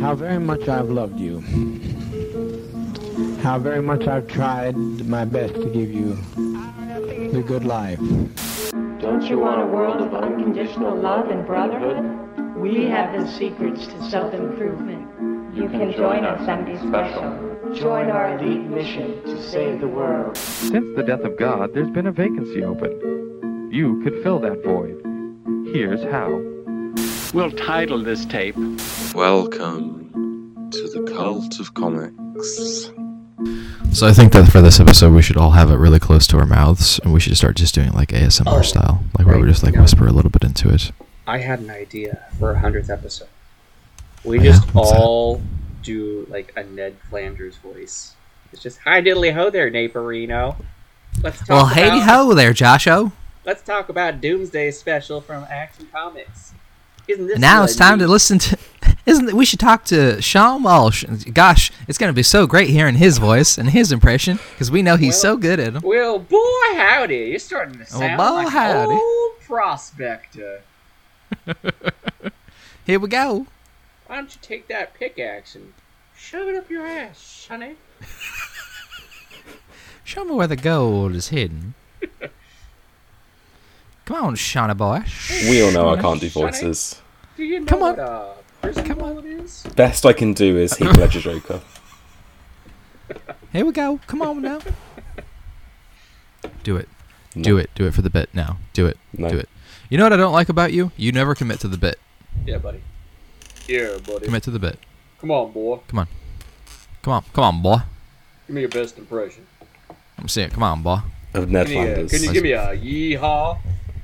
how very much I've loved you. How very much I've tried my best to give you the good life. Don't you want a world of unconditional love and brotherhood? We have the secrets to self-improvement. You can join us and be special. Join our elite mission to save the world. Since the death of God, there's been a vacancy open. You could fill that void. Here's how. We'll title this tape Welcome to the Cult of Comics. So I think that for this episode, we should all have it really close to our mouths, and we should start just doing it like ASMR Oh, style, like where we right, just like no. whisper a little bit into it. I had an idea for a hundredth episode. We Yeah, just what's that? all do like a Ned Flanders voice. It's just hi diddly ho there, Naperino. Let's talk Well, about, hey ho there, Josho. Let's talk about Doomsday Special from Action Comics. Isn't this now it's really time to neat? listen to. Isn't it, we should talk to Sean Walsh? Gosh, it's gonna be so great hearing his voice and his impression because we know he's Well- so good at them. Well, boy, howdy! You're starting to sound Oh, boy, like howdy. an old prospector. Here we go. Why don't you take that pickaxe and shove it up your ass, sonny? Show me where the gold is hidden. Come on, Shauna boy. We all know I can't do voices. Do you know Come on. what a prison Come bullet is? Best I can do is Heath Ledger Joker. Here we go. Come on now. Do it. Do it. Do it for the bit now. Do it. No. Do it. You know what I don't like about you? You never commit to the bit. Yeah, buddy. Yeah, buddy. Commit to the bit. Come on, boy. Come on. Come on. Come on, boy. Give me your best impression. I'm saying, come on, boy. Of Ned Can you, uh, Flanders. can you give me a yeehaw?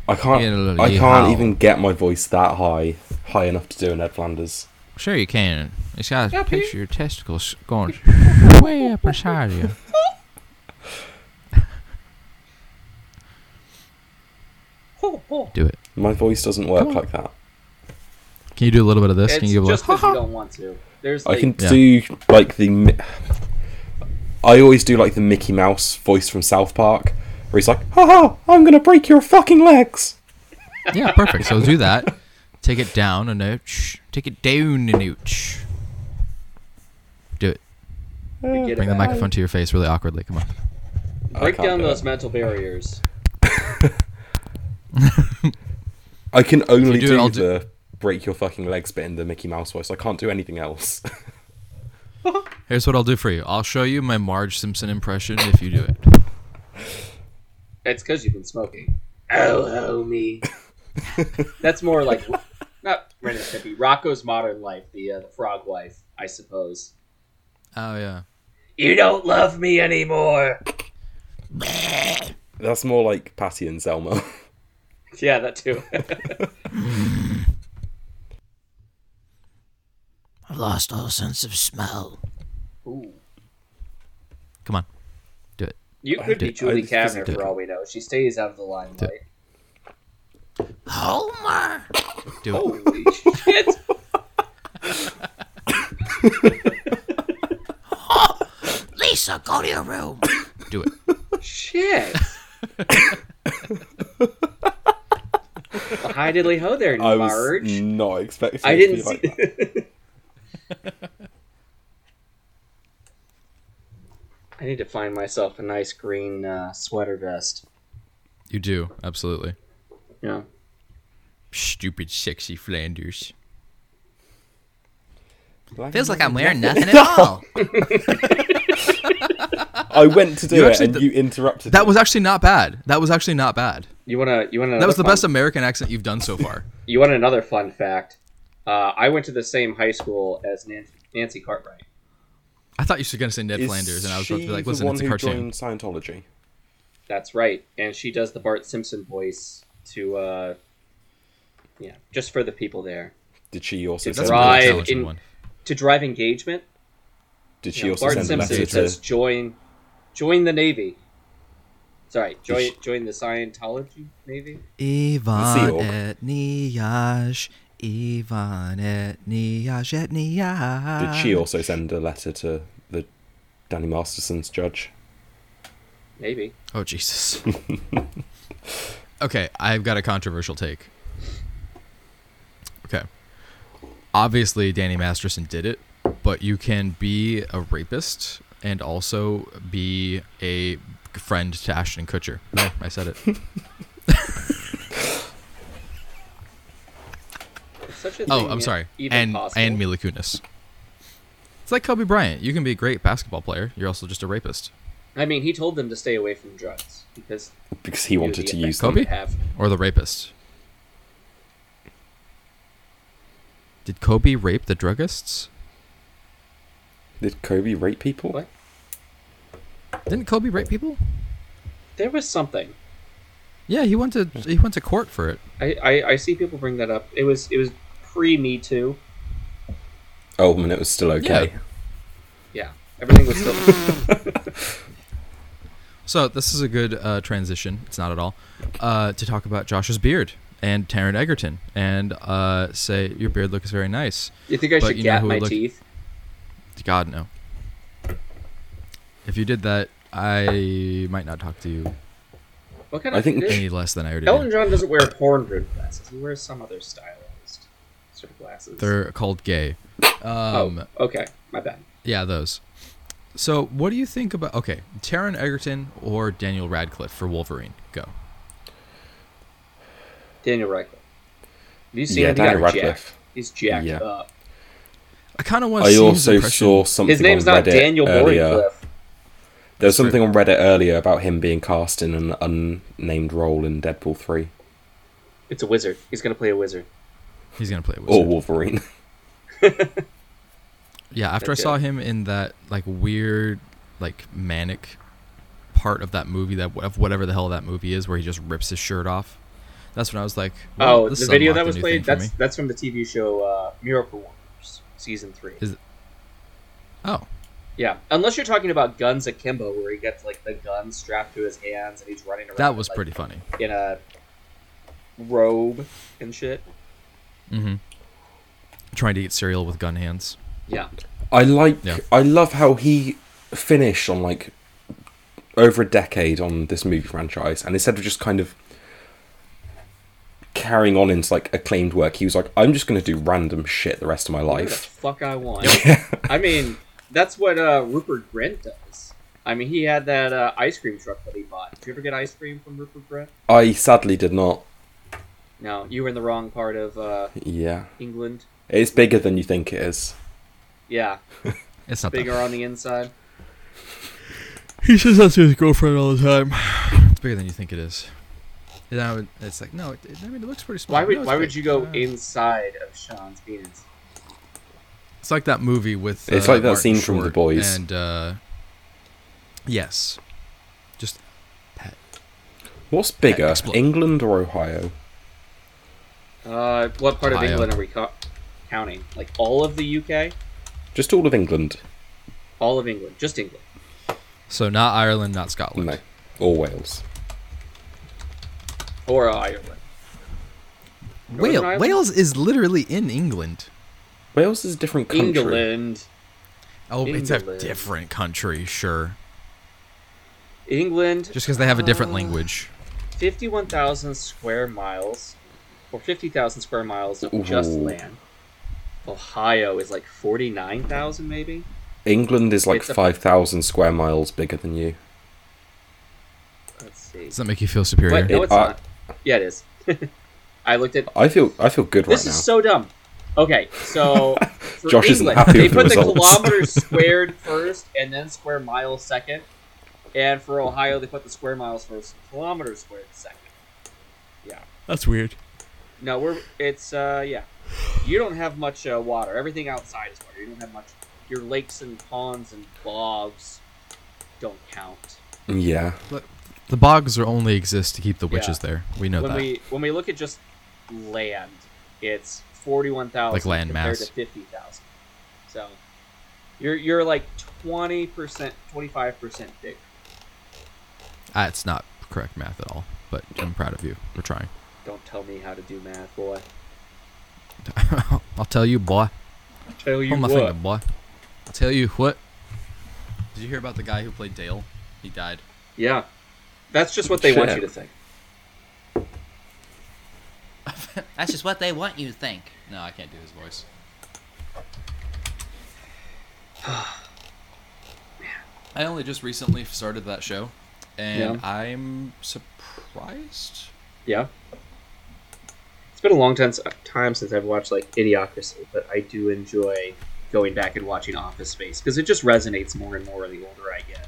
I can't. Yeah, a little I can't yeehaw. even get my voice that high, high enough to do a Ned Flanders. Sure you can. It's got a Up picture of here. your testicles going way up inside you. Ho, ho. Do it. My voice doesn't work Come on. like that. Can you do a little bit of this? Can It's you do a just little? because you don't want to. There's I like, can Yeah. do like the. Mi- I always do like the Mickey Mouse voice from South Park, where he's like, "Ha ha! I'm gonna break your fucking legs." Yeah, perfect. So do that. Take it down a notch. Take it down a notch. Do it. get it Bring the back. microphone to your face really awkwardly. Come on. Break can't down do those it. mental barriers. I can only do do, it, I'll do- the break your fucking legs bit in the Mickey Mouse voice. I can't do anything else. Here's what I'll do for you. I'll show you my Marge Simpson impression if you do it. It's because you've been smoking. Oh, homie. That's more like not Ren and Stimpy. Rocco's Modern Life, the uh, the frog wife, I suppose. Oh yeah. You don't love me anymore. That's more like Patty and Zelma. Yeah, that too. I've lost all sense of smell. Ooh. Come on. Do it. You could be did- I Julie just doesn't Kavner do for it. all we know. She stays out of the limelight. Homer. Do it. Holy shit! Lisa, go to your room. Do it. Shit! well, hi diddly ho there, I was Marge. not expecting. I it didn't to be see. like that. I need to find myself a nice green uh, sweater vest. You do absolutely. Yeah. Stupid, sexy Flanders. Like, Feels like I'm wearing nothing at all. I went to do You it actually and d- you interrupted. That me. was actually not bad. That was actually not bad. You wanna? You Uh, wanna? That was the um, another best fun- American accent you've done so far. you want another fun fact? Uh, I went to the same high school as Nancy, Nancy Cartwright. I thought you were going to say Ned Is Flanders, and I was she about to be like, the listen, one it's a who cartoon. joined Scientology. That's right, and she does the Bart Simpson voice to. Uh, yeah, just for the people there. Did she also It's send? right. a Drive really challenging in- one. to drive engagement. Did she You know, also Bart send a Simpson message to? says join, join the navy. Sorry, join Is- join the Scientology navy. Sea Ivan Org. et Niage, Ivan et Niage et Niage. Did she Ah. also send a letter to the Danny Masterson's judge? Maybe. Oh Jesus. okay, I've got a controversial take. Okay. Obviously Danny Masterson did it, but you can be a rapist and also be a friend to Ashton Kutcher. No, I said it. Such a thing Oh, I'm is sorry. even And possible. and Mila Kunis. It's like Kobe Bryant. You can be a great basketball player. You're also just a rapist I mean, he told them to stay away from drugs because because he wanted the to effect use they them. Kobe? have. or the rapist. Did Kobe rape the druggists? Did Kobe rape people? What? Didn't Kobe rape people? There was something. Yeah, he went to he went to court for it. I, I, I see people bring that up. It was it was pre Me Too. Oh, and it was still okay. Yeah. Yeah, everything was still. So this is a good uh, transition. It's not at all uh, to talk about Josh's beard and Taryn Egerton and uh, say your beard looks very nice. You think I But should you know gap who my would look- teeth? God no. If you did that, I might not talk to you What kind I of? think- it is? any less than I already Elton did. John doesn't wear porn rimmed glasses. He wears some other stylized sort of glasses. They're called gay. Um, oh, okay, my bad. Yeah, those. So, what do you think about okay, Taron Egerton or Daniel Radcliffe for Wolverine? Go. Daniel Radcliffe. Have you seen Yeah, him? He Daniel got jacked. Radcliffe. He's jacked Yeah. up. I kind of want to I see his also impression. saw something His name's on not Reddit Daniel earlier. Boringcliffe. There was something on Reddit earlier about him being cast in an unnamed role in Deadpool 3 It's a wizard. He's gonna play a wizard. He's gonna play a or wizard. Wolverine. yeah, after I Okay. saw him in that like weird, like manic part of that movie that of whatever the hell that movie is, where he just rips his shirt off. That's when I was like, well, oh, this the video unlocked a that was new played. thing for That's me. that's from the TV show uh, Miracle Workers, season three. Is- oh, Yeah, unless you're talking about Guns Akimbo, where he gets like the gun strapped to his hands and he's running around. that was like, pretty funny. in a robe and shit. Mm-hmm. Trying to eat cereal with gun hands. Yeah, I like Yeah. I love how he finished on like over a decade on this movie franchise and instead of just kind of carrying on into like acclaimed work, he was like, I'm just gonna do random shit the rest of my whatever the life. fuck I want. I mean, that's what uh, Rupert Grint does. I mean, he had that uh, ice cream truck that he bought. Did you ever get ice cream from Rupert Grint? I sadly did not. No, you were in the wrong part of uh, Yeah. England. It's bigger than you think it is. Yeah, It's not bigger that. on the inside. He says that to his girlfriend all the time. It's bigger than you think it is. And I would, it's like no, it, it- I mean it looks pretty small. Why No, would it's Why would big. you go Uh, inside of Sean's penis? It's like that movie with. uh, It's like that Martin scene from The Short Boys. And uh, yes, just that. What's bigger, Explo- England or Ohio? Uh, what part of Ohio. England are we co- counting? Like all of the UK, Just all of England. all of England, just England. So not Ireland, not Scotland. No. Or Wales. or Ireland. Northern Wales. Ireland? Wales is literally in England. Wales is a different country. England. Oh, it's a England. different country, sure. England, Just because they have a different Ah. language. 51,000 square miles, or 50,000 square miles of just Ooh. land. Ohio is like 49,000, maybe? England is like It's a- 5,000 square miles bigger than you. Let's see. Does that make you feel superior? Wait, no, It- it's I- not. Yeah, it is. I looked at. I feel I feel good This right is now. so dumb. Okay, so. For Josh isn't England, happy they with the put the, results. kilometers squared first and then square miles second. And for Ohio, they put the square miles first, kilometers squared second. That's weird. No, we're it's uh yeah. You don't have much uh, water. Everything outside is water. You don't have much. Your lakes and ponds and bogs don't count. yeah. The bogs are only exist to keep the witches there. We know when that. we when we look at just land, it's forty one thousand Like land compared mass. to fifty thousand. So you're you're like twenty percent, twenty five percent bigger. Ah, it's not correct math at all, but I'm proud of you. We're trying. Don't tell me how to do math, boy. I'll tell you, boy. Tell you Hold my what. finger, boy. I'll tell you what. Did you hear about the guy who played Dale? He died. Yeah, that's just what they want Shit. you to think. That's just what they want you to think. No, I can't do his voice. I only just recently started that show, and Yeah. I'm surprised. Yeah. It's been a long time, time since I've watched like Idiocracy, but I do enjoy going back and watching Office Space because it just resonates more and more the older I get.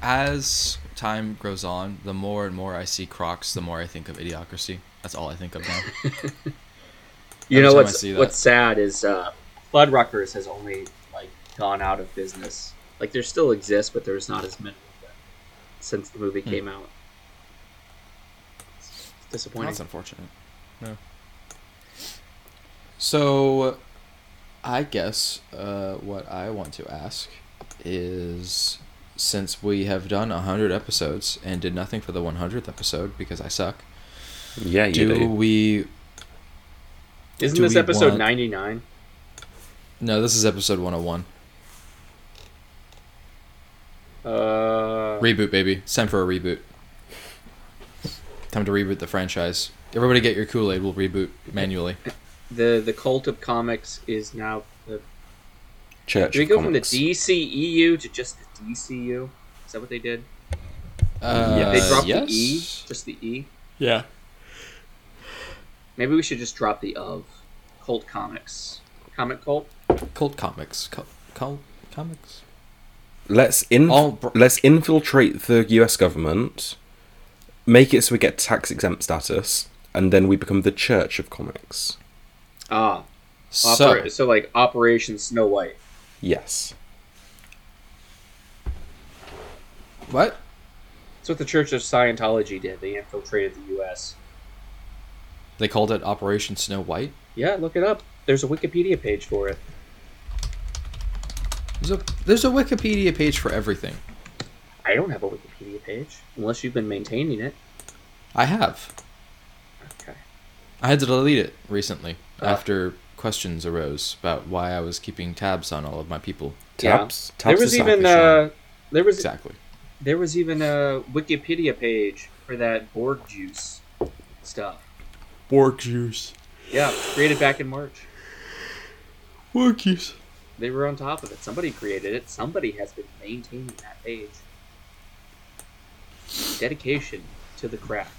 As time goes on, the more and more I see Crocs, the more I think of Idiocracy. That's all I think of now. You Every know time I what's see that. what's sad is uh, Fuddruckers has only like gone out of business. Like there still exists, but there's not as many of them since the movie Hmm. came out. It's disappointing. That's unfortunate. No. So, I guess uh, what I want to ask is since we have done 100 episodes and did nothing for the 100th episode because I suck, Yeah, you do do. we. Isn't Do this we episode want- ninety nine? No, this is episode 101. Uh, Reboot, baby. It's time for a reboot. Time to reboot the franchise. Everybody get your Kool Aid. We'll reboot manually. the the cult of comics is now the Church. Did we of go Comics. from the DCEU to just the DCU? Is that what they did? Uh, They dropped yes. the E, just the E. Yeah. Maybe we should just drop the of. Cult Comics, Comic Cult. Cult comics. Cult, cult comics? Let's in. All br- let's infiltrate the U.S. government, make it so we get tax exempt status, and then we become the Church of Comics. Ah, So, oper- so, like Operation Snow White. Yes. what? That's what the Church of Scientology did. They infiltrated the U.S. They called it Operation Snow White? Yeah, look it up. There's a Wikipedia page for it. There's a, there's a Wikipedia page for everything. I don't have a Wikipedia page unless you've been maintaining it. I have. Okay. I had to delete it recently Ah. after questions arose about why I was keeping tabs on all of my people. Tabs. There Tabs was is even Sci-Fi Shine. uh, there was Exactly. there was even a Wikipedia page for that Borg juice stuff. Borg juice. Yeah, created back in March. Borg juice. They were on top of it. Somebody created it. Somebody has been maintaining that page. Dedication to the craft.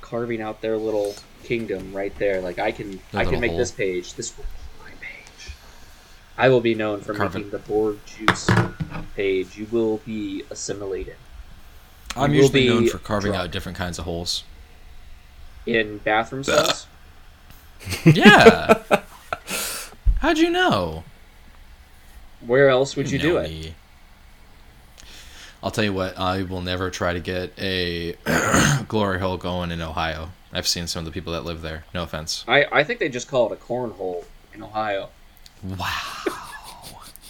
Carving out their little kingdom right there. Like I can, Their I can little make this hole. page. This will be my page. I will be known for Carve it. making the Borg juice page. You will be assimilated I'm You will usually be known for carving drunk. out different kinds of holes. in bathroom stalls. Yeah. How'd you know? Where else would you do know it? me. I'll tell you what, I will never try to get a glory hole going in Ohio. I've seen some of the people that live there. No offense. I, I think they just call it a cornhole in Ohio.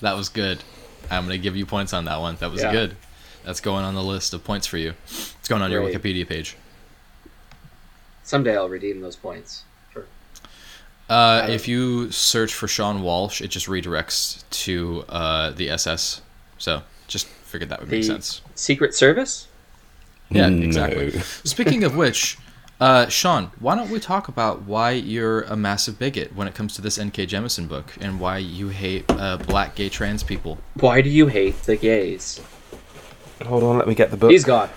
That was good. I'm going to give you points on that one. That was Yeah. good. That's going on the list of points for you. It's going on your Great. Wikipedia page. Someday I'll redeem those points. Sure. Uh, if you search for Sean Walsh, it just redirects to uh, the SS. So just figured that would make The- sense. Secret Service? Yeah, No. exactly. Speaking of which, uh, Sean, why don't we talk about why you're a massive bigot when it comes to this N.K. Jemisin book and why you hate uh, black gay trans people? Why do you hate the gays? Hold on, let me get the book. He's gone.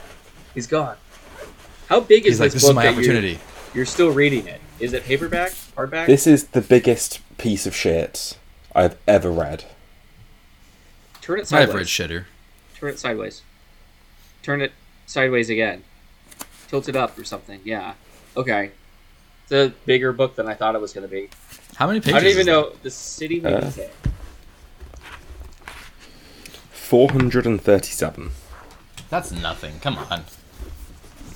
He's gone. How big is Uh, this He's like, this is book my that you're- opportunity. You're, still reading it. Is it paperback? Hardback? This is the biggest piece of shit I've ever read. Turn it I've sideways. read shitter. Turn it sideways. Turn it sideways again. Tilt it up or something. Yeah. Okay. It's a bigger book than I thought it was going to be. How many pages? I don't is even that? know. The city we Uh. visit. 437. That's nothing. Come on.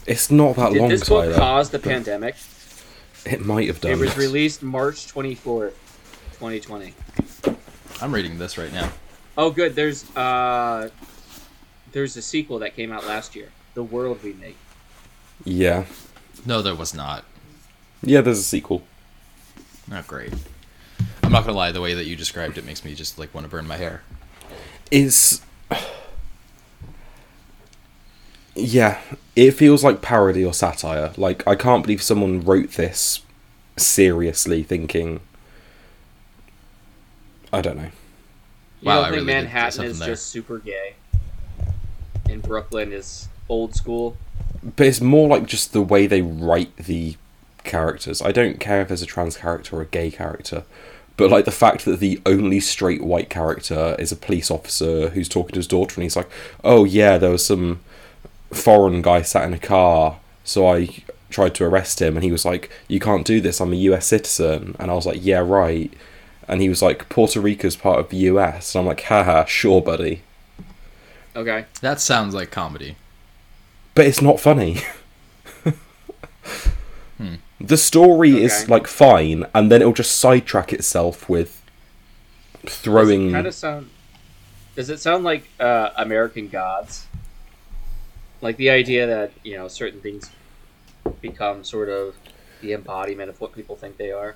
It's not that Did long, this book Tyler. cause the pandemic? It might have done. It was released March 24th, 2020. I'm reading this right now. Oh, good. There's uh, there's a sequel that came out last year, The World We Make. Yeah. No, there was not. Yeah, there's a sequel. Not great. I'm not gonna lie. The way that you described it makes me just like want to burn my hair. It's. Yeah, it feels like parody or satire. Like, I can't believe someone wrote this seriously, thinking. I don't know. You Wow, don't I think really did Manhattan something is there. just super gay, and Brooklyn is old school? But it's more like just the way they write the characters. I don't care if there's a trans character or a gay character, but like the fact that the only straight white character is a police officer who's talking to his daughter and he's like, "Oh yeah, there was some foreign guy sat in a car, so I tried to arrest him and he was like, "You can't do this. I'm a US citizen." And I was like, "Yeah, right." And he was like, "Puerto Rico's part of the US." And I'm like, "Haha, sure, buddy." Okay, That sounds like comedy. but it's not funny. The story is Okay. like fine, and then it'll just sidetrack itself with throwing. kind of sound. Does it sound like uh, American Gods? Like the idea that you know certain things become sort of the embodiment of what people think they are.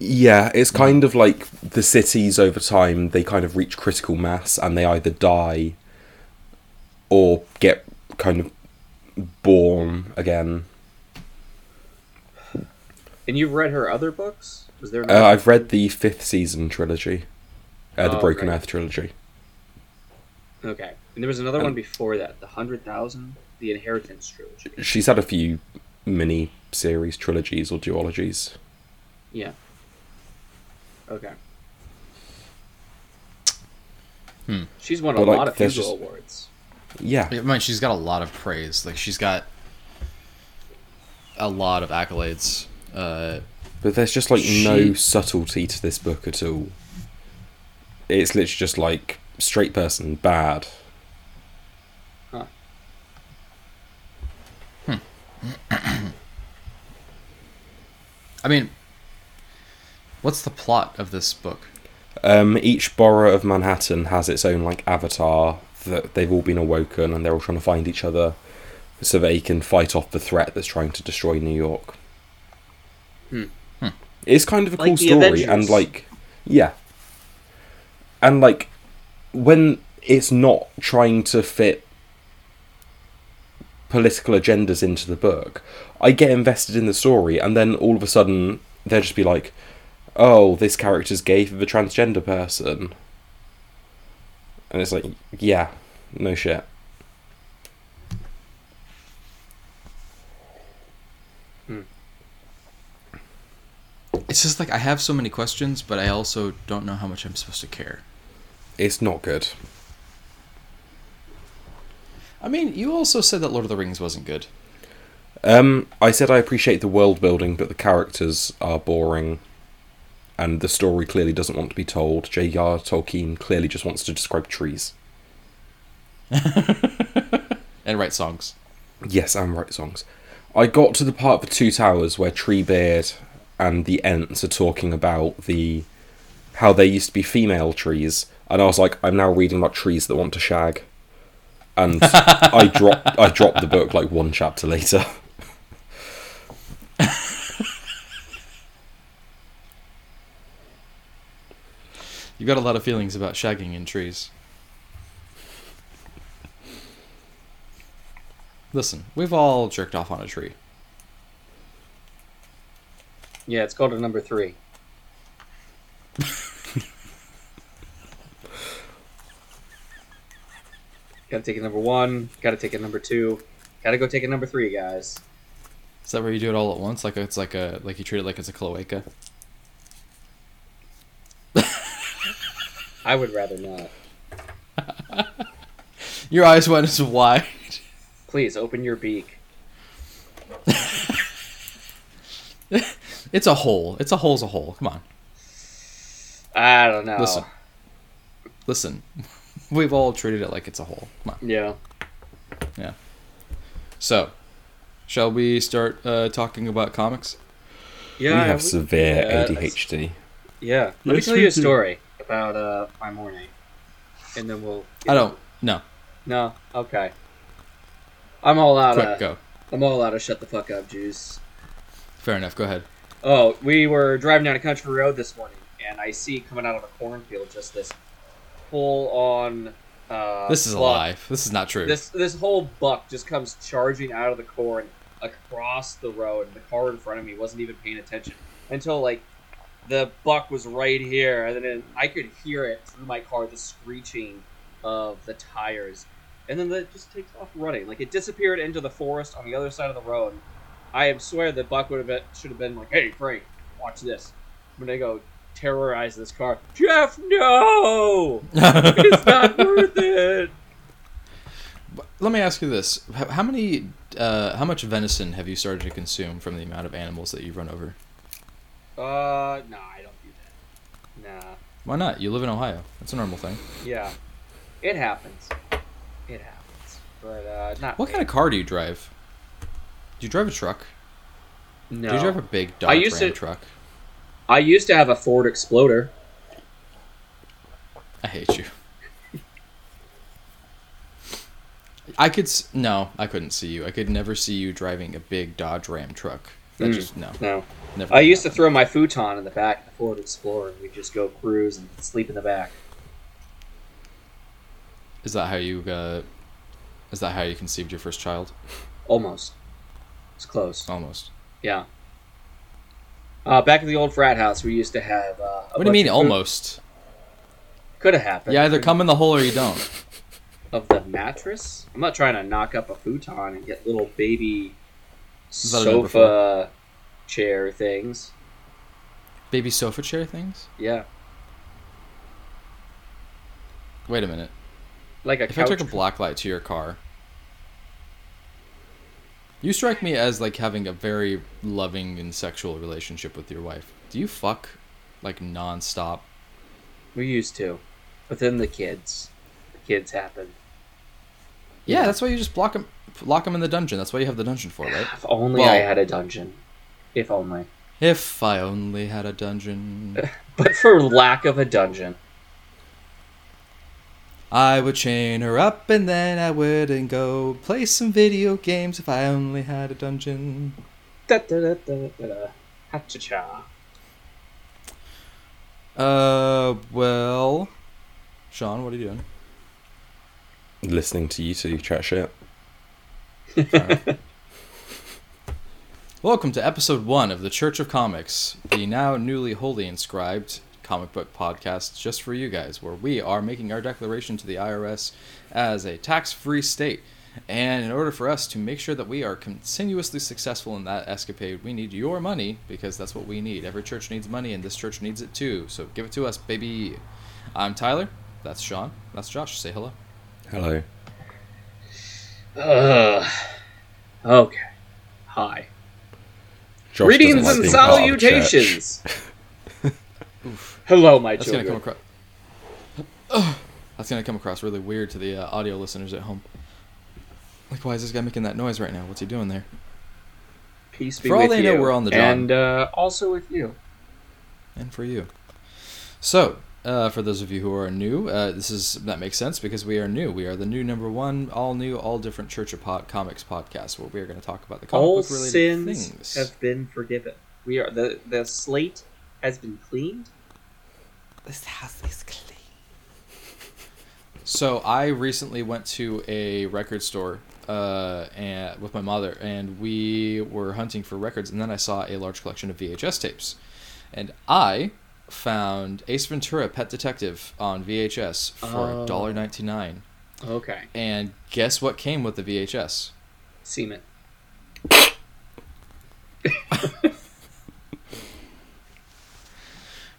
Yeah, it's kind of like the cities over time, they kind of reach critical mass and they either die or get kind of born again. And you've read her other books? Was there? Uh, I've read the fifth season trilogy, uh, the Oh, Broken right. Earth trilogy. Okay, and there was another one before that, the Hundred Thousand, the Inheritance trilogy. She's had a few mini series trilogies or duologies. Yeah. Okay. Hmm. She's won a But, like, lot of Hugo there's just- awards. Yeah. I mean, she's got a lot of praise. Like she's got a lot of accolades. Uh, But there's just like no She- subtlety to this book at all. It's literally just like straight person bad. I mean, what's the plot of this book? Um, each borough of Manhattan has its own like avatar that they've all been awoken and they're all trying to find each other so they can fight off the threat that's trying to destroy New York. Hmm. It's kind of a Like cool the story and Avengers. like yeah. And like when it's not trying to fit political agendas into the book, I get invested in the story and then all of a sudden they'll just be like, oh, this character's gay for the transgender person. And it's like, yeah, no shit. It's just like I have so many questions, but I also don't know how much I'm supposed to care. It's not good. I mean, you also said that Lord of the Rings wasn't good. Um, I said I appreciate the world building, but the characters are boring. And the story clearly doesn't want to be told. J.R. Tolkien clearly just wants to describe trees. And write songs. Yes, and write songs. I got to the part of the Two Towers where Treebeard and the Ents are talking about the how they used to be female trees, and I was like, I'm now reading about trees that want to shag, and I dropped I dropped the book like one chapter later. You've got a lot of feelings about shagging in trees. Listen, we've all jerked off on a tree. Yeah, it's called a number three. gotta take a number one. Gotta take a number two. Gotta go take a number three, guys. Is that where you do it all at once? Like it's like a like you treat it like it's a cloaca. I would rather not. Your eyes went as wide. Please open your beak. It's a hole. It's a hole's a hole. Come on. I don't know. Listen. Listen. We've all treated it like it's a hole. Come on. Yeah. So, shall we start uh, talking about comics? Yeah. we have we- severe yeah, that's- ADHD. Yeah. Let me tell you a story about uh, my morning, and then we'll. I don't. No. No. Okay. I'm all out Quick, of. go. I'm all out of shut the fuck up juice. Fair enough. Go ahead. Oh, we were driving down a country road this morning, and I see coming out of a cornfield just this full-on. Uh, This is a buck. lie. This is not true. This this whole buck just comes charging out of the corn across the road, and the car in front of me wasn't even paying attention until like the buck was right here, and then it, I could hear it through my car, the screeching of the tires, and then it just takes off running. Like it disappeared into the forest on the other side of the road. I swear that buck would have been, should have been like, "Hey Frank, watch this." I'm gonna go terrorize this car. Jeff, no, it's not worth it. Let me ask you this: How how many, uh, how much venison have you started to consume from the amount of animals that you've run over? Uh, nah, I don't do that. Nah, Why not? You live in Ohio. That's a normal thing. yeah, it happens. It happens, but uh, not. What kind of car do you drive? Do you drive a truck? No. Do you drive a big Dodge I used Ram to- truck? I used to have a Ford Exploder. I hate you. I could s- no, I couldn't see you. I could never see you driving a big Dodge Ram truck. That Mm. just no, No, never. I used to throw my futon in the back of the Ford Explorer, and we'd just go cruise and sleep in the back. Is that how you? Uh, is that how you conceived your first child? Almost, it's close. Almost. Yeah. Uh, back at the old frat house, we used to have. Uh, a What do you bunch mean of food- almost? Could have happened. You either come in the hole or you don't. of the mattress. I'm not trying to knock up a futon and get little baby that a number four? sofa chair things. Baby sofa chair things. Yeah, Wait a minute. like a If I couch. took a black light to your car, you strike me as like having a very loving and sexual relationship with your wife. Do you fuck like nonstop? we used to, but then the kids, the kids happened. Yeah, that's why you just block them, lock them in the dungeon. That's why you have the dungeon for, right? If only Well- I had a dungeon. If only. If I only had a dungeon, But for lack of a dungeon, I would chain her up and then I would and go play some video games. If I only had a dungeon. da da da da da da, ha cha cha. Uh, well, Sean, what are you doing? Listening to you two chat shit. Welcome to episode one of the Church of Comics, the now newly wholly inscribed comic book podcast just for you guys, where we are making our declaration to the IRS as a tax free state. And in order for us to make sure that we are continuously successful in that escapade, we need your money because that's what we need. Every church needs money, and this church needs it too. So give it to us, baby. I'm Tyler. That's Sean. That's Josh. Say hello. Hello. Ugh. Okay. Hi. Josh Greetings doesn't like and being part of the church. salutations. Hello, my That's children. gonna come across. that's gonna come across really weird to the uh, audio listeners at home. Like, why is this guy making that noise right now? What's he doing there? Peace be For all with they know, you. we're on the and uh, also with you. And for you. So, uh, for those of you who are new, uh, this is that makes sense because we are new. We are the new number one, all new, all different Church of po- Comics podcast, where we are going to talk about the comic All book related sins things. have been forgiven. We are the the slate has been cleaned. This house is clean. So I recently went to a record store uh, and, with my mother, and we were hunting for records, and then I saw a large collection of VHS tapes, and I found Ace Ventura: Pet Detective on VHS Oh. for $1.99. Okay, And guess what came with the VHS? semen.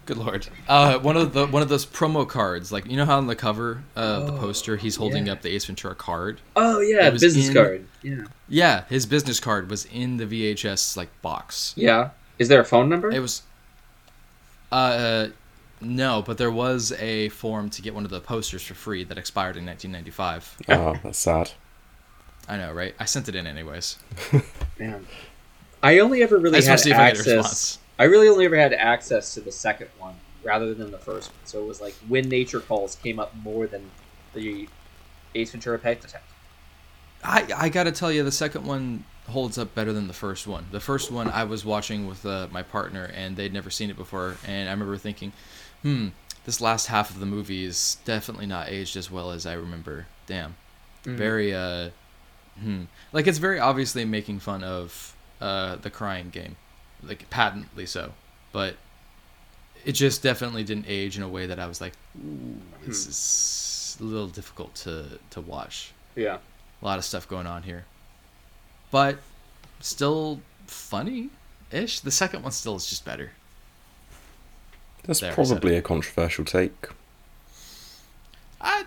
Good lord. Uh, one of the one of those promo cards, like you know how on the cover of the poster he's holding Oh, yeah. up the Ace Ventura card. Oh yeah, It was business in- card. Yeah, Yeah, his business card was in the VHS like box. yeah. Is there a phone number? It was uh no, but there was a form to get one of the posters for free that expired in 1995. Ah, that's sad. I know, right? I sent it in anyways. Man, I only ever I really just want had to see if I get a access. response. I, really only ever had access to the second one rather than the first one. So it was like when nature calls came up more than the Ace Ventura Pet Detective. I I gotta tell you, the second one holds up better than the first one. The first one I was watching with uh, my partner, and they'd never seen it before, and I remember thinking, hmm, this last half of the movie is definitely not aged as well as I remember. Damn, very uh, hmm, like it's very obviously making fun of uh the crying game, like patently so, but it just definitely didn't age in a way that I was like, Ooh, this is a little difficult to to watch. Yeah. A lot of stuff going on here, but still funny ish. The second one still is just better. That's There, I said probably a controversial take. I,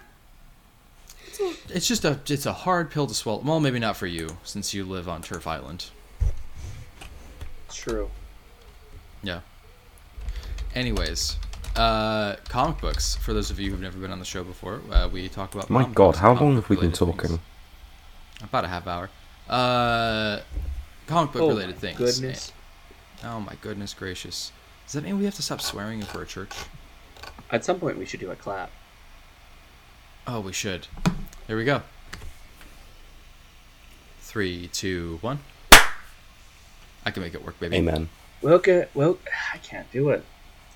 it's a- it's just a it's a hard pill to swallow. Well, maybe not for you since you live on Turf Island. It's true. Yeah. Anyways, uh, comic books. For those of you who've never been on the show before, uh, we talk about. My Um, comic God, books, how comic long book have we been related talking? things. About a half hour. Uh, comic book Oh related my things. Goodness. Oh my goodness gracious! Does that mean we have to stop swearing if we're a church? At some point, we should do a clap. Oh, we should. Here we go. Three, two, one. I can make it work, baby. Amen. Welcome. Well, I can't do it.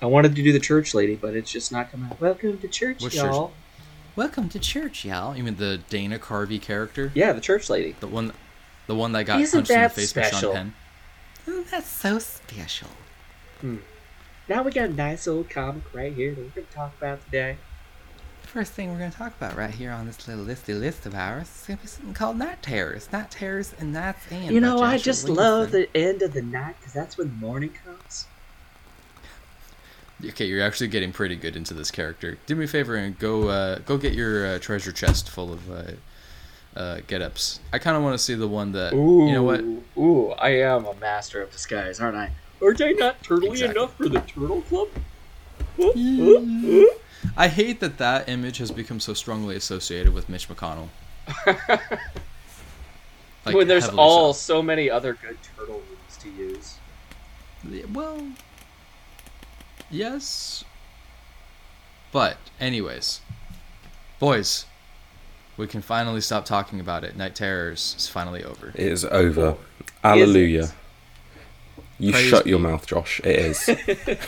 I wanted to do the church lady, but it's just not coming. out. Welcome to church, Which church? y'all. Welcome to church, y'all. You mean the Dana Carvey character? Yeah, the church lady. The one, the one that got Isn't punched in the that face by special? Sean Penn. Oh, that's so special. Now we got a nice old comic right here that we're going to talk about today. First thing we're going to talk about right here on this little listy list of ours is going to be something called Night Terrors. Night Terrors and Night's End. you by know, I Joshua just love Williamson. the end of the night because that's when morning comes. Okay, you're actually getting pretty good into this character. Do me a favor and go uh, go get your uh, treasure chest full of uh, uh, get ups. I kind of want to see the one that. You know what? Ooh, I am a master of disguise, aren't I? Are they not turtly Exactly. enough for the turtle club? I hate that that image has become so strongly associated with Mitch McConnell. Like, when there's heavily all so. many other good turtle moves to use. Yeah, Well, yes. But, anyways, boys, we can finally stop talking about it. Night Terrors is finally over. It is over. Hallelujah. Isn't. You Praise shut your be. mouth, Josh. It is.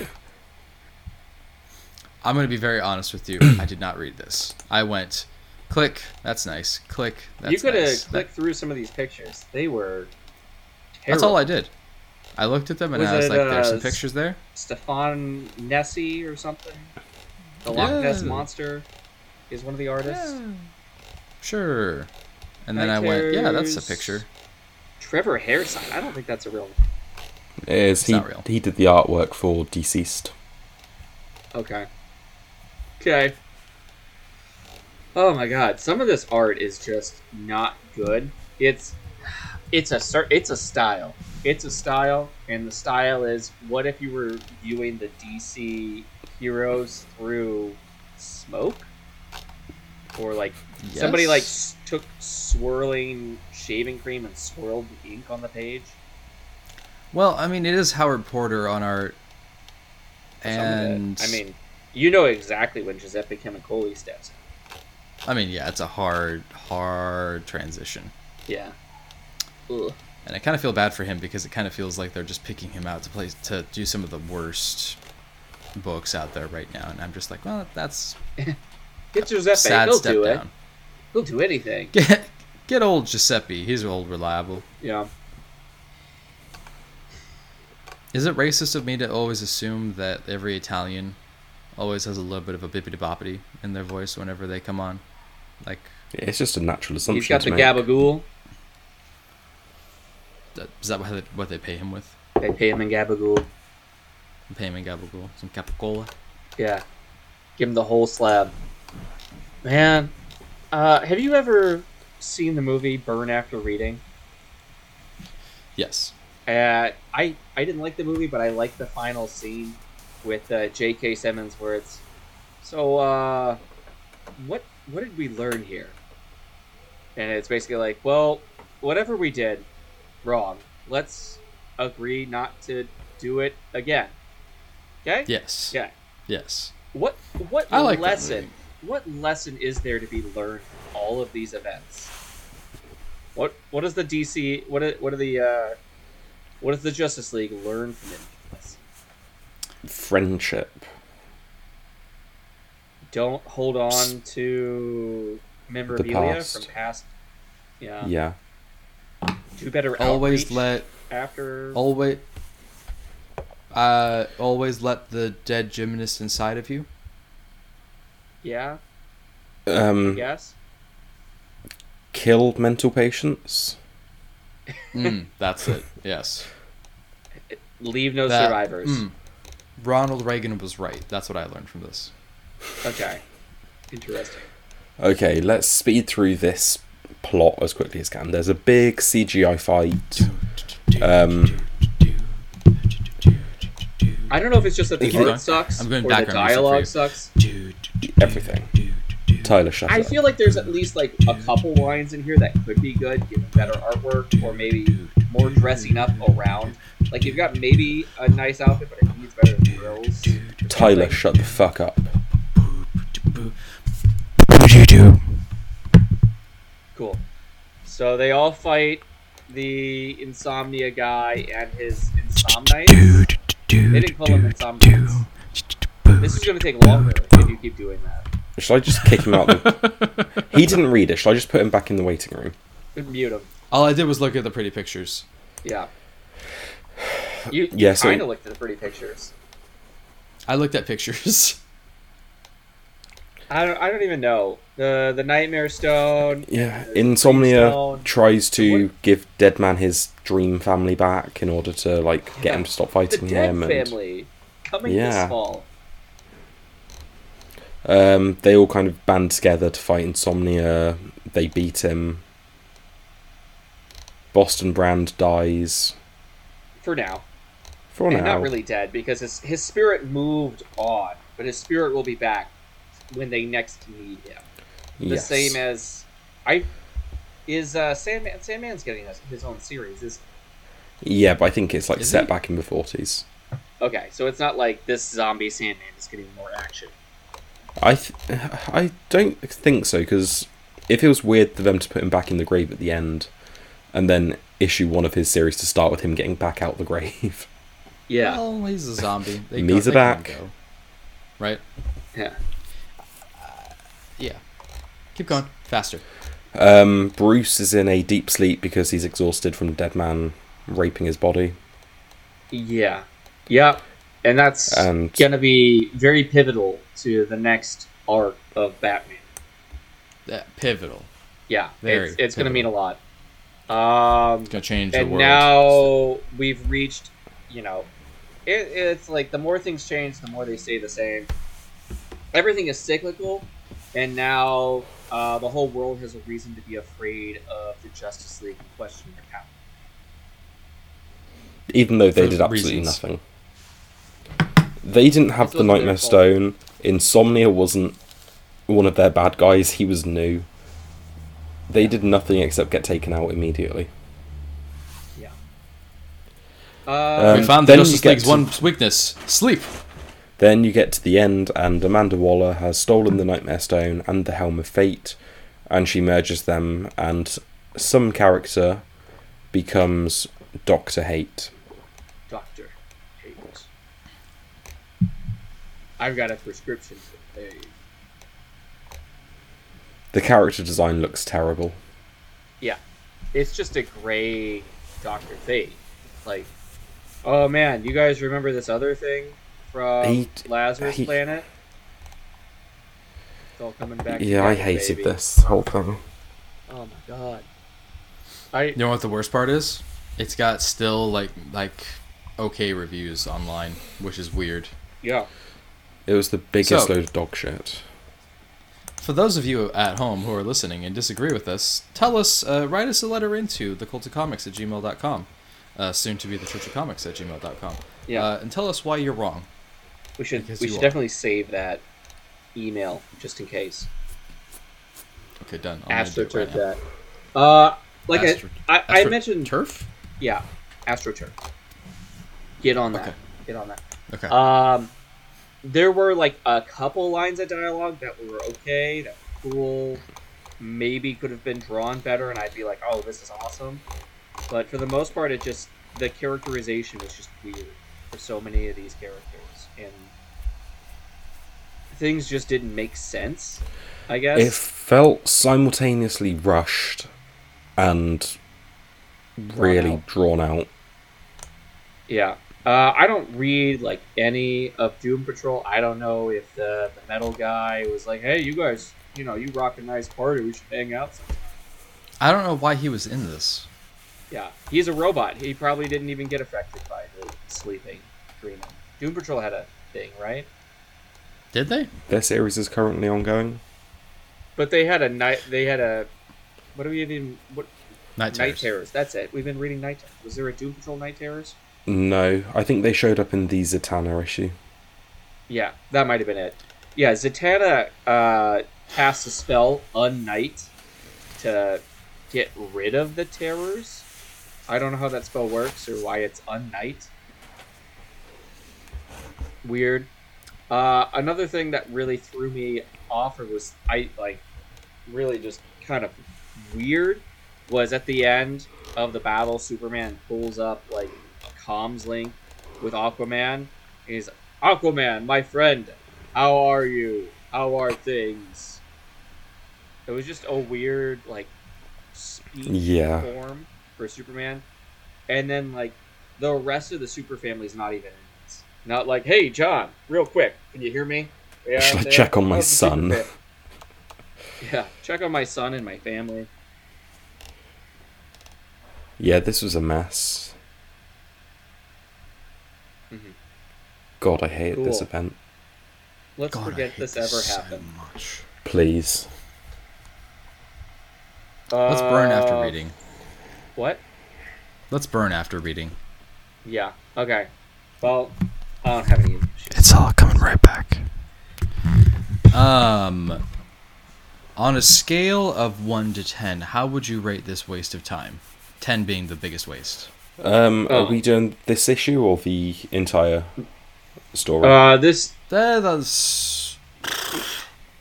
I'm going to be very honest with you. I did not read this. I went, click, that's nice. Click, that's you could have nice. That- clicked through some of these pictures. They were. that's all I did. I looked at them and Was I was it, like, there's some uh, pictures there. Stefan Nessie or something. The Loch Ness Yeah. monster is one of the artists. Sure. And then Night I went, yeah, that's a Terrors. picture. Trevor Hairsign. I don't think that's a real. It is. It's He, not real. he did the artwork for Deceased. Okay. Okay. Oh my god, some of this art is just not good. It's it's a cer- it's a style. It's a style and the style is what if you were viewing the DC heroes through smoke or like somebody Yes. like s- took swirling shaving cream and swirled the ink on the page. Well, I mean, it is Howard Porter on art. Some of it- And I mean, you know exactly when Giuseppe Camicoli steps in. I mean, yeah, it's a hard, hard transition, Yeah. Ugh. and I kind of feel bad for him because it kind of feels like they're just picking him out to play to do some of the worst books out there right now, and I'm just like, well, that's Get Giuseppe. sad He'll step do it. down. He'll do anything. Get get old Giuseppe. He's old reliable. Yeah. Is it racist of me to always assume that every Italian always has a little bit of a bippity boppity in their voice whenever they come on? Like, It's just a natural assumption. He's got to the make. gabagool. that- is that what they, what they pay him with? They pay him in gabagool. Pay him in gabagool, some capicola. Yeah. Give him the whole slab. Man, uh, have you ever seen the movie Burn After Reading? Yes. Uh, I I didn't like the movie, but I like the final scene with uh, J.K. Simmons where it's. So, uh, what what did we learn here? And it's basically like, well, whatever we did, wrong. Let's agree not to do it again. Okay. Yes. Yeah. Yes. What what I like that lesson? movie. What lesson is there to be learned from all of these events? What what does the DC what do- what are the uh, what does the Justice League learn from it? Friendship. Don't hold on to memorabilia past. from past. Yeah. Yeah. Do better Always outreach let after. always Uh, always let the dead gymnast inside of you. Yeah. Mm. Um, Yes. Kill mental patients. Mm, that's it. Yes. Leave no That- survivors. mm. Ronald Reagan was right. That's what I learned from this. Okay. Interesting. Okay, let's speed through this plot as quickly as can. There's a big CGI fight. Um, I don't know if it's just that the Thank you. art sucks I'm going or the background music for you. dialogue sucks. everything. Tyler, shut I up. feel like there's at least like a couple lines in here that could be good, given better artwork or maybe more dressing up around. Like you've got maybe a nice outfit, but it needs better drills. Tyler, shut the fuck up. Cool. So they all fight the insomnia guy and his insomnites. They didn't call him insomnites. This is gonna take longer if you keep doing that. Shall I just kick him out? The... he didn't read it. Shall I just put him back in the waiting room? Mute him. All I did was look at the pretty pictures. Yeah. You Yeah, so- kind of looked at the pretty pictures. I looked at pictures. I don't, I don't even know the the nightmare stone. Yeah, the Insomnia Keystone. tries to What- give Dead Man his dream family back in order to like get him to stop The fighting dead him, and family coming Yeah. this fall. um, they all kind of band together to fight Insomnia. They beat him. Boston Brand dies For now, for and now. not really dead because his his spirit moved on, but his spirit will be back when they next need him. The yes. same as I is uh, Sandman. Sandman's getting his, his own series. Is yeah, but I think it's like Is set it? back in the forties. okay, so it's not like this zombie Sandman is getting more action. I th- I don't think so because it feels weird for them to put him back in the grave at the end, and then issue one of his series to start with him getting back out the grave. Yeah, Well, Oh, he's a zombie. They Me's they a come and back. go. Right? yeah. Yeah. Keep going. Faster. Um, Bruce is in a deep sleep because he's exhausted from the dead man raping his body. Yeah. Yep. And that's And- gonna be very pivotal to the next arc of Batman. Uh, pivotal. Yeah. Very it's it's gonna mean a lot. Um It's going to change the and world. now we've reached you know it, it's like the more things change, the more they stay the same. Everything is cyclical, and now uh, the whole world has a reason to be afraid of the Justice League and question their power. even though they For did absolutely reasons. nothing. They didn't have It the wasn't their Nightmare fault. Stone. Insomnia wasn't one of their bad guys. He was new. They did nothing except get taken out immediately. Yeah. we Um, found the then you Justice get League's to- one weakness sleep. Then you get to the end, and Amanda Waller has stolen the Nightmare Stone and the Helm of Fate, and she merges them, and some character becomes Doctor Hate. Doctor Hagels. I've got a prescription for pain. The character design looks terrible. Yeah. It's just a gray Doctor Fate. Like, oh man, you guys remember this other thing from He- Lazarus he- Planet? It's all coming back. Yeah, I together, hated baby. this whole thing. Oh my god. I You know what the worst part is? It's got still like like okay reviews online, which is weird. yeah. It was the biggest So- load of dog shit. For those of you at home who are listening and disagree with us, tell us, uh, write us a letter into thecultofcomics at gmail.com, uh, soon to be the church of comics at gmail.com, Yeah. uh, and tell us why you're wrong. we should because we you should are. definitely save that email just in case. Okay, done. I'm gonna Oh, do it AstroTurf right now. that. Uh like I- Astro- I, I, Astro- mentioned turf. Yeah, AstroTurf. Get on that. Okay. Get on that. Okay. Um, there were like a couple lines of dialogue that were okay, that were cool, maybe could have been drawn better, and I'd be like, "Oh, this is awesome." But for the most part, it just the characterization was just weird for so many of these characters, and things just didn't make sense. I guess. It felt simultaneously rushed and really out. drawn out. Yeah. Uh, I don't read like any of Doom Patrol. I don't know if the, the metal guy was like, "Hey, you guys, you know, you rock a nice party. We should hang out." Sometime. I don't know why he was in this. Yeah, he's a robot. He probably didn't even get affected by the sleeping, dreaming. Doom Patrol had a thing, right? Did they? Their series is currently ongoing. But they had a night. They had a. What do we even? What? Night Night terrors. Terrors. That's it. We've been reading Night. Terrors. Was there a Doom Patrol Night Terrors? No, I think they showed up in the Zatanna issue. Yeah, that might have been it. Yeah, Zatanna uh, casts a spell Unnight to get rid of the terrors. I don't know how that spell works or why it's Unnight. Weird. Uh, another thing that really threw me off or was I like really just kind of weird was at the end of the battle, Superman pulls up like a comms link with Aquaman. He's Aquaman, my friend, how are you? How are things? It was just a weird like speech Yeah. form for Superman, and then like the rest of the super family's not even in this. Not like, hey John, real quick, can you hear me? Yeah, Should I there. check on my How's the super son?" fam- Yeah, check on my son and my family. Yeah, this was a mess. God, I hate this Mm-hmm. Cool. event. Let's God, I forget hate this, ever so happened. much. Please. Let's burn after Uh, reading. What? Let's burn after reading. Yeah. Okay. Well, I don't have any issues. It's all coming right back. Um, on a scale of one to ten, how would you rate this waste of time? Ten being the biggest waste. Um, Oh. Are we doing this issue or the entire story? Uh, this That- that's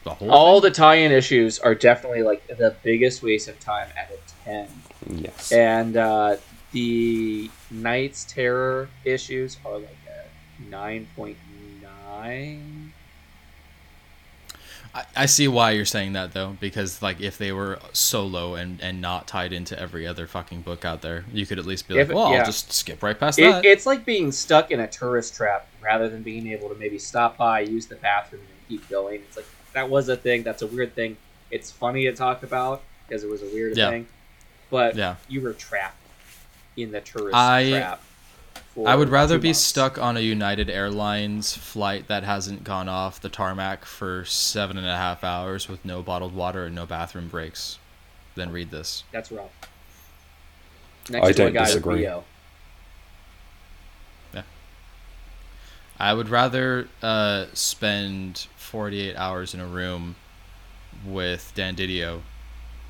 the whole. all the tie-in issues are definitely like the biggest waste of time at a ten, yes. and uh, the Knights Terror issues are like a nine point nine. I, I see why you're saying that though, because like if they were solo and and not tied into every other fucking book out there, you could at least be like, If- well, yeah. I'll just skip right past It, that. it's like being stuck in a tourist trap rather than being able to maybe stop by, use the bathroom, and keep going. It's like that was a thing. That's a weird thing. It's funny to talk about because it was a weird Yeah. thing, but Yeah. you were trapped in the tourist I- trap. for I would rather two be months. stuck on a United Airlines flight that hasn't gone off the tarmac for seven and a half hours with no bottled water and no bathroom breaks than read this. That's rough. Next I to a don't guy with disagree. Leo. I would rather uh, spend 48 hours in a room with Dan Didio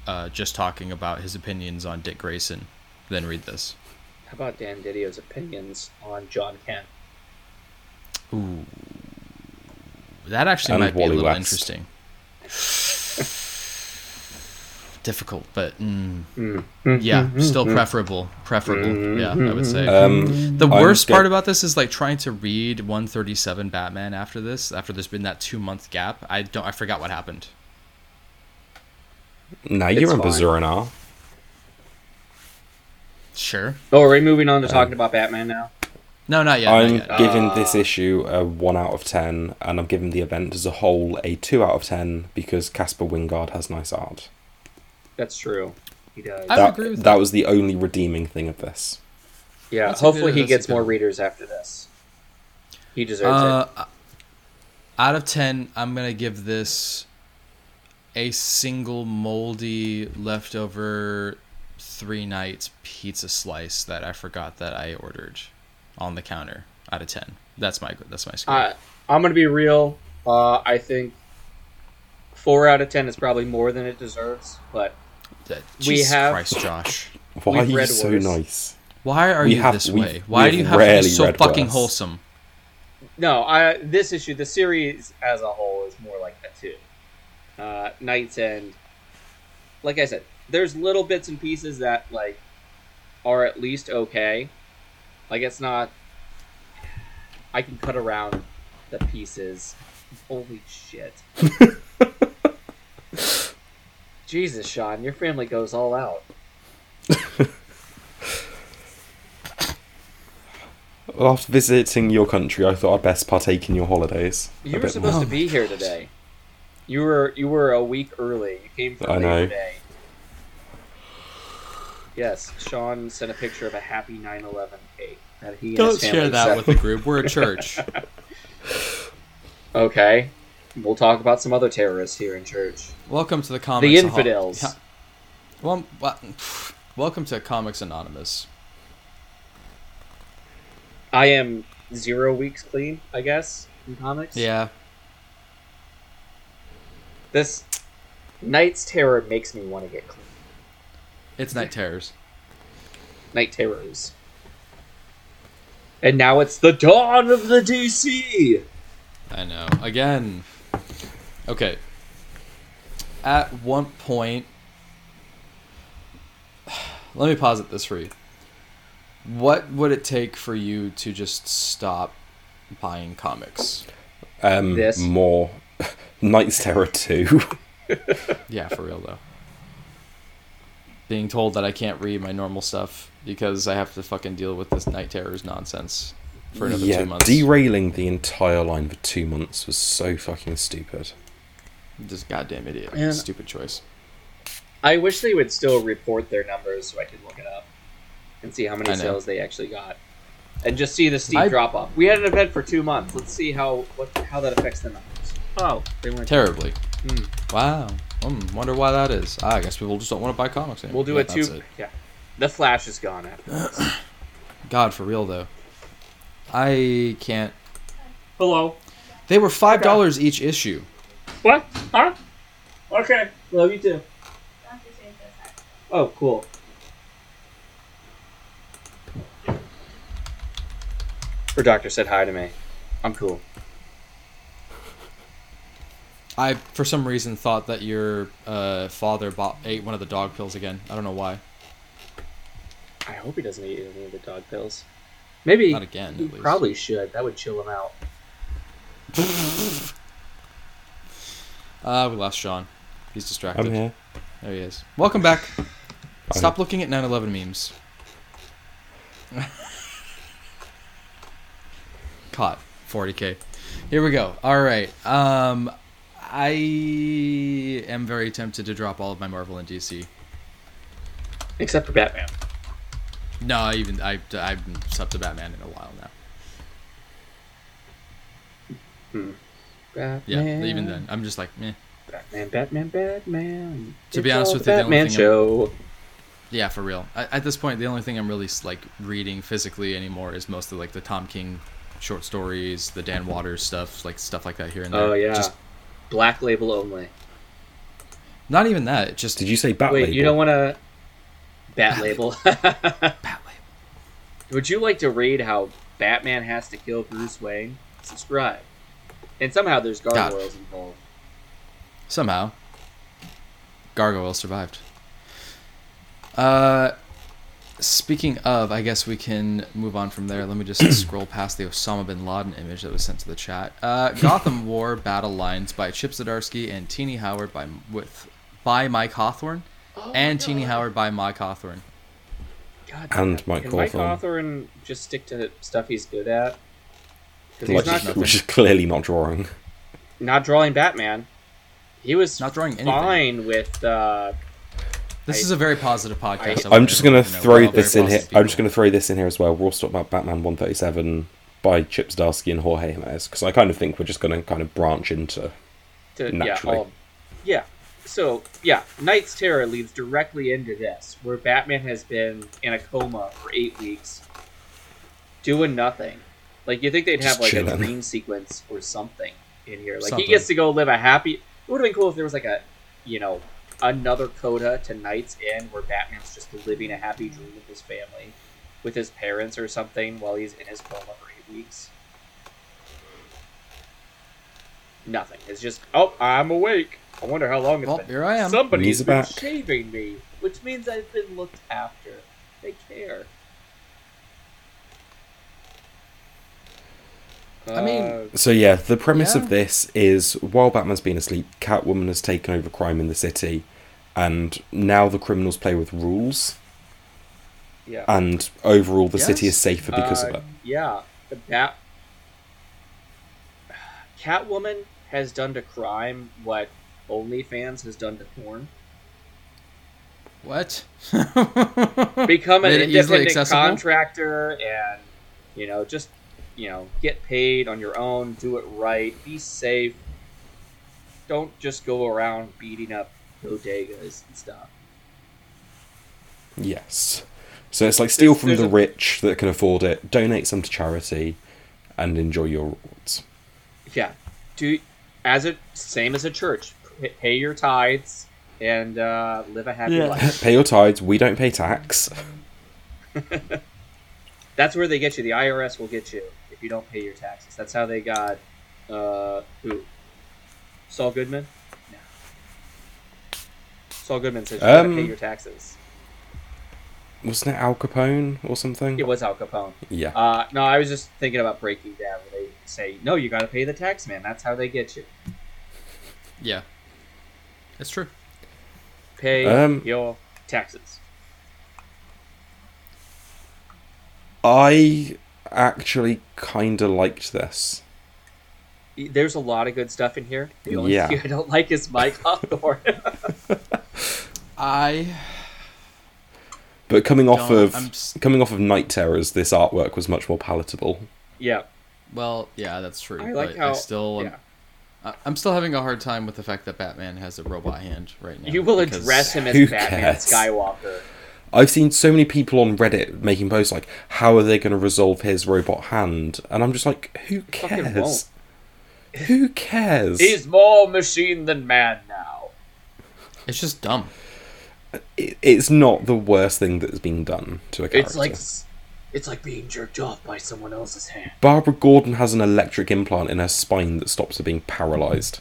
uh, just talking about his opinions on Dick Grayson than read this. How about Dan Didio's opinions on John Kent? Ooh. That actually And might be a Wally little West. interesting. Difficult, but mm, yeah, Mm-hmm. still preferable. Preferable, yeah, I would say. Um, the I'm worst go- part about this is like trying to read 137 Batman after this. After there's been that two month gap, I don't. I forgot what happened. Now It's you remember fine. Zurinar? Sure. Oh, are we moving Uh, on to talking about Batman now? No, not yet. I'm Not yet. giving Ah. this issue a 1 out of 10, and I'm giving the event as a whole a 2 out of 10 because Casper Wingard has nice art. That's true. He does. I would that, agree with was the only redeeming thing of this. Yeah, That's a hopefully good- he that's a gets good more one. readers after this. He deserves Uh, it. out of ten, I'm gonna give this a single moldy leftover three nights pizza slice that I forgot that I ordered on the counter. Out of ten, that's my that's my score. Uh, I'm gonna be real. Uh, I think four out of ten is probably more than it deserves, but That- we Jesus have- Christ, Josh. Why are We've you read so worse. nice? Why are We you have- this we've- way? Why do we've you have to be rarely so read fucking worse. wholesome? no. I this issue, the series as a whole, is more like that too. Uh, Night's End, like I said, there's little bits and pieces that like are at least okay. Like it's not. I can cut around the pieces. Holy shit. Jesus, Sean, your family goes all out. After visiting your country, I thought I'd best partake in your holidays. You a were bit supposed more. to be here today. You were you were a week early. You came for I know. Labor Day. Yes, Sean sent a picture of a happy 9/11 cake that he and Don't his family share that set. with the group. We're a church. Okay, we'll talk about some other terrorists here in church. Welcome to the comics. Anon- infidels. Yeah. Well, well, pff, welcome to Comics Anonymous. I am zero weeks clean, I guess, in comics. Yeah, This Night's Terror makes me want to get clean. it's Night Terrors. Night Terrors. And now it's the dawn of the DC. I know. Again. Okay. At one point. Let me posit this for you. What would it take for you to just stop buying comics? Um, This. more Knights Terror Two. Yeah, for real though. Being told that I can't read my normal stuff because I have to fucking deal with this night terrors nonsense for another yeah, two months. derailing the entire line for two months was so fucking stupid. Just goddamn idiot. Man. Stupid choice. I wish they would still report their numbers so I could look it up and see how I many know. sales they actually got, and just see the steep I- drop off. We had an event for two months. Let's see how what how that affects the numbers. Oh, they weren't. Terribly. Hmm. Wow. Hmm, wonder why that is. Ah, I guess people just don't want to buy comics anymore. We'll do Yeah, a that's two. Yeah, the Flash is gone after this. God, for real though. I can't. Hello. They were five dollars each issue. What? Huh? Okay. Love you too. Oh, cool. Her doctor said hi to me. I'm cool. I, for some reason, thought that your uh, father bought, ate one of the dog pills again. I don't know why. I hope he doesn't eat any of the dog pills. Maybe Not again, He at least. probably should. That would chill him out. Uh, we lost Sean. He's distracted. I'm here. There he is. Welcome back. Stop looking at 9/11 memes. Caught 40k. Here we go. All right. Um, I am very tempted to drop all of my Marvel and DC. Except for Batman. No, I even I I've been sub to Batman in a while now. Batman. Yeah, even then, I'm just like meh. Batman, Batman, Batman. To It's be honest all with the you, the only Batman thing I'm- show. Yeah, for real. I, at this point, the only thing I'm really like reading physically anymore is mostly like the Tom King short stories, the Dan Waters stuff, like stuff like that here and there. Oh yeah. Just Black label only. Not even that. it Just Did you say Bat Wait, Label? you don't want to bat label? bat label. Would you like to read how Batman has to kill Bruce Wayne? Subscribe. And somehow there's gargoyles involved. Somehow, Gargoyle survived. Uh, speaking of, I guess we can move on from there. Let me just scroll past the Osama bin Laden image that was sent to the chat. Uh, Gotham War Battle Lines by Chip Zdarsky and Teeny Howard by with by Mike Hawthorne and Teeny Howard by Mike Hawthorne. God And damn. Mike Can Mike Hawthorne. Hawthorne just stick to stuff he's good at? Because he's Like, not nothing. which is clearly not drawing. not drawing Batman. He was Not drawing anything. fine with. Uh, This is a very positive podcast. I'm just gonna to throw this in here. I'm just gonna throw this in here as well. We're also talking about Batman 137 by Chip Zdarsky and Jorge Jimenez because I kind of think we're just gonna kind of branch into. to, Naturally. Yeah, all- yeah. So yeah, Knight's Terror leads directly into this, where Batman has been in a coma for eight weeks, doing nothing. Like you think they'd have Just like a chilling. dream sequence or something in here. Like Something. he gets to go live a happy. It would have been cool if there was like a, you know, another coda to Knight's End where Batman's just living a happy dream with his family, with his parents or something, while he's in his coma for eight weeks. Nothing. It's just, oh, I'm awake. I wonder how long it's Well, been. here I am. Somebody's Knees been back. shaving me, which means I've been looked after. They care. I mean- Uh, So yeah, the premise Yeah. of this is while Batman's been asleep, Catwoman has taken over crime in the city, and now the criminals play with rules. Yeah. and overall the city Yes. is safer Uh, because of Uh, it. Yeah, the bat. Catwoman has done to crime what OnlyFans has done to porn. What? Become an Made it easily independent accessible? contractor and, you know, just, you know, get paid on your own, do it right, be safe. Don't just go around beating up bodegas and stuff. Yes. So it's like steal from there's the a- rich that can afford it, donate some to charity, and enjoy your rewards. Yeah, do as a same as a church. P- Pay your tithes and uh, live a happy life. Pay your tithes. We don't pay tax. That's where they get you. The IRS will get you if you don't pay your taxes. That's how they got uh, who? Saul Goodman. No. Saul Goodman says you Um, gotta pay your taxes. Wasn't it Al Capone or something? It was Al Capone. Yeah. Uh, no, I was just thinking about Breaking Bad, where they say, "No, you gotta pay the tax man." That's how they get you. yeah, it's true. Pay Um, your taxes. I actually kind of liked this. There's a lot of good stuff in here. The only Yeah. thing I don't like is Mike Hawthorne. I But coming off Don't- of I'm s- coming off of Night Terrors, this artwork was much more palatable. yeah. well, yeah, that's true. I like but how- I still, am- yeah. I- I'm still having a hard time with the fact that Batman has a robot hand right now. You will because- address him as who Batman cares? Skywalker. I've seen so many people on Reddit making posts like, "How are they going to resolve his robot hand?" And I'm just like, "Who fucking cares? Who cares?" He's more machine than man now. It's just dumb. It- It's not the worst thing that's been done to a character. It's like it's like being jerked off by someone else's hand. Barbara Gordon has an electric implant in her spine that stops her being paralyzed.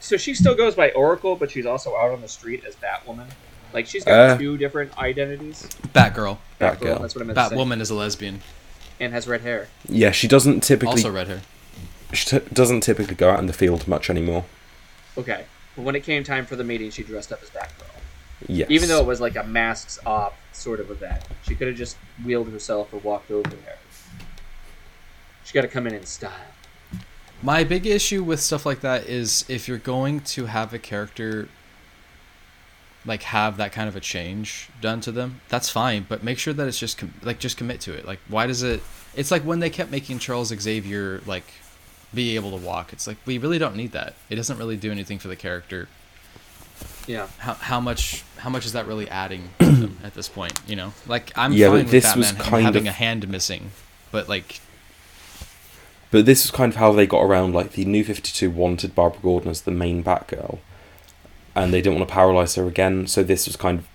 so she still goes by Oracle, but she's also out on the street as Batwoman. Like she's got Uh, two different identities. Batgirl, Batgirl, Batgirl. that's what I meant. to say. Batwoman is a lesbian. and has red hair. Yeah, she doesn't typically Also red hair. she t- doesn't typically go out in the field much anymore. Okay, but when it came time for the meeting, she dressed up as Batgirl, Yes. even though it was like a masks off sort of event. She could have just wheeled herself or walked over there. She got to come in in style. My big issue with stuff like that is if you're going to have a character like have that kind of a change done to them, that's fine, but make sure that it's just com- like just commit to it. Like why does it It's like when they kept making Charles Xavier like be able to walk. It's like we really don't need that. It doesn't really do anything for the character. Yeah. How how much how much is that really adding to them at this point, you know? Like I'm Yeah, but fine with this was Batman ha- kind having a of- hand missing, but like But this is kind of how they got around. Like the New Fifty Two wanted Barbara Gordon as the main Batgirl, and they didn't want to paralyze her again. So this was kind of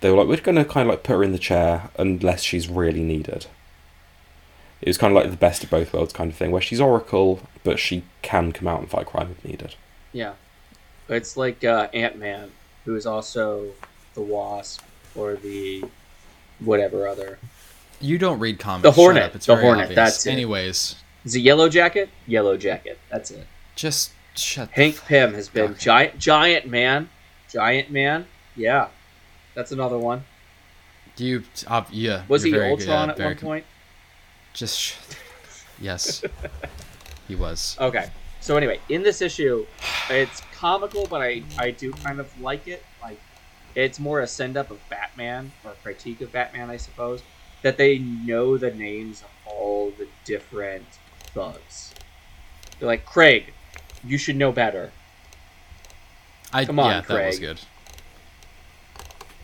they were like, we're going to kind of like put her in the chair unless she's really needed. It was kind of like the best of both worlds kind of thing, where she's Oracle, but she can come out and fight crime if needed. Yeah. It's like uh, Ant Man, who is also the Wasp or the whatever other. you don't read comics. The shut Hornet, up, It's the very Hornet, obvious. that's it. Anyways, Is it Yellow Jacket? Yellow Jacket. That's it. Just shut. the Hank f- Pym has been Okay. giant, giant man, giant man. Yeah, that's another one. you. Uh, yeah. Was you're he very good Ultron it, at very one com- point? Just. Sh- yes. he was. Okay. So anyway, in this issue, it's comical, but I I do kind of like it. Like, it's more a send up of Batman or a critique of Batman, I suppose, that they know the names of all the different thugs. They're like Craig, you should know better. I. come on, yeah, that was Craig. good.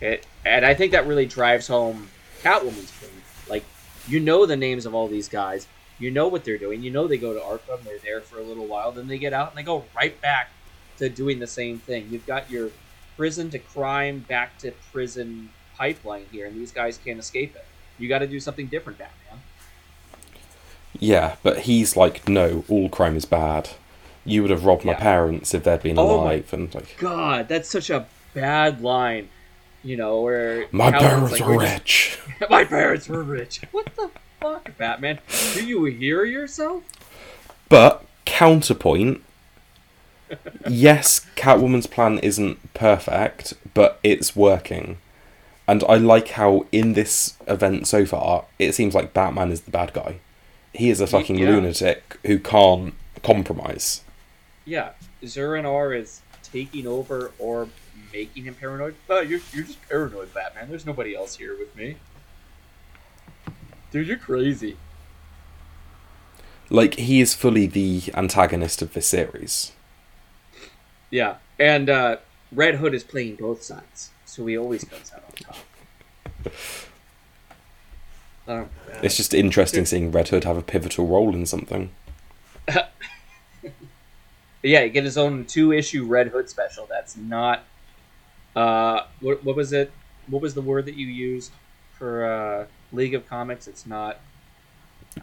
It, and I think that really drives home Catwoman's point. Like, you know the names of all these guys. You know what they're doing. You know they go to Arkham. They're there for a little while. Then they get out and they go right back to doing the same thing. You've got your prison to crime, back to prison pipeline here, and these guys can't escape it. You got to do something different, Batman. Yeah, but he's like, no, all crime is bad. You would have robbed my Yeah. parents if they'd been Oh my- alive, and like, God, that's such a bad line. You know, where my Catwoman's parents like, were "We're just rich. My parents were rich. What the fuck, Batman? Do you hear yourself? But counterpoint, yes, Catwoman's plan isn't perfect, but it's working. And I like how in this event so far, it seems like Batman is the bad guy. He is a fucking Yeah. lunatic who can't compromise. Yeah, Zurinar is taking over or making him paranoid. No, you're, you're just paranoid, Batman. There's nobody else here with me. Dude, you're crazy. Like he is fully the antagonist of this series. Yeah, and uh, Red Hood is playing both sides, so he always comes out on top. Um, It's just interesting seeing Red Hood have a pivotal role in something. yeah, he get his own two-issue Red Hood special. That's not. Uh, what, what was it? What was the word that you used for uh, League of Comics? It's not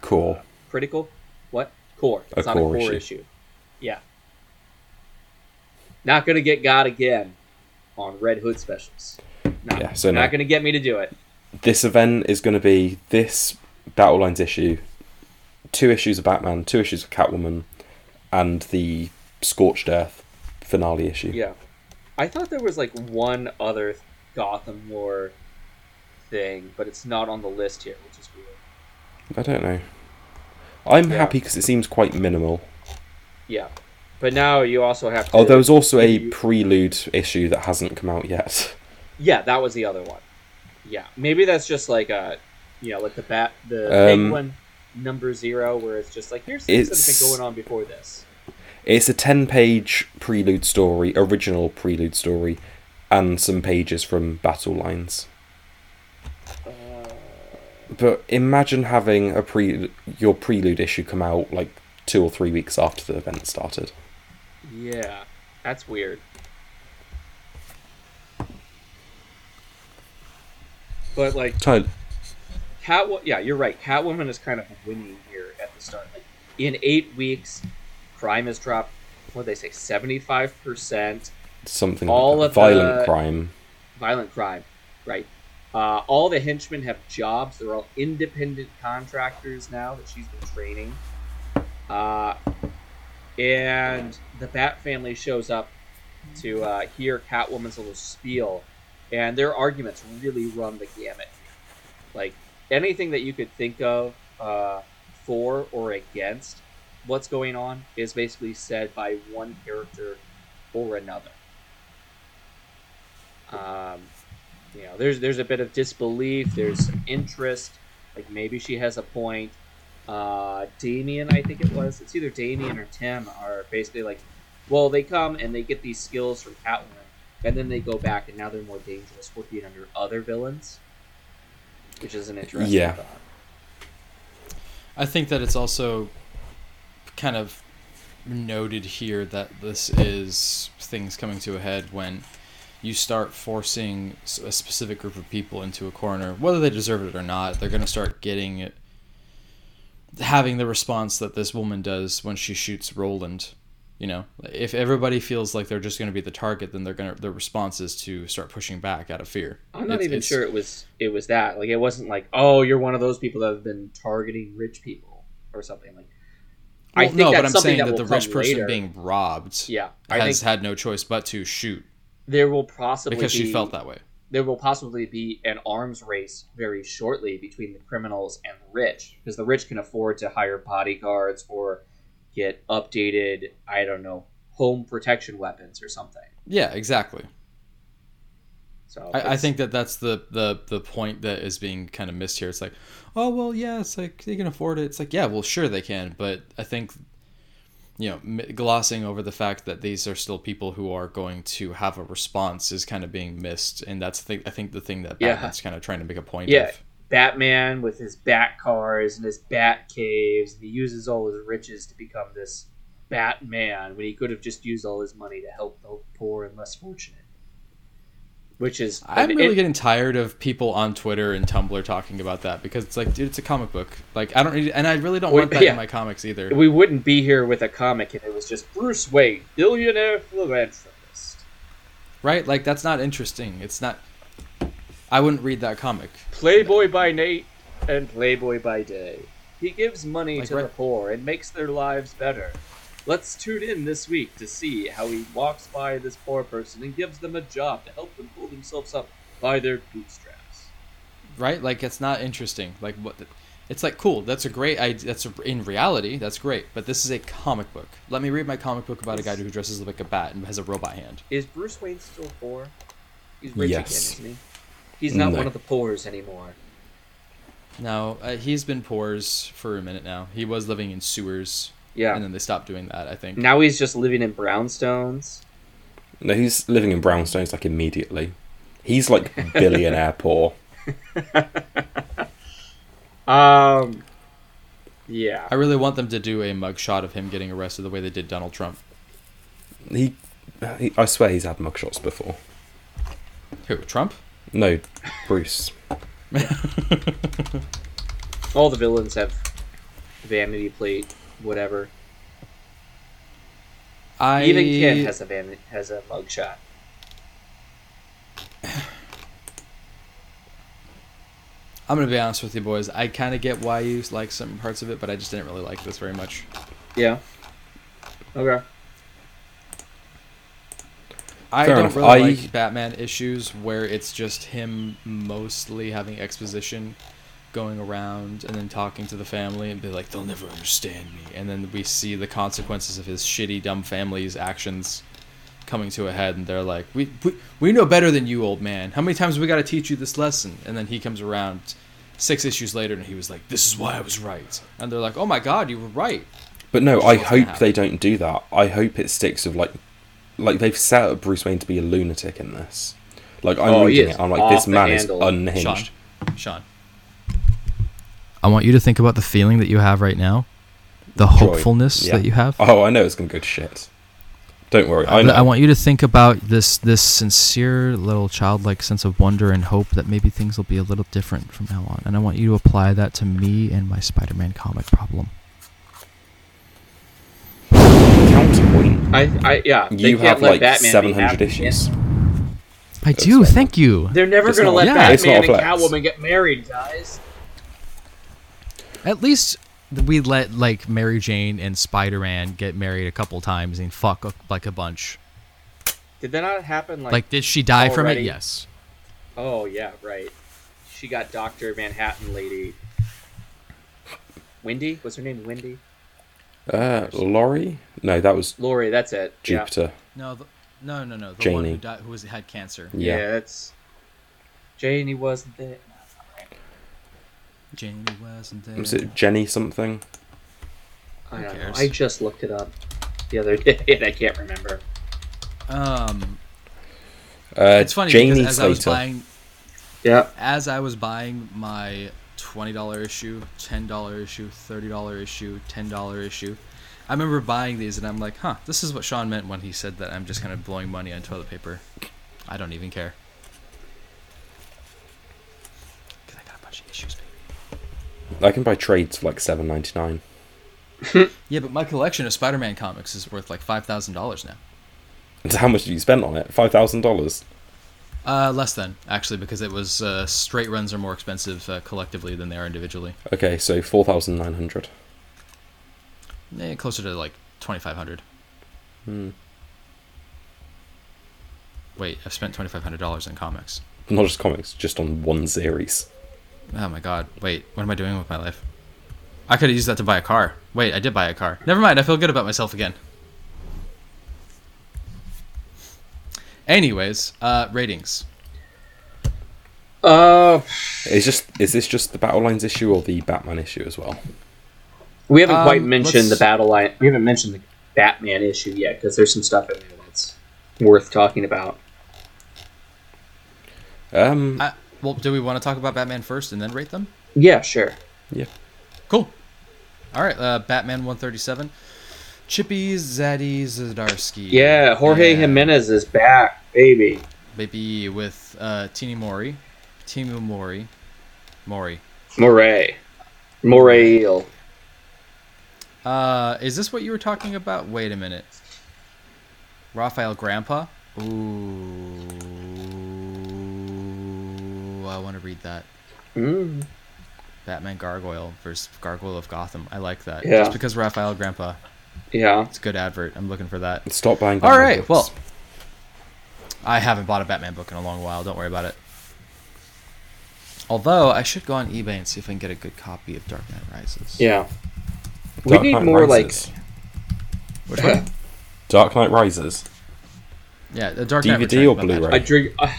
Cool. critical. What core? A It's not core a core issue. issue. Yeah. Not gonna get God again on Red Hood specials. Not, Yeah, so not no. gonna get me to do it. This event is going to be this Battle Lines issue, two issues of Batman, two issues of Catwoman, and the Scorched Earth finale issue. Yeah. I thought there was like one other Gotham lore thing, but it's not on the list here, which is weird. I don't know. I'm Yeah. happy because it seems quite minimal. Yeah. But now you also have to Oh, there was also a you- prelude issue that hasn't come out yet. Yeah, that was the other one. Yeah. Maybe that's just like a you know, like the bat the Um, big one number zero where it's just like here's things that have It's- been going on before this. It's a 10 page prelude story, original prelude story, and some pages from Battle Lines. But imagine having a pre your prelude issue come out like two or three weeks after the event started. Yeah. That's weird. But like Tyler, Cat, yeah, you're right. Catwoman is kind of winning here at the start. Like in eight weeks, crime has dropped. What did they say? Seventy five percent something All like of that. violent the- crime. violent crime, right? Uh, all the henchmen have jobs. They're all independent contractors now that she's been training. Uh, and the Bat family shows up to uh, hear Catwoman's little spiel, and their arguments really run the gamut. Like anything that you could think of uh, for or against what's going on is basically said by one character or another. Um, you know, there's there's a bit of disbelief. There's some interest. Like maybe she has a point. Uh, Damien, I think it was. It's either Damien or Tim are basically like, well, they come and they get these skills from Catwoman, and then they go back and now they're more dangerous, working under other villains, which is an interesting Yeah. thought. I think that it's also kind of noted here that this is things coming to a head when you start forcing s- a specific group of people into a corner, whether they deserve it or not. They're going to start getting it, having the response that this woman does when she shoots Roland. You know, if everybody feels like they're just going to be the target, then they're going to their response is to start pushing back out of fear. I'm not It's- even it's- sure it was it was that. Like it wasn't like, oh, you're one of those people that have been targeting rich people or something. Like I Well, think no, that's but I'm something saying that, that, the will rich come person later. being robbed yeah, I has think had no choice but to shoot there will possibly because be, she felt that way. there will possibly be an arms race very shortly between the criminals and the rich because the rich can afford to hire bodyguards or get updated. I don't know home protection weapons or something. Yeah, exactly. So I, I it's- think that that's the, the the point that is being kind of missed here. It's like, oh well, yeah, it's like they can afford it. It's like, yeah, well, sure they can, but I think, you know, m- glossing over the fact that these are still people who are going to have a response is kind of being missed, and that's the, I think the thing that Yeah. Batman's kind of trying to make a point Yeah. of. Batman with his bat cars and his bat caves, and he uses all his riches to become this Batman when he could have just used all his money to help the poor and less fortunate. Which is I'm it- really getting tired of people on Twitter and Tumblr talking about that because it's like, dude, it's a comic book. Like, I don't, need, and I really don't Wait, want that yeah. in my comics either. we wouldn't be here with a comic if it was just Bruce Wayne, billionaire philanthropist. right? Like that's not interesting. It's not. I wouldn't read that comic. Playboy by night and Playboy by day. He gives money Like, to the right- poor and makes their lives better. Let's tune in this week to see how he walks by this poor person and gives them a job to help them pull themselves up by their bootstraps. right? Like it's not interesting. Like what? The, it's like cool. That's a great idea. That's a, in reality, that's great. But this is a comic book. Let me read my comic book about a guy who dresses like a bat and has a robot hand. Is Bruce Wayne still poor? He's rich Yes. again, isn't he? He's not No. one of the poors anymore. No, uh, he's been poors for a minute now. He was living in sewers. Yeah. And then they stopped doing that. I think. Now he's just living in brownstones. No, he's living in brownstones like immediately. He's like billionaire poor. Um, yeah. I really want them to do a mugshot of him getting arrested the way they did Donald Trump. He, he I swear he's had mugshots before. Who? Trump? No, Bruce. All the villains have vanity plate, whatever. I Even Kid has a vanity, has a mugshot. I'm gonna be honest with you, boys. I kind of get why you like some parts of it, but I just didn't really like this very much. Yeah. Okay. I Fair don't enough. really I- like Batman issues where it's just him mostly having exposition, going around and then talking to the family and be like, "They'll never understand me," and then we see the consequences of his shitty, dumb family's actions coming to a head, and they're like, "We we, we know better than you, old man. How many times we got to teach you this lesson?" And then he comes around six issues later, and he was like, "This is why I was right," and they're like, "Oh my god, you were right." But no, Which I is what's gonna hope they don't do that. I hope it sticks with like, like they've set up Bruce Wayne to be a lunatic in this. Like I'm Oh, he reading is it, I'm like, off this the man handle. is Sean, unhinged. Sean. I want you to think about the feeling that you have right now, the Joy. hopefulness Yeah. that you have. Oh, I know it's gonna go to shit. Don't worry, I, I, know. I want you to think about this this sincere little childlike sense of wonder and hope that maybe things will be a little different from now on. And I want you to apply that to me and my Spider-Man comic problem. counterpoint. I, I yeah. They You can't have let like Batman be 700 happy. issues. I do. fine. Thank you. They're never It's gonna not- let yeah, it's Batman and not a flex. Catwoman get married, guys. At least we let like Mary Jane and Spider-Man get married a couple times and fuck like a bunch. Did that not happen? Like, Like, did she die from it? already? Yes. oh yeah, right. She got Doctor Manhattan lady. Wendy was her name. Wendy. Uh, Laurie? No, that was Lori. That's it. Yeah. Jupiter. No, the, no, no, no. The one who Janie. died, who was had cancer. Yeah. yeah, that's. Janie wasn't there. Janie wasn't there. Was it Jenny something? I Who don't know. cares? I just looked it up the other day and I can't remember. Um, Uh, it's funny Janie because as I was Slater. buying, Yeah. as I was buying my twenty dollar issue, ten dollar issue, thirty dollar issue, ten dollar issue, I remember buying these and I'm like, huh, this is what Sean meant when he said that I'm just kind of blowing money on toilet paper. I don't even care. 'Cause I got a bunch of issues, baby. I can buy trades for like seven ninety nine. Yeah, but my collection of Spider-Man comics is worth like five thousand dollars now. How much did you spend on it? Five thousand dollars. Uh, less than actually, because it was uh, straight runs are more expensive uh, collectively than they are individually. Okay, so four thousand nine hundred. Eh, closer to like twenty five hundred. Hmm. Wait, I've spent twenty five hundred dollars in comics. Not just comics, just on one series. Oh my god! Wait, what am I doing with my life? I could have used that to buy a car. Wait, I did buy a car. Never mind. I feel good about myself again. Anyways, uh, ratings. Uh, Is just is this just the battle lines issue or the Batman issue as well? we haven't quite Um, mentioned the let's- battle line. We haven't mentioned the Batman issue yet because there's some stuff in there that's worth talking about. Um, I, Uh, well, do we want to talk about Batman first and then rate them? Yeah, sure. yeah. Cool. All right, uh, Batman 137. Chippy Zaddy Zdarsky. Yeah, Jorge Yeah. Jimenez is back, baby. Maybe with uh, Teeny Mori. Timu Mori. Mori. Moray. Morail. Uh, is this what you were talking about? Wait a minute. Raphael Grandpa? Ooh. I want to read that. Mm. Batman Gargoyle versus Gargoyle of Gotham. I like that. Yeah. Just because Raphael Grandpa. Yeah. It's a good advert. I'm looking for that. Stop buying. All Batman right. books. Well, I haven't bought a Batman book in a long while. Don't worry about it. Although I should go on eBay and see if I can get a good copy of Dark Knight Rises. Yeah. Dark we need Knight more Rises. Which one? Dark Knight Rises. Yeah, the Dark Knight DVD or Returns, my bad. Blu-ray? like I drink I,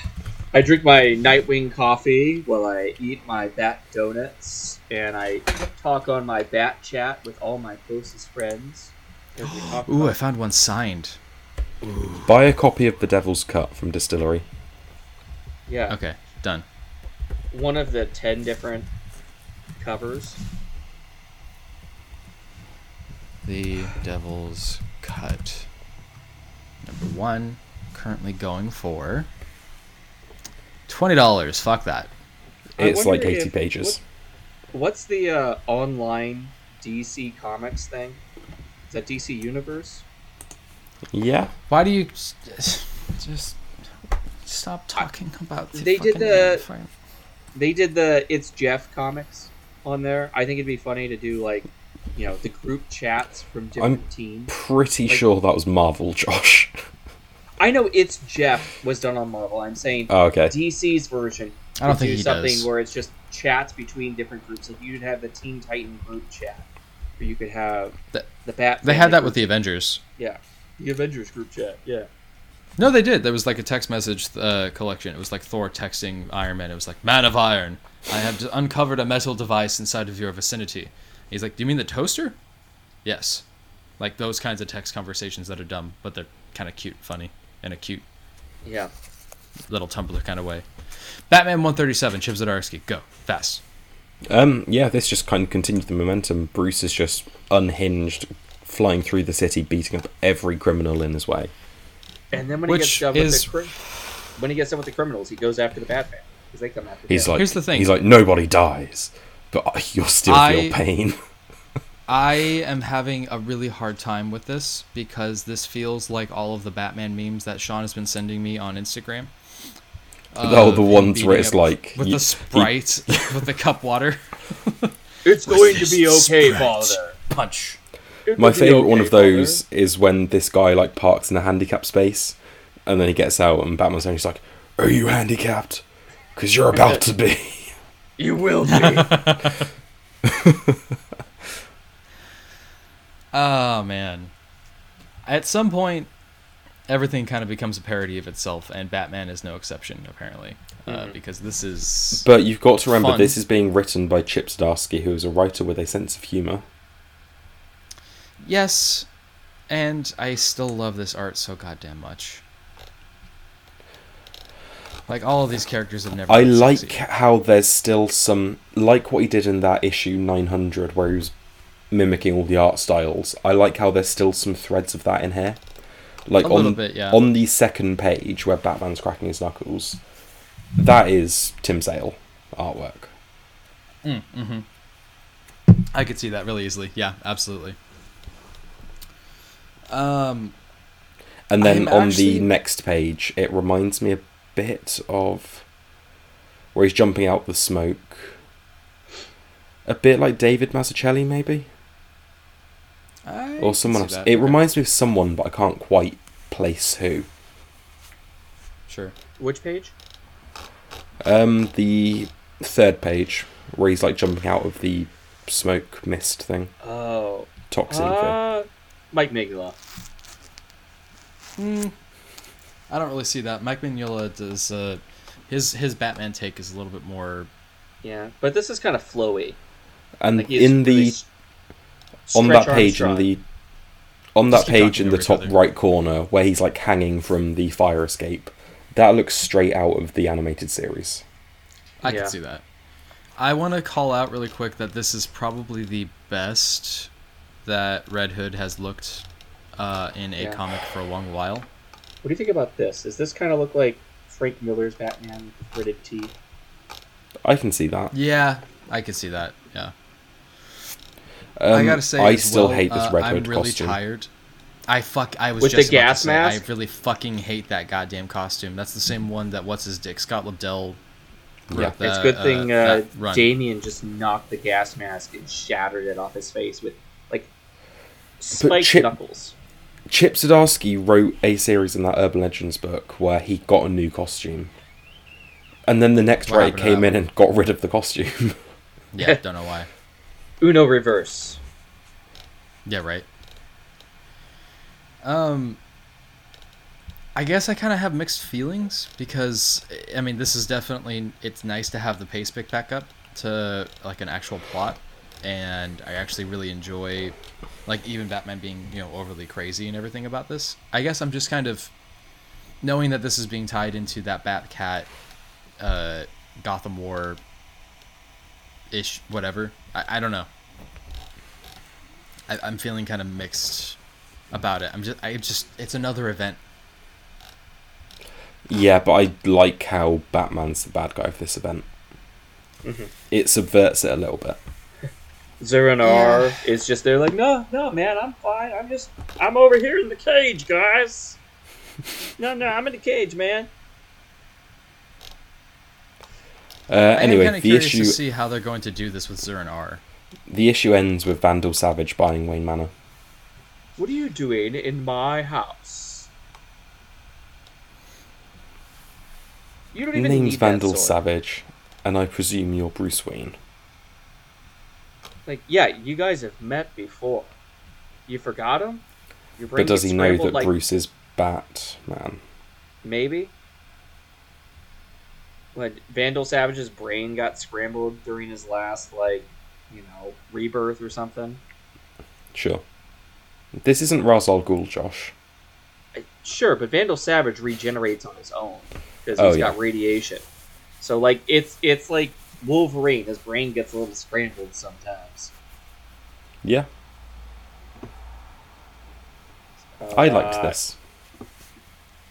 I drink my Nightwing coffee while I eat my bat donuts and I talk on my bat chat with all my closest friends. as we talk Ooh, I about- found one signed. Buy a copy of The Devil's Cut from Distillery. yeah, Okay, done. one of the ten different covers. The Devil's Cut. Number one, currently going for twenty dollars. Fuck that. I It's wonder like 80 if- pages. What's the uh, online DC Comics thing? Is that DC Universe? Yeah. Why do you s- just stop talking about? The They did fucking the- frame? They did the It's Jeff comics on there. I think it'd be funny to do like, you know, the group chats from different teams. Pretty Like- sure that was Marvel, Josh. I know it's Jeff was done on Marvel. I'm saying Oh, okay. DC's version. I don't could think do he something does. where it's just chats between different groups. Like you'd have the Teen Titan group chat, or you could have The- the, Bat. They had that with the Avengers. yeah, the Avengers group chat. Yeah, No, they did. There was like a text message uh, collection. It was like Thor texting Iron Man. It was like, "Man of Iron, I have d- uncovered a metal device inside of your vicinity." He's like, "Do you mean the toaster?" Yes. Like those kinds of text conversations that are dumb, but they're kind of cute, funny, in a cute yeah. little Tumblr kind of way. Batman 137, Chip Zdarsky, go fast. Um, yeah, this just kind of continued the momentum. Bruce is just unhinged, flying through the city, beating up every criminal in his way. And then when Which he gets done is- with the cri- when he gets done with the criminals, he goes after the Batman because they come after. He's him. like, Here's the thing. He's like, nobody dies, but I- you'll still I- feel pain. I am having a really hard time with this because this feels like all of the Batman memes that Sean has been sending me on Instagram. Oh, the Of him ones where uh, beating it's up like with you- the sprite with the cup water it's going to be Resist okay, threat. father. punch. It My will be favorite one okay, of those is when this guy like parks in a handicap space, and then he gets out, and Batman's only like, "Are you handicapped? Because you're about to be." father. You will be. Oh man. At some point everything kind of becomes a parody of itself and Batman is no exception apparently. Uh, because this is But you've got to remember, Fun. this is being written by Chip Zdarsky, who is a writer with a sense of humor. yes and I still love this art so goddamn much. Like all of these characters have never I been like sexy. how there's still some like what he did in that issue 900 where he was mimicking all the art styles. I like how there's still some threads of that in here. Like A on little bit, yeah. on the second page where Batman's cracking his knuckles. That is Tim Sale artwork. I could see that really easily. Yeah, absolutely. Um And then I'm on actually- the next page it reminds me a bit of where he's jumping out the smoke. A bit like David Mazzucchelli maybe? I or could someone see else. that. It Okay. reminds me of someone, but I can't quite place who. Sure. Which page? Um, the third page where he's like jumping out of the smoke mist thing, Oh, toxin thing. uh, Mike Mignola. I don't really see that. Mike Mignola does uh, his his Batman take is a little bit more Yeah, but this is kind of flowy. And Like he's in the really s- on that Stretch page in Armstrong. the on Just that keep page talking in over the each top other. right corner where he's like hanging from the fire escape. That looks straight out of the animated series. I can Yeah. see that. I want to call out really quick that this is probably the best that Red Hood has looked uh, in a Yeah. comic for a long while. What do you think about this? Does this kind of look like Frank Miller's Batman with the gritted teeth? I can see that. Yeah, I can see that. Yeah, Um, I gotta say, I as still well, hate this uh, Red I'm Hood really costume. tired. I fuck. I was With the just about to gas say, mask? I really fucking hate that goddamn costume. That's the same one that what's his dick Scott Lobdell. wrote Yeah. that, it's a good thing uh, that run. Damien just knocked the gas mask and shattered it off his face with like spiked Chip- knuckles. Chip Zdarsky wrote a series in that Urban Legends book where he got a new costume, And then the next What writer happened to came that? in and got rid of the costume. Yeah, don't know why. Uno reverse. Yeah, right. Um, I guess I kind of have mixed feelings because I mean this is definitely it's nice to have the pace pick back up to like an actual plot, and I actually really enjoy like even Batman being you know overly crazy and everything about this. I guess I'm just kind of knowing that this is being tied into that Batcat, uh, Gotham War ish whatever. I, I don't know. I, I'm feeling kind of mixed about it. I'm just, I just, it's another event. yeah, but I like how Batman's the bad guy for this event. Mm-hmm. It subverts it a little bit. Zeranar is just there like, no, no, man, I'm fine. I'm just, I'm over here in the cage, guys. no, no, I'm in the cage, man. Uh, I am anyway, of the curious to issue see how they're going to do this with Zurin R. the issue ends with Vandal Savage buying Wayne Manor. What are you doing in my house? You don't Your even name's need that Vandal sword. Savage, and I presume you're Bruce Wayne. Like, yeah, you guys have met before. You forgot him. Your brain but does gets he know scrambled that like, Bruce is Batman? Maybe. When Vandal Savage's brain got scrambled during his last, like, you know, rebirth or something. Sure. This isn't Ra's al Ghul, Josh. Sure, but Vandal Savage regenerates on his own because Oh, he's yeah. got radiation. So like it's it's like Wolverine. His brain gets a little scrambled sometimes. Yeah, I Uh, liked this.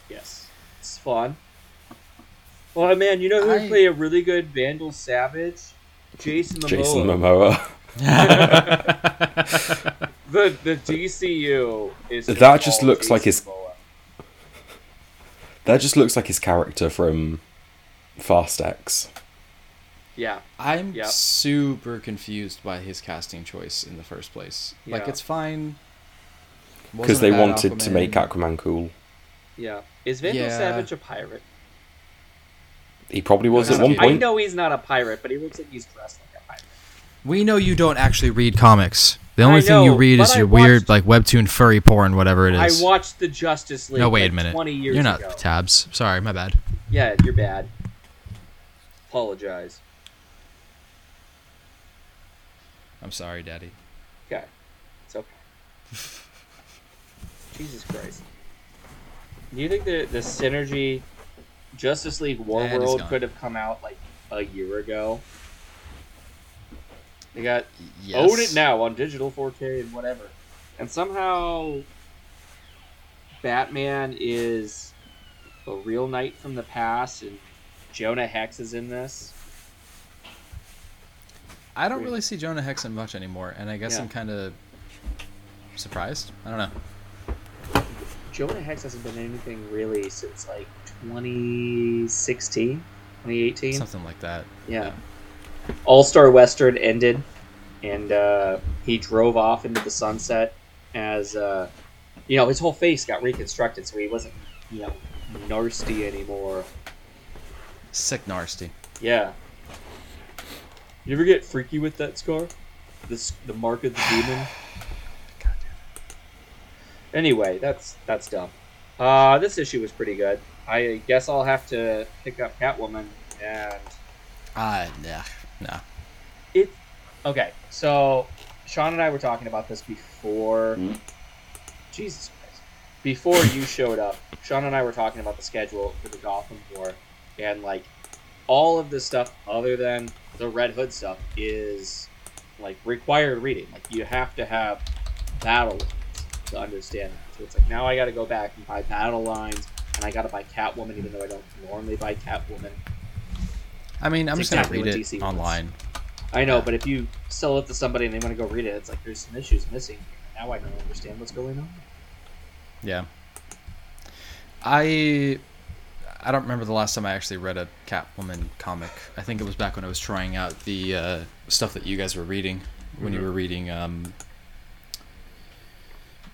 Yes, it's fun. Oh man, you know who would I- play a really good Vandal Savage? Jason Momoa. Jason Momoa. The the DCU is That gonna just call looks like Jason his- Momoa. That just looks like his character from Fast X. Yeah, I'm Yep. super confused by his casting choice in the first place. Like Yeah. it's fine. Because Wasn't a they bad wanted to Aquaman. make Aquaman cool. yeah. Is Vandal Yeah. Savage a pirate? He probably was at Yeah. one I point. know he's not a pirate, but he looks like he's dressed like a pirate. We know you don't actually read comics. The only I thing you know, read but is I your watched- weird like webtoon furry porn, whatever it I is. watched the Justice League. no, wait like, a minute. Twenty years You're not ago. tabs. Sorry, my bad. yeah, you're bad. Apologize. I'm sorry, Daddy. Okay, it's okay. Jesus Christ. Do you think the the synergy Justice League War And it's World gone. could have come out like a year ago? They got Yes. own it now on digital 4K and whatever, and somehow Batman is a real knight from the past, and Jonah Hex is in this. I don't really see Jonah Hex in much anymore, and I guess Yeah. I'm kind of surprised. I don't know. Jonah Hex hasn't been anything really since like 2016, 2018. Something like that. yeah. All Star Western ended, and uh, he drove off into the sunset as, uh, you know, his whole face got reconstructed, so he wasn't, you know, nasty anymore. Sick nasty. Yeah. You ever get freaky with that scar? This the mark of the demon. Anyway, that's that's dumb. Uh, this issue was pretty good. I guess I'll have to pick up Catwoman and Ah, nah, nah. it. Okay, so Sean and I were talking about this before. Jesus Christ! Before you showed up, Sean and I were talking about the schedule for the Gotham War, and like all of this stuff other than the Red Hood stuff is like required reading. Like you have to have battle lines to understand it. So it's like now I got to go back and buy battle lines, and I got to buy Catwoman, even though I don't normally buy Catwoman. I mean, I'm It's just gonna exactly read what it DC wants. online. I know, but if you sell it to somebody and they want to go read it, it's like there's some issues missing. Now I don't understand what's going on. Yeah. I I don't remember the last time I actually read a Catwoman comic. I think it was back when I was trying out the uh, stuff that you guys were reading when you were reading. Um,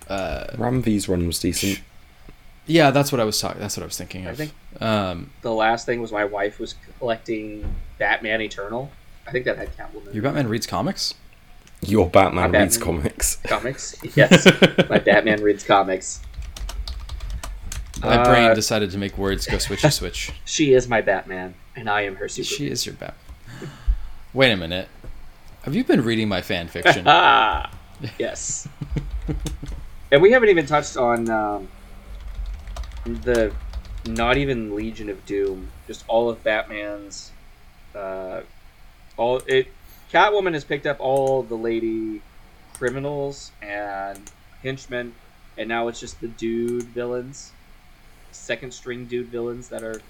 Ramvi's run was decent. Yeah, that's what I was talking. That's what I was thinking I of. think- um, The last thing was my wife was collecting Batman Eternal. I think that had Catwoman your Batman reads comics. Your Batman My reads Batman. comics. comics. Yes, my Batman reads comics. My Uh, brain decided to make words go switchy switch. She is my Batman, and I am her super. she is your Batman. Wait a minute. Have you been reading my fan fiction? Ah, yes. and we haven't even touched on um, the not even Legion of Doom, just all of Batman's. Uh, all it, Catwoman has picked up all the lady criminals and henchmen, and now it's just the dude villains, second string dude villains that are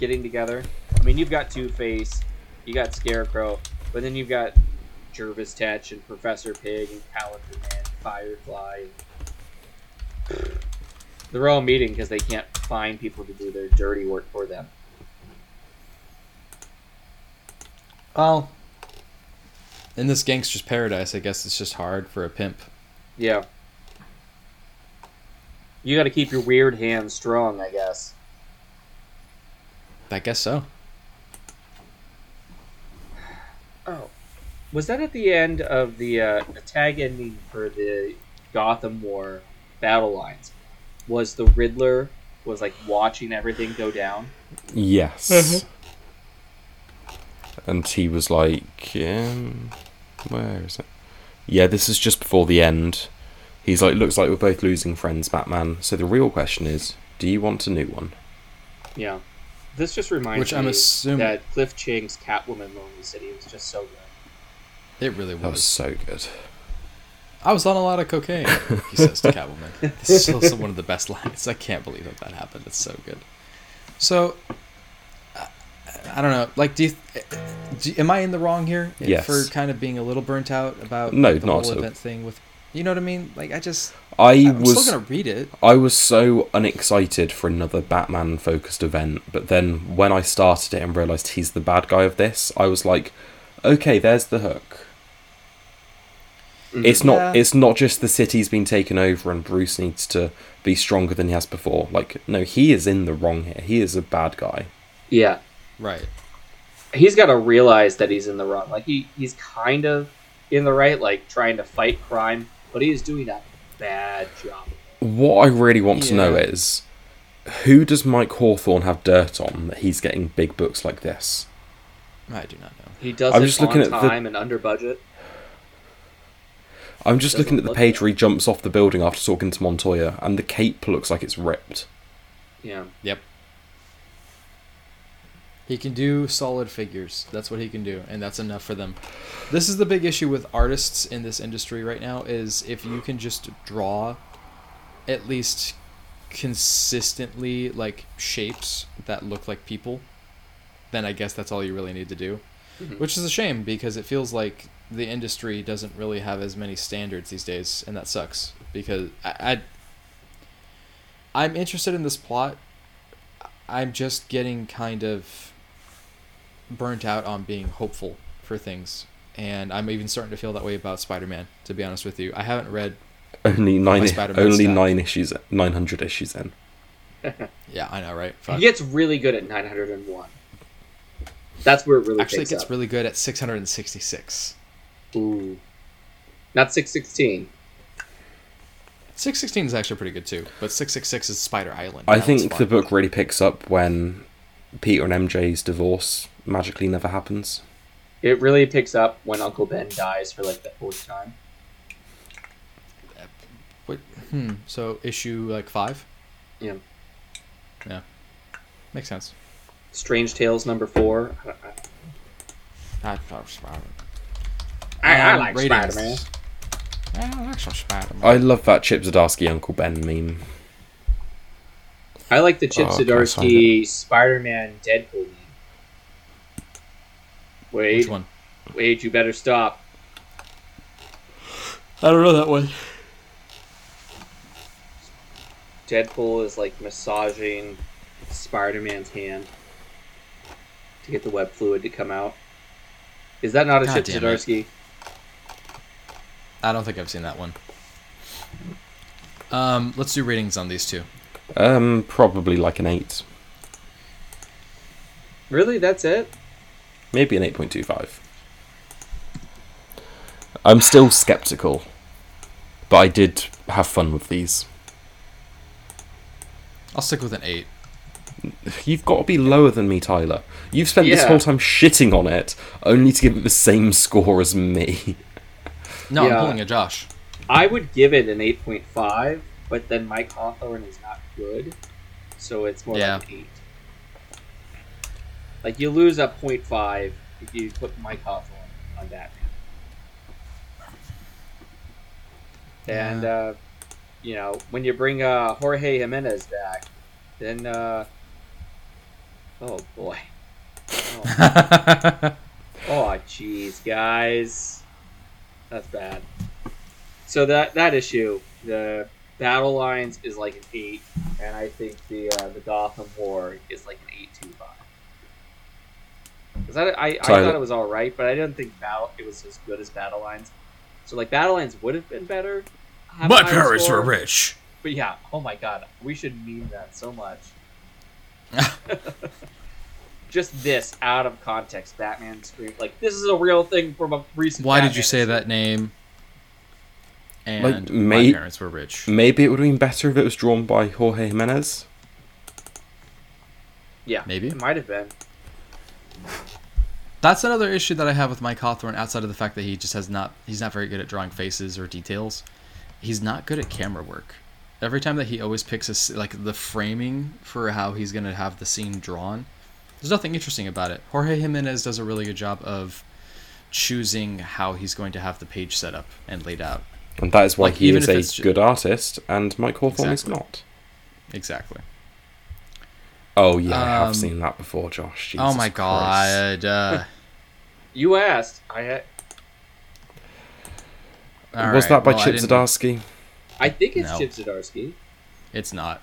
getting together. I mean, you've got Two Face, you got Scarecrow, but then you've got Jervis Tetch and Professor Pig and Calendar Man, Firefly. They're all meeting because they can't find people to do their dirty work for them. well, in this gangster's paradise, I guess it's just hard for a pimp. Yeah. You got to keep your weird hands strong, I guess. I guess so. Oh, was that at the end of the, uh, the tag ending for the Gotham War battle lines? Was the Riddler was like watching everything go down? Yes. Mm-hmm. And he was like, um, where is it? Yeah, this is just before the end. He's like, looks like we're both losing friends, Batman. So the real question is, do you want a new one? Yeah. This just reminds Which I'm me assuming- that Cliff Chang's Catwoman Lonely City was just so good. It really was. That was so good. I was on a lot of cocaine, he says to Catwoman. This is also one of the best lines. I can't believe that that happened. It's so good. So, I- I don't know. Like, do you, do, am I in the wrong here Yes. for kind of being a little burnt out about No, the not at whole all. event thing with? You know what I mean? Like, I just I I'm was still gonna read it. I was so unexcited for another Batman focused event, but then when I started it and realised he's the bad guy of this, I was like, okay, there's the hook. It's not Yeah. it's not just the city's been taken over and Bruce needs to be stronger than he has before. Like, no, he is in the wrong here. He is a bad guy. Yeah. Right. He's got to realize that he's in the wrong. Like, he, he's kind of in the right, like, trying to fight crime, but he is doing a bad job. What I really want to know Yeah. is who does Mike Hawthorne have dirt on that he's getting big books like this? I do not know. He does I'm it just on looking at the- time and under budget. I'm just Doesn't looking at the look page like- where he jumps off the building after talking to Montoya, and the cape looks like it's ripped. Yeah. Yep. He can do solid figures. That's what he can do, and that's enough for them. This is the big issue with artists in this industry right now is if you can just draw at least consistently like shapes that look like people, then I guess that's all you really need to do. Which is a shame because it feels like the industry doesn't really have as many standards these days, and that sucks. Because I, I I'm interested in this plot I'm just getting kind of burnt out on being hopeful for things. And I'm even starting to feel that way about Spider Man, to be honest with you. I haven't read, Only nine, Spider-Man only stack. nine issues, nine hundred issues in. yeah, I know, right? He Fuck. gets really good at 901. That's where it really Actually, it picks gets up. really good at 666. Ooh. Not 616. 616 is actually pretty good too, but 666 is Spider Island. I That one's think the fine. book really picks up when Peter and MJ's divorce magically never happens. It really picks up when Uncle Ben dies for, like, the fourth time. Wait, hmm, so, issue like five? Yeah. Yeah. Makes sense. Strange Tales number four. I- I- I, I, Spider- I, I Um, like ratings. Spider-Man. I like some Spider-Man. I love that Chip Zdarsky Uncle Ben meme. I like the Chip Oh, I can't find Zdarsky Spider-Man Deadpool meme. Wade, Which one? Wade, you better stop. I don't know that one. Deadpool is like massaging Spider-Man's hand to get the web fluid to come out. Is that not a God Chip damn it. Zdarsky? I don't think I've seen that one. Um, let's do ratings on these two. Um, probably like an eight, Really, that's it? maybe an eight point two five. I'm still skeptical, but I did have fun with these. I'll stick with an eight. You've got to be lower than me, Tyler. You've spent this Yeah. whole time shitting on it, only to give it the same score as me. No, Yeah. I'm pulling a Josh. I would give it an 8.5, but then Mike Hawthorne is not good, so it's more Yeah. like an 8. Like, you lose a 0.5 if you put Mike Hawthorne on Batman. And, Yeah. uh, you know, when you bring uh, Jorge Jimenez back, then, uh, oh boy. Oh, Oh jeez, guys, that's bad. So that that issue, the battle lines is like an eight, and I think the uh, the Gotham War is like an eight two five. Because I, I, I Tyler. thought it was all right, but I didn't think battle it was as good as battle lines. So like battle lines would have been better. have a My higher parents were score, rich. But yeah, oh my god, we should meme that so much. Just this out of context, Batman scream like this is a real thing from a recent. Why did you Batman say issue. that name? And Like, my mate- parents were rich. Maybe it would have been better if it was drawn by Jorge Jimenez. Yeah, Maybe. it might have been. That's another issue that I have with Mike Hawthorne outside of the fact that he just has not he's not very good at drawing faces or details. He's not good at camera work. Every time that he always picks a, s- like the framing for how he's going to have the scene drawn, there's nothing interesting about it. Jorge Jimenez does a really good job of choosing how he's going to have the page set up and laid out. And that is why Like, he even is if a it's ju- good artist, and Mike Hawthorne Exactly. is not. Exactly. Oh yeah, I Um, have seen that before, Josh. oh Jesus my Christ. god. Uh, You asked. I had, all was right, that by well, I Chip didn't- Zdarsky? I think it's No. Chip Zdarsky. It's not.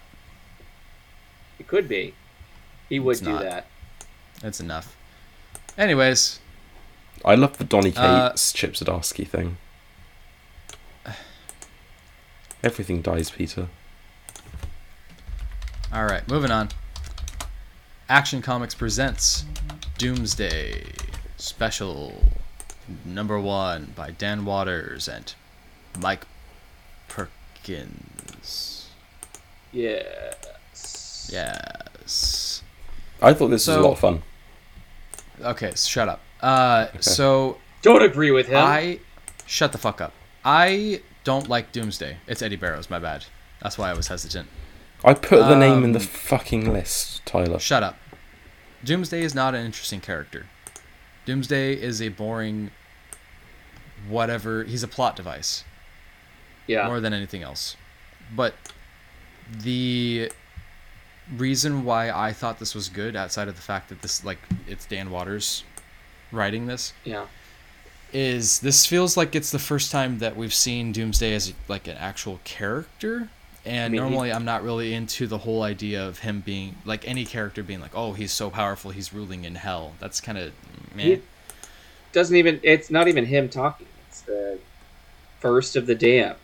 It could be. He would It's do not. that. It's enough. Anyways, I love the Donny Cates Uh, Chip Zdarsky thing. Everything dies, Peter. All right, moving on. Action Comics presents Doomsday Special Number One by Dan Waters and Mike Perkins. Yes. Yes. I thought this was So- a lot of fun. Okay, so shut up. Uh, so Don't agree with him. I shut the fuck up. I don't like Doomsday. It's Eddie Barrows. My bad. That's why I was hesitant. I put the name in the um, fucking list, Tyler. Shut up. Doomsday is not an interesting character. Doomsday is a boring whatever. He's a plot device yeah. more than anything else. But the reason why I thought this was good outside of the fact that this like it's Dan Waters writing this yeah. is this feels like it's the first time that we've seen Doomsday as like an actual character. And mean, he- normally I'm not really into the whole idea of him being like any character being like, oh, he's so powerful, he's ruling in hell. That's kind of man. He- Doesn't even. It's not even him talking. It's the first of the damned.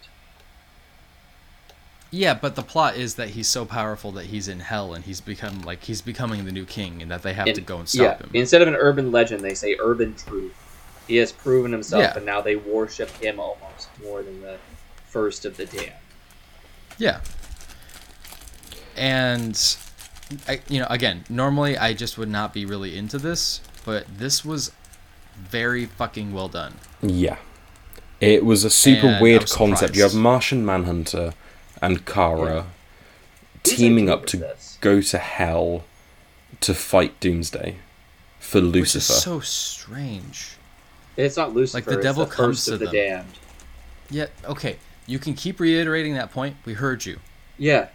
Yeah, but the plot is that he's so powerful that he's in hell and he's become like he's becoming the new king and that they have to In- go and stop yeah, him. Instead of an urban legend, they say urban truth. He has proven himself, Yeah. and now they worship him almost more than the first of the damned. Yeah. And I, you know, again, normally I just would not be really into this, but this was very fucking well done. Yeah. It was a super And I weird was concept. You have surprised. Martian Manhunter and Kara He's teaming okay up with to this. go to hell to fight Doomsday for Which is Lucifer. so strange. It's not Lucifer. the devil it's the comes first to of the them. damned. Yeah, okay. You can keep reiterating that point. We heard you. Yeah.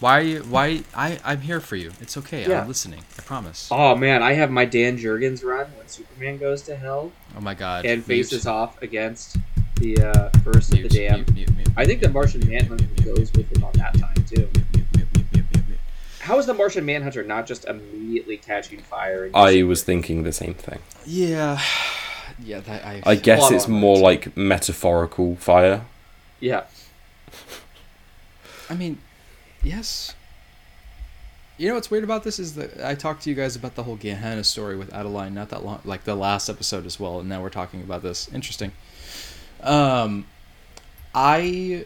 Why are you why I I'm here for you. It's okay. Yeah. I'm listening. I promise. Oh man, I have my Dan Jurgens run when Superman goes to hell Oh my god. and Mute. faces off against the uh, first Mute, of the damned. mute, mute, mute, I think the mute, Martian mute, mute, Manhunter mute, mute, goes with him on that time too. mute, mute, mute, mute, mute, mute, mute. How is the Martian Manhunter not just immediately catching fire? And I was thinking the same thing. Yeah. Yeah, that I I guess Well, it's I'm- more like metaphorical fire. yeah, I mean, yes. You know what's weird about this is that I talked to you guys about the whole Gehenna story with Adeline not that long, like the last episode as well, and now we're talking about this. Interesting. Um, I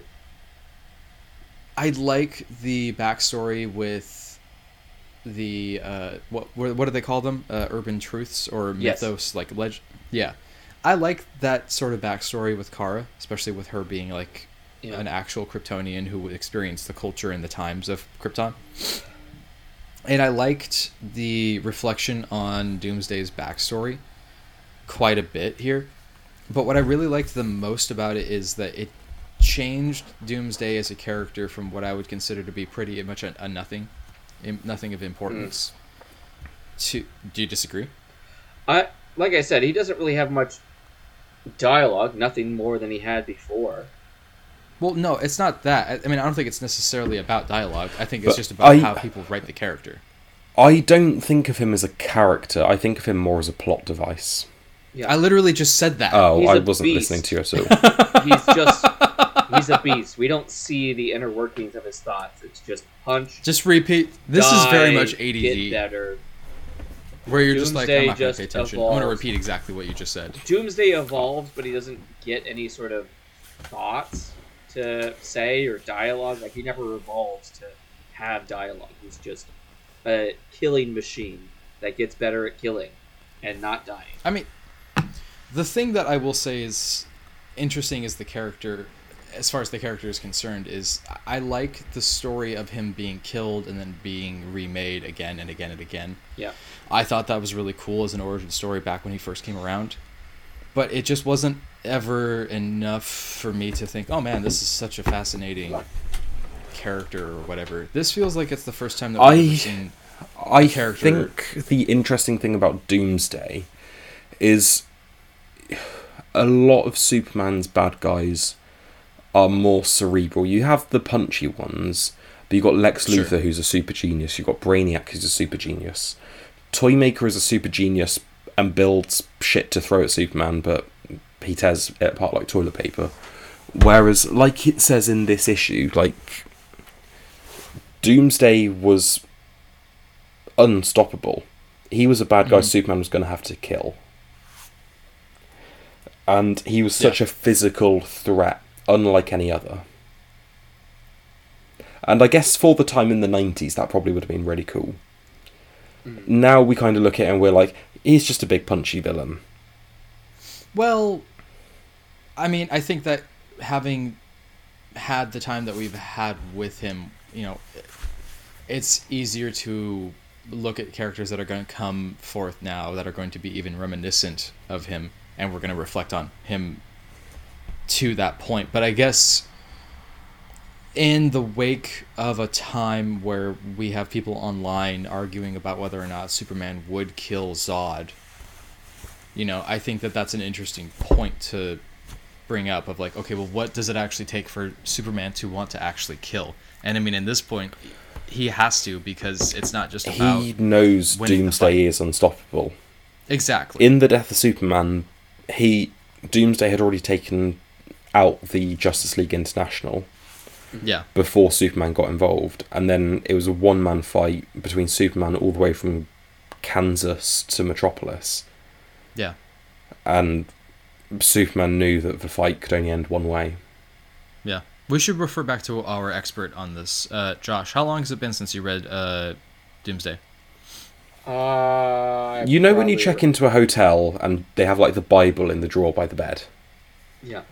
I like the backstory with the uh, what what what do they call them? Uh, urban truths or Yes. mythos, like legend. Yeah, I like that sort of backstory with Kara, especially with her being like Yeah. an actual Kryptonian who experienced the culture and the times of Krypton. And I liked the reflection on Doomsday's backstory quite a bit here. But what I really liked the most about it is that it changed Doomsday as a character from what I would consider to be pretty much a, a nothing, im- nothing of importance. Hmm. To do you disagree? I like I said, he doesn't really have much dialogue, nothing more than he had before. Well, no, it's not that. I, I mean, I don't think it's necessarily about dialogue. I think it's But just about I- how people write the character. I don't think of him as a character. I think of him more as a plot device. Yeah, I literally just said that. Oh, He's I a wasn't beast. listening to you at all. he's just he's a beast. We don't see the inner workings of his thoughts. It's just punch. Just repeat. This is die, very much Get ADD, better. where you're just like, Doomsday I'm not going just to pay attention. I'm going to evolves. repeat exactly what you just said. Doomsday evolves, but he doesn't get any sort of thoughts to say or dialogue. Like he never evolves to have dialogue. He's just a killing machine that gets better at killing and not dying. I mean, the thing that I will say is interesting is the character, as far as the character is concerned, is I like the story of him being killed and then being remade again and again and again. Yeah. I thought that was really cool as an origin story back when he first came around. But it just wasn't ever enough for me to think, oh man, this is such a fascinating character or whatever. This feels like it's the first time that we've I- ever seen. I Character. think the interesting thing about Doomsday is a lot of Superman's bad guys are more cerebral. You have the punchy ones, but you've got Lex Sure. Luthor, who's a super genius. You've got Brainiac, who's a super genius. Toymaker is a super genius and builds shit to throw at Superman, but he tears it apart like toilet paper. Whereas, like it says in this issue, like Doomsday was unstoppable. He was a bad Hmm. guy Superman was going to have to kill. And he was such a physical threat, unlike any other. And I guess for the time in the 90s, that probably would have been really cool. Hmm. Now we kind of look at it and we're like, he's just a big punchy villain. Well, I mean, I think that having had the time that we've had with him, you know, it's easier to look at characters that are going to come forth now that are going to be even reminiscent of him, and we're going to reflect on him to that point. But I guess in the wake of a time where we have people online arguing about whether or not Superman would kill Zod you know i think that that's an interesting point to bring up of like okay well what does it actually take for superman to want to actually kill and i mean in this point he has to because it's not just about He knows winning the Doomsday is unstoppable. exactly in the death of Superman, he Doomsday had already taken out the Justice League International yeah before Superman got involved, and then it was a one man fight between Superman all the way from Kansas to Metropolis, yeah and Superman knew that the fight could only end one way. yeah we should refer back to our expert on this uh, josh how long has it been since you read uh, doomsday Uh, You know when you check into a hotel and they have like the Bible in the drawer by the bed. Yeah.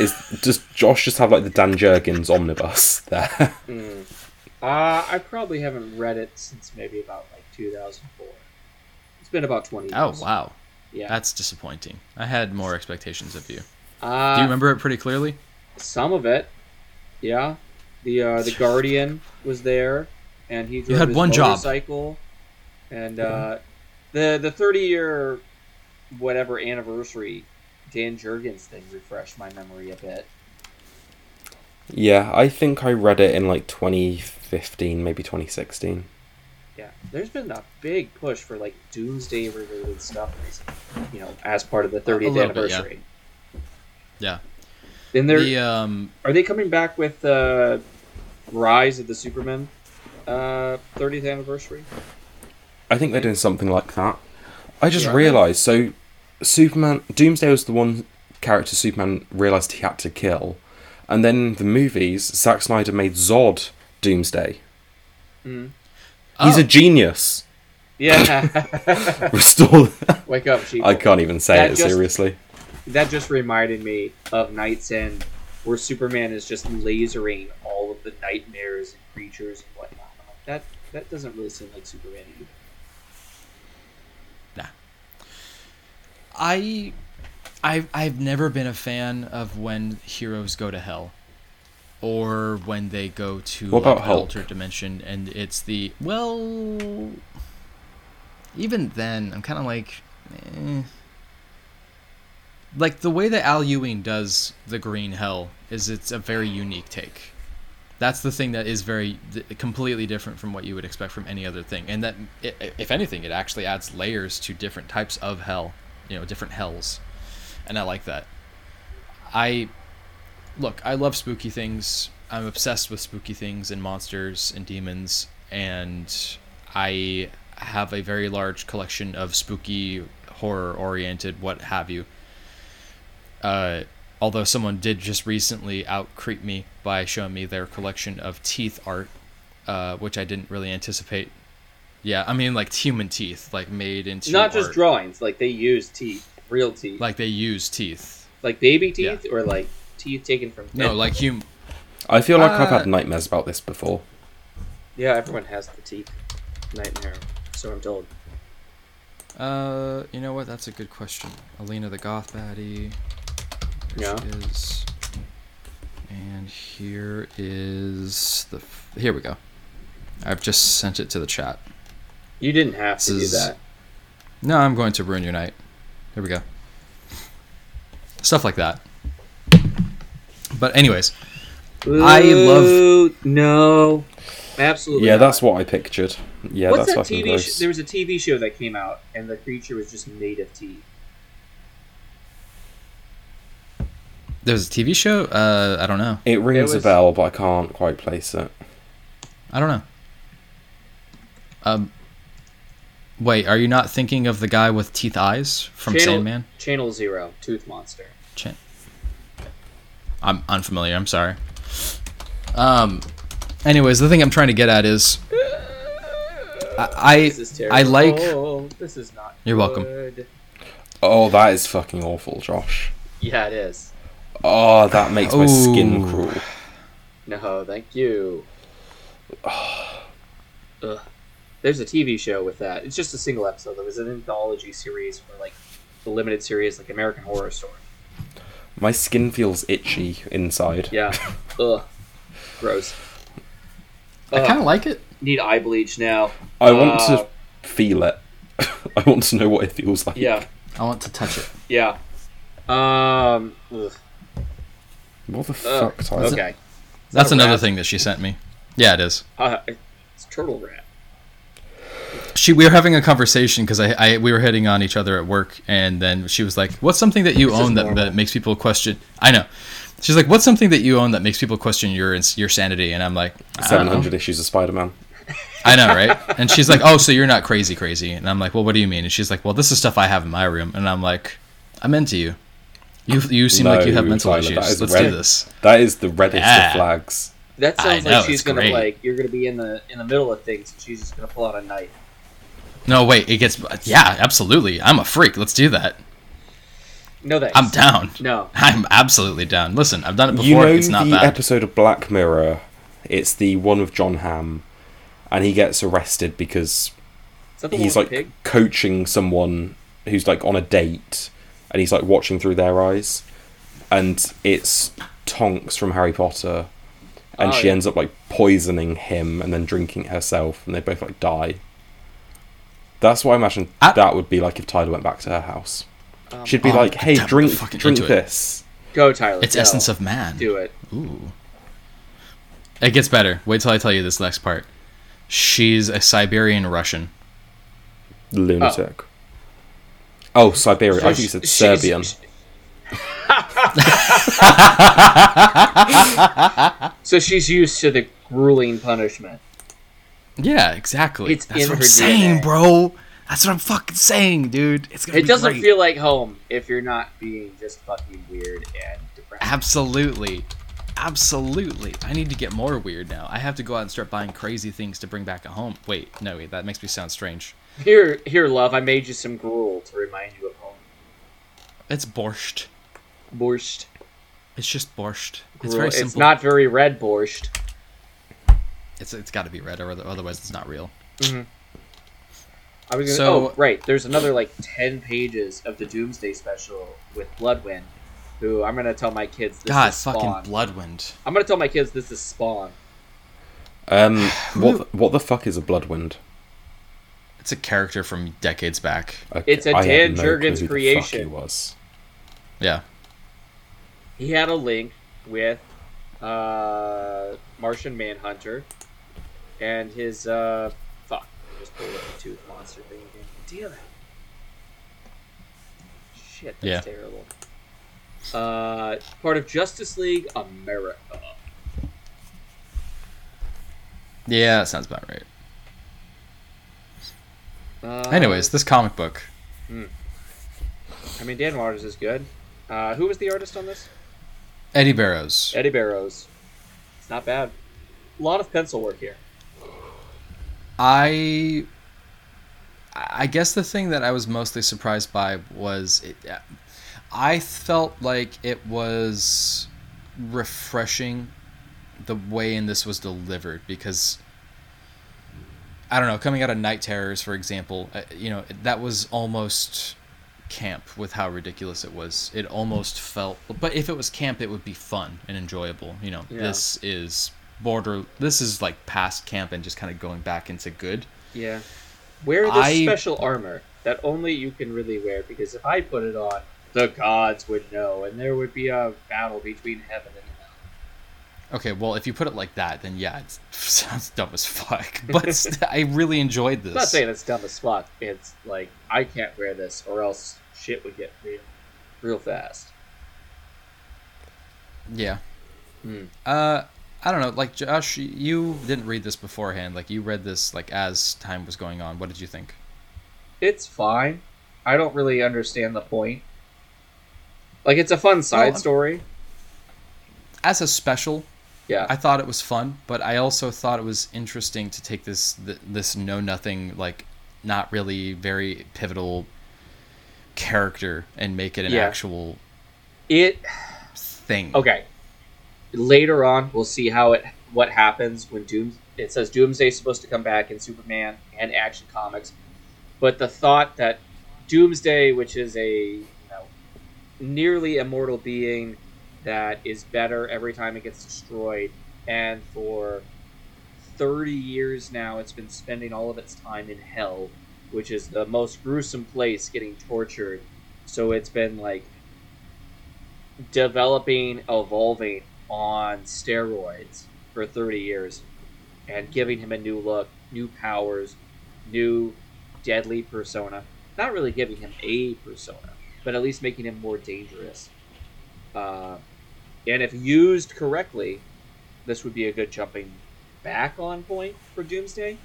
Is does Josh just have like the Dan Jurgens omnibus there? Mm. Uh, I probably haven't read it since maybe about like 2004. It's been about 20 years. oh wow Yeah. that's disappointing i had more expectations of you uh, do you remember it pretty clearly Some of it, yeah. The uh, the Guardian was there, and he drove had his one job. Uh-huh. motorcycle, and uh, the the thirty year whatever anniversary Dan Jurgens thing refreshed my memory a bit. Yeah, I think I read it in like 2015, maybe 2016. Yeah, there's been a big push for like Doomsday related stuff, you know, as part of the A thirtieth little bit, yeah. anniversary. yeah Then there the um are they coming back with uh, Rise of the Superman? uh, 30th anniversary. I think they're doing something like that. I just Yeah. realised. So, Superman Doomsday was the one character Superman realised he had to kill, and then in the movies, Zack Snyder made Zod Doomsday. Mm. He's Oh. a genius. Yeah, Restore. wake up, sheep. I can't even say That it just- seriously. That just reminded me of Night's End, where Superman is just lasering all of the nightmares and creatures and whatnot. I'm like, that that doesn't really seem like Superman. Either. I, I, I've never been a fan of when heroes go to hell, or when they go to What about an Hulk? altered dimension, and it's the well. Even then, I'm kind of like, eh. like the way that Al Ewing does the Green Hell is it's a very unique take. That's the thing that is very th- completely different from what you would expect from any other thing, and that i- i- if anything, it actually adds layers to different types of hell, you know, different hells, and I like that. I look, I love spooky things. I'm obsessed with spooky things and monsters and demons, and I have a very large collection of spooky, horror-oriented, what have you. Uh, although someone did just recently out creep me by showing me their collection of teeth art, uh, which I didn't really anticipate. Yeah, I mean like human teeth, like made into Not just art. drawings. Like they use teeth, real teeth, like, like they use teeth. baby Yeah. teeth, or like teeth taken from. No, like hum. I feel like I've Uh, had nightmares about this before. yeah, everyone has the teeth nightmare. So I'm told. Uh, you know what? That's a good question. Alina the Goth Baddie. Here Yeah. she is. And here is the. f- Here we go. I've just sent it to the chat. You didn't have to This do is- that. No, I'm going to ruin your night. Here we go. Stuff like that. But anyways, I love- Ooh, no, absolutely. Yeah, not. that's what I pictured. Yeah, What's that's that fucking TV? Sh- gross. there was a TV show that came out, and the creature was just made of teeth. there's a TV show. Uh, I don't know. It rings was- a bell, but I can't quite place it. I don't know. Um, wait, are you not thinking of the guy with teeth eyes from Channel- Sandman? Channel Zero, Tooth Monster. Chan- I'm unfamiliar. I'm sorry. Um. Anyways, the thing I'm trying to get at is, I This is I, terrible. I like Oh, this is not. You're welcome. good. Oh, that is fucking awful, Josh. Yeah, it is. Oh, that makes my skin Ooh. crawl. No, thank you. Ugh. There's a TV show with that. It's just a single episode. It was an anthology series for like the limited series, like American Horror Story. My skin feels itchy inside. Yeah. Ugh. Gross. I kind Oh. of like it. Need eye bleach now. I want Uh, to feel it. I want to know what it feels like. Yeah. I want to touch it. Yeah. Um. ugh. What the Ugh. fuck, Tyler? Uh, Okay. Is That's that a another rat? thing that she sent me. Yeah, it is. Uh, it's turtle rat. She we were having a conversation because I, I we were hitting on each other at work, and then she was like, "What's something that you This is own that, normal. that makes people question?" I know. She's like, "What's something that you own that makes people question your ins- your sanity?" And I'm like, "I don't Seven know." Uh-huh. hundred issues of Spider Man. I know, right? And she's like, "Oh, so you're not crazy, crazy?" And I'm like, "Well, what do you mean?" And she's like, "Well, this is stuff I have in my room." And I'm like, "I'm into you. You you seem like you have No, mental Tyler, that issues. is Let's red. do this." That is the reddest Yeah. of flags. That I sounds know, like she's it's gonna great. like you're gonna be in the in the middle of things, and she's just gonna pull out a knife. No, wait, it gets yeah, absolutely. I'm a freak. Let's do that. No thanks. I'm down. No. I'm absolutely down. Listen, I've done it before. you know it's not the bad. episode of Black Mirror. It's the one with John Hamm, and he gets arrested because Is that the he's one with like the pig? coaching someone who's like on a date and he's like watching through their eyes and it's tonks from harry potter and Oh, she yeah. ends up like poisoning him and then drinking it herself and they both like die that's what i imagine I- that would be like if tyler went back to her house Um, she'd be I'm like hey definitely drink Oh, fucking drink into it." this Go, Tyler. It's go. essence of man. Do it. Ooh. It gets better. Wait till I tell you this next part. She's a Siberian Russian. lunatic oh, siberia i Sh- thought you said she's- serbian sh- so she's used to the grueling punishment. Yeah, exactly. It's That's in what I'm her saying, DNA. bro. That's what I'm fucking saying, dude. It's gonna It be doesn't great. feel like home if you're not being just fucking weird and depressed. Absolutely. Absolutely. I need to get more weird now. I have to go out and start buying crazy things to bring back at home. Wait, no, wait, that makes me sound strange. Here, here, love. I made you some gruel to remind you of home. It's borscht. Borscht. It's just borscht. It's Gruel. very It's, simple. not very red borscht. It's, it's got to be red, or other- otherwise it's not real. I was gonna, So- oh right, there's another like ten pages of the Doomsday Special with Bloodwind, who I'm gonna tell my kids. This God, is fucking Spawn. bloodwind. I'm gonna tell my kids this is Spawn. Um, what what the fuck is a bloodwind? It's a character from decades back. Okay, It's a I had Dan no clue Jurgens who the fuck creation. he was. Yeah. He had a link with uh, Martian Manhunter and his uh, fuck. I just pulled up the tooth monster thing again. Damn it! Shit, that's Yeah. terrible. Uh, part of Justice League America. Yeah, that sounds about right. Uh, Anyways, this comic book. I mean, Dan Waters is good. Uh, who was the artist on this? Eddie Barrows. Eddie Barrows. It's not bad. A lot of pencil work here. I I guess the thing that I was mostly surprised by was it, uh, I felt like it was refreshing the way in this was delivered because I don't know coming out of Night Terrors for example uh, you know that was almost camp with how ridiculous it was it almost felt but if it was camp it would be fun and enjoyable you know Yeah. this is border this is like past camp and just kind of going back into good Yeah. Wear this I- special armor that only you can really wear because if I put it on, the gods would know and there would be a battle between heaven and hell. Okay, well, if you put it like that, then yeah, it sounds dumb as fuck. But st- I really enjoyed this. I'm not saying it's dumb as fuck. It's like, I can't wear this or else shit would get real, real fast. Yeah. Hmm. Uh, I don't know. Like Josh, you didn't read this beforehand. Like you read this like as time was going on. What did you think? It's fine. I don't really understand the point. Like, it's a fun side I'm- story. As a special, Yeah. I thought it was fun, but I also thought it was interesting to take this th- this know nothing like not really very pivotal character and make it an Yeah. actual it thing. okay later on we'll see how it what happens when doom it says doomsday's supposed to come back in superman and action comics but the thought that doomsday which is a you know nearly immortal being that is better every time it gets destroyed and for 30 years now it's been spending all of its time in hell which is the most gruesome place getting tortured so it's been like developing, evolving on steroids for 30 years and giving him a new look, new powers, new deadly persona. Not really giving him a persona, but at least making him more dangerous. Uh, and if used correctly, this would be a good jumping back on point for Doomsday.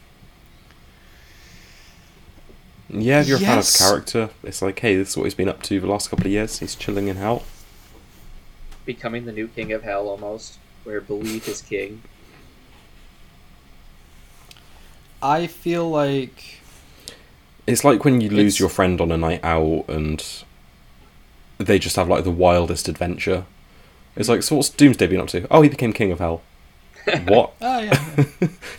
Yeah, if you're Yes. a fan of character, it's like, hey, this is what he's been up to the last couple of years. He's chilling in hell. Becoming the new king of hell almost, where belief is king. I feel like It's like when you lose It's- your friend on a night out and they just have like the wildest adventure. It's like, so what's Doomsday been up to? Oh, he became king of hell. what? oh yeah.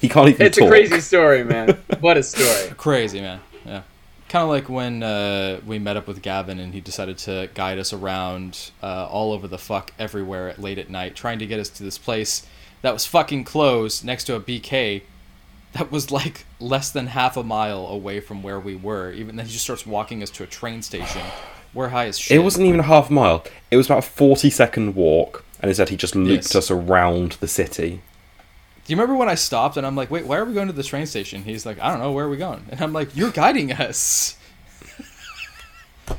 he can't even It's talk. a crazy story, man. what a story. Crazy man, yeah. Kind of like when uh, we met up with Gavin and he decided to guide us around uh, all over the fuck everywhere at late at night, trying to get us to this place that was fucking closed next to a BK that was like less than half a mile away from where we were. Even then, he just starts walking us to a train station. We're high as shit. It wasn't even a half mile. It was about a forty-second walk, and instead he just looped Yes. us around the city. Do you remember when I stopped and I'm like, wait, why are we going to the train station? He's like, I don't know, where are we going? And I'm like, you're guiding us.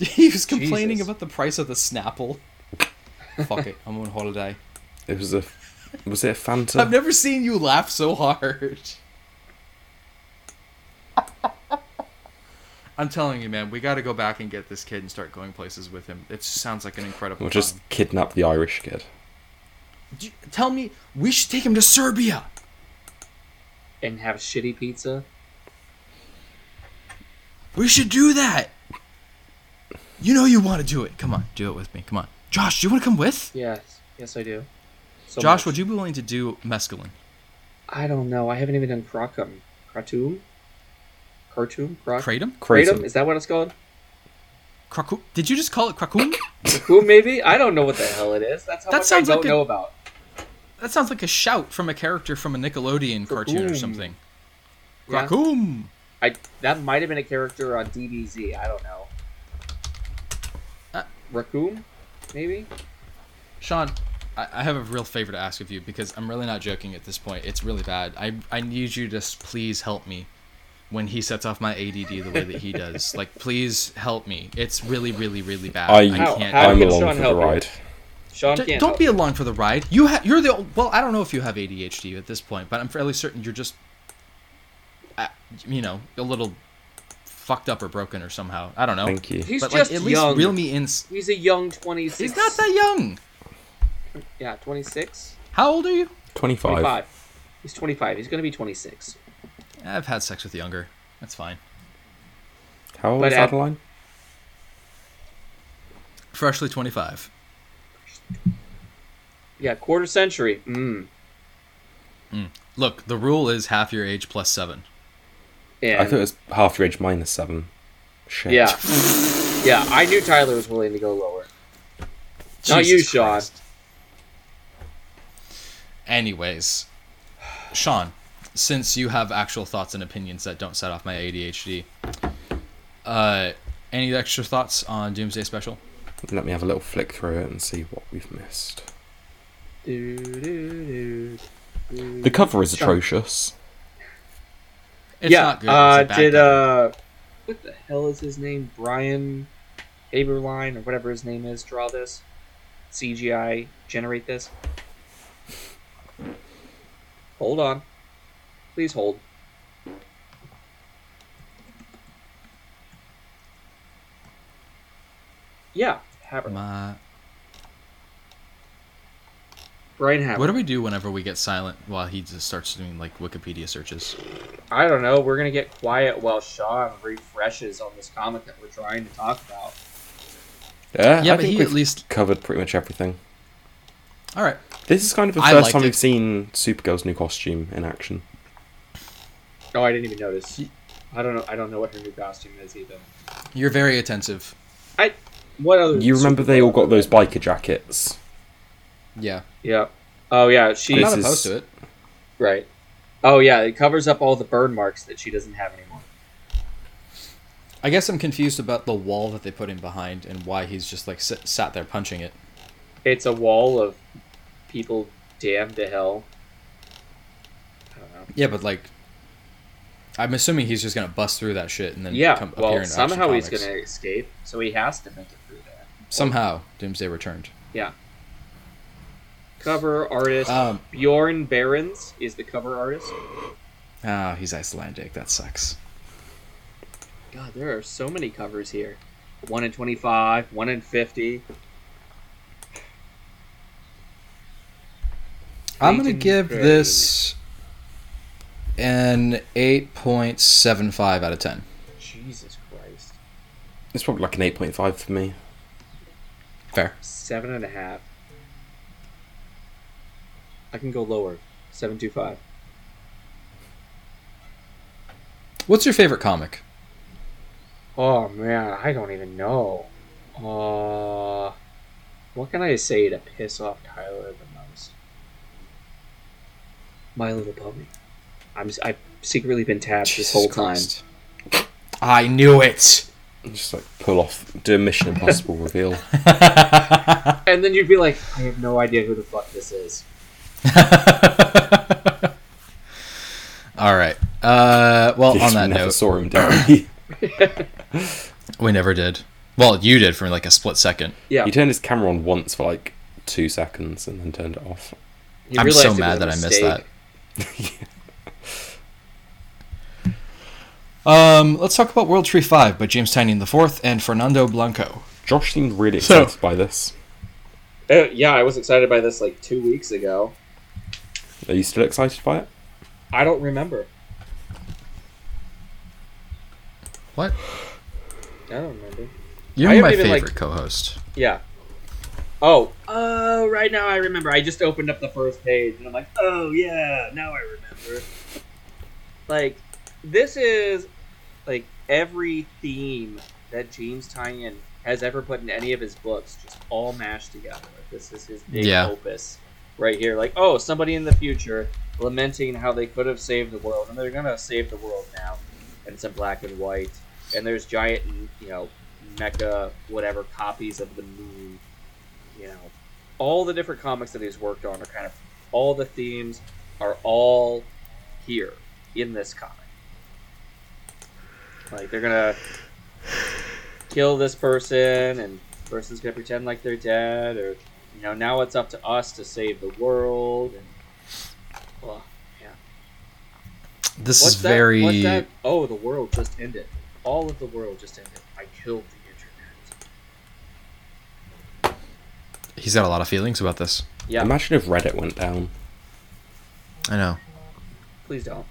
he was complaining Jesus. about the price of the Snapple. Fuck it, I'm on holiday. It was a, was it a Fanta? I've never seen you laugh so hard. I'm telling you, man, we got to go back and get this kid and start going places with him. It just sounds like an incredible. We'll just time. kidnap the Irish kid. D- Tell me, we should take him to Serbia. and have shitty pizza. We should do that. You know you want to do it. Come on, do it with me. Come on, Josh. Do you want to come with? Yes, yes, I do. So Josh, much. would you be willing to do mescaline? I don't know. I haven't even done Krakum. Kratum? Khartoum? Krak- Kratom? Kratom? Kratom. Is that what it's called? Krakum? Did you just call it Krakum? Krakum, maybe? I don't know what the hell it is. That's how That much sounds I don't like a- know about. that sounds like a shout from a character from a Nickelodeon cartoon or Krakum. something. Yeah. Krakum. I That might have been a character on DBZ. I don't know. Uh, Rakum? Maybe? Sean, I, I have a real favor to ask of you because I'm really not joking at this point. It's really bad. I I need you to s- please help me when he sets off my ADD the way that he does. like, please help me. It's really, really, really bad. I, I How- can't. how I'm can along Sean for the help you? ride. Sean D- can't. don't help. be along for the ride. You ha- you're the o- well. I don't know if you have ADHD at this point, but I'm fairly certain you're just, uh, you know, a little fucked up or broken or somehow. I don't Oh. know. Thank you. He's But like, just at least young. reel me in. s- He's a young 26. He's not that young. Yeah, 26? How old are you? 25. 25. He's 25. He's going to be 26. I've had sex with younger. That's fine. How old But uh, is at- Adeline? Freshly 25. Yeah, quarter century. Mm. Look, the rule is half your age plus seven. And I thought it was half your age minus seven. Shit. um, Yeah. Yeah, I knew Tyler was willing to go lower. Not you, Sean. Anyways, Sean, since you have actual thoughts and opinions that don't set off my ADHD, uh, any extra thoughts on Doomsday Special? Let me have a little flick through it and see what we've missed. The cover is atrocious. It's yeah, not good. Uh, it's a bad did cover. uh, what the hell is his name? Brian Haberline or whatever his name is. Draw this CGI. Generate this. Hold on, please hold. Yeah, Haberline. My- Brian Haberline. what do we do whenever we get silent while he just starts doing like Wikipedia searches? I don't know. We're gonna get quiet while Sean refreshes on this comic that we're trying to talk about. Yeah, Yeah, I but think he we've at least. covered pretty much everything. All right. This is kind of the I first liked time it. we've seen Supergirl's new costume in action. Oh, I didn't even notice. I don't know. I don't know what her new costume is either. You're very attentive. I. What other? You remember they all got those biker jackets? Yeah. Yeah. Oh yeah, she. I'm This not is- opposed to it. Right. Oh yeah, it covers up all the burn marks that she doesn't have anymore. I guess I'm confused about the wall that they put him behind and why he's just like sit, sat there punching it. It's a wall of people damned to hell. I don't know. Yeah, but like, I'm assuming he's just gonna bust through that shit and then Yeah. come up here Well, and somehow he's gonna escape, so he has to make it through there. somehow Doomsday returned. Yeah. Cover artist Um, Bjorn Barons is the cover artist. ah, he's Icelandic. That sucks. God, there are so many covers here. One in twenty-five, one in fifty. I'm gonna Clayton give Crane. this an 8.75 out of 10. Jesus Christ, It's probably like an 8.5 for me. Fair. seven and a half. I can go lower, seven two five. What's your favorite comic? Oh man, I don't even know. Uh, what can I say to piss off Tyler the most? My Little Pony. I'm s- I've secretly been tapped this whole time. I knew it. Just like pull off, do a Mission Impossible reveal. And then you'd be like, I have no idea who the fuck this is. All right. Uh, well, You on that never note, saw him die. we never did. Well, you did for like a split second. Yeah, he turned his camera on once for like two seconds and then turned it off. he I'm realized so it was a mad that I missed mistake. that. Um, let's talk about World Tree 5 by James Tynion IV and Fernando Blanco. Josh seemed really excited by this. Uh, yeah, I was excited by this like two weeks ago. Are you still excited by it? I don't remember. What? I don't remember. I You're haven't my even, favorite like- co-host. Yeah. Oh. Oh, right now I remember. I just opened up the first page and I'm like, oh yeah, now I remember. Like, this is like every theme that James Tynion has ever put in any of his books, just all mashed together. This is his big Yeah. opus right here. Like, oh, somebody in the future lamenting how they could have saved the world, and they're gonna save the world now. And it's in black and white. And there's giant, you know, mecha whatever copies of the moon you know all the different comics that he's worked on are kind of all the themes are all here in this comic like they're gonna kill this person and the person's gonna pretend like they're dead or you know now it's up to us to save the world and well, This what's is that- very what's that? oh the world just ended all of the world just ended i killed the internet he's got a lot of feelings about this. yeah Imagine if Reddit went down. I know. Please don't.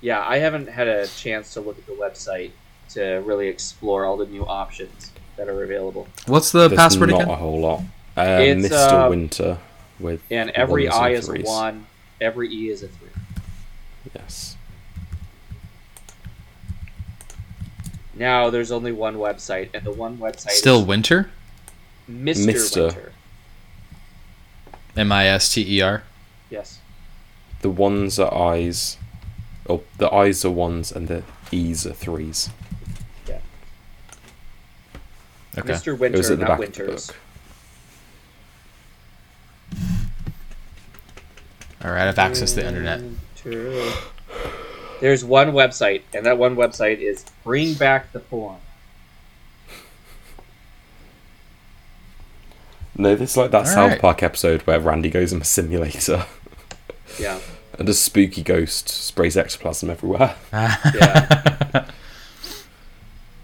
Yeah, I haven't had a chance to look at the website to really explore all the new options that are available. What's the There's password not again? a whole lot. Uh, It's, Mr. uh, Winter with And every ones I and is a threes. one, every E is a three. Yes. Now there's only one website, and the one website Still is winter? Mr. Mister. Winter. M I S T E R. Yes. The ones are I's. Oh, the I's are ones and the E's are threes. Okay. Mr. it was Winter, at the not back of Winters. the book. All right, I've accessed the internet. Winter. There's one website, and that one website is Bring Back the Form. No, this is like that All South right. Park episode where Randy goes in a simulator Yeah. and a spooky ghost sprays ectoplasm everywhere. Yeah.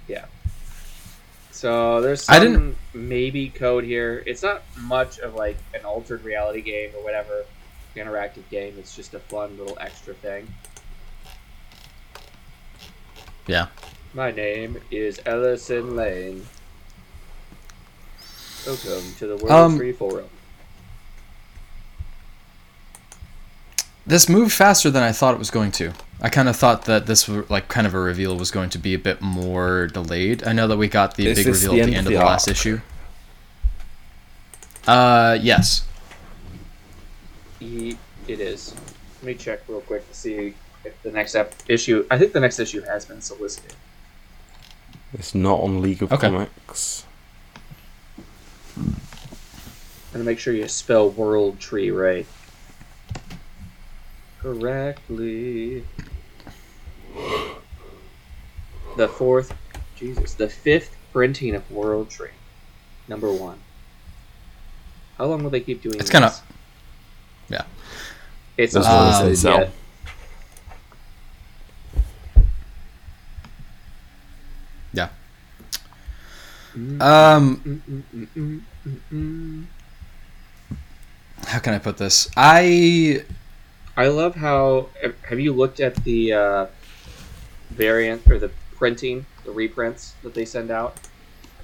yeah. So there's some I didn't- maybe code here. It's not much of like an altered reality game or whatever interactive game. It's just a fun little extra thing. Yeah. My name is Ellison Lane. Welcome to the World Um, Free Forum. This moved faster than I thought it was going to. I kind of thought that this were- like kind of a reveal was going to be a bit more delayed. I know that we got the Is big this reveal the at the end of the last arc? issue. Uh, yes. E- it is. Let me check real quick to see if the next ep- issue. I think the next issue has been solicited. It's not on League of Okay. Comics. I'm gonna make sure you spell world tree right. Correctly. The fourth, Jesus, the fifth printing of World Tree, number one. How long will they keep doing? It's this? kinda- yeah. It's That's not what I solicited said, so. yet. Yeah. Um, how can I put this? I I love how. Have you looked at the uh, variant or the printing, the reprints that they send out?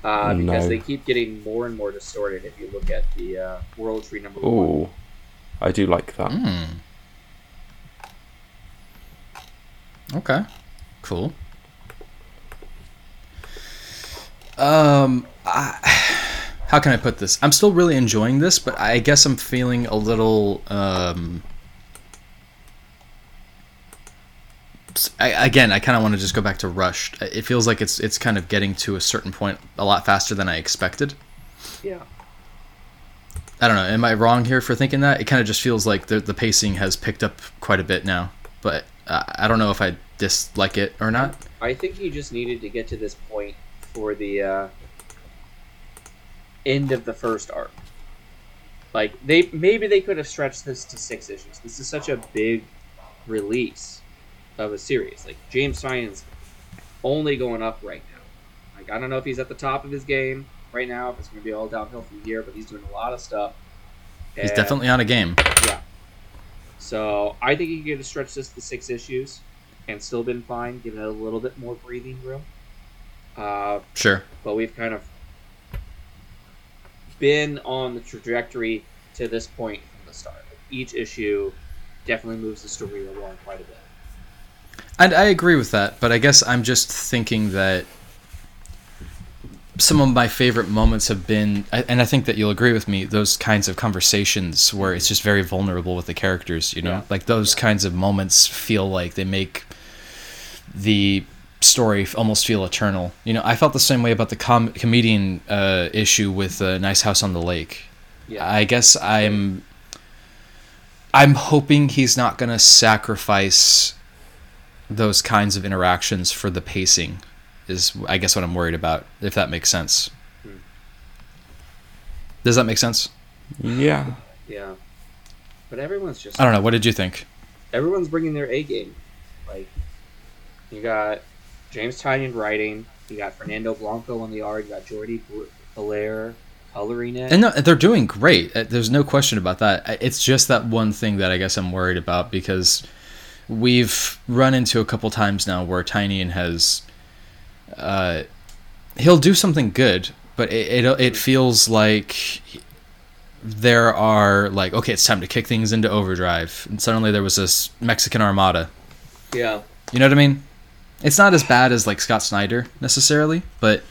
Uh, because No. they keep getting more and more distorted. If you look at the uh, World Tree number one, Oh, I do like that. Hmm. Okay. Cool. Um, I, how can I put this? I'm still really enjoying this, but I guess I'm feeling a little. Um, s- I, again, I kind of want to just go back to rushed. It feels like it's it's kind of getting to a certain point a lot faster than I expected. yeah, I don't know. Am I wrong here for thinking that? It kind of just feels like the, the pacing has picked up quite a bit now, but uh, I don't know if I dislike it or not. I think he just needed to get to this point for the uh, end of the first arc. Like they maybe they could have stretched this to six issues. This is such a big release of a series. Like James Ryan's only going up right now. Like I don't know if he's at the top of his game right now, if it's going to be all downhill from here, but he's doing a lot of stuff. He's And- definitely on a game. yeah. So I think he could have stretched this to six issues and still been fine, given it a little bit more breathing room. Uh, Sure. but we've kind of been on the trajectory to this point from the start. Like, each issue definitely moves the story along quite a bit. And I agree with that, but I guess I'm just thinking that some of my favorite moments have been, I- and I think that you'll agree with me, those kinds of conversations where it's just very vulnerable with the characters, you know? Yeah. Like those kinds of moments feel like they make the story f- almost feel eternal. You know, I felt the same way about the com- comedian uh, issue with uh, Nice House on the Lake. Yeah. I guess I'm I'm hoping he's not going to sacrifice those kinds of interactions for the pacing is I guess what I'm worried about if that makes sense. Does that make sense? Yeah. yeah. But everyone's just I don't know. What did you think? everyone's bringing their A game. Like, you got James Tynion writing, you got Fernando Blanco on the art, you got Jordi Bl- Belair coloring it. And no, they're doing great. Uh, There's no question about that. I- It's just that one thing that I guess I'm worried about because we've run into a couple times now where Tinian has, uh, he'll do something good, but it it, it feels like he- there are like okay, it's time to kick things into overdrive, and suddenly there was this Mexican armada. yeah, You know what I mean? It's not as bad as like Scott Snyder necessarily, but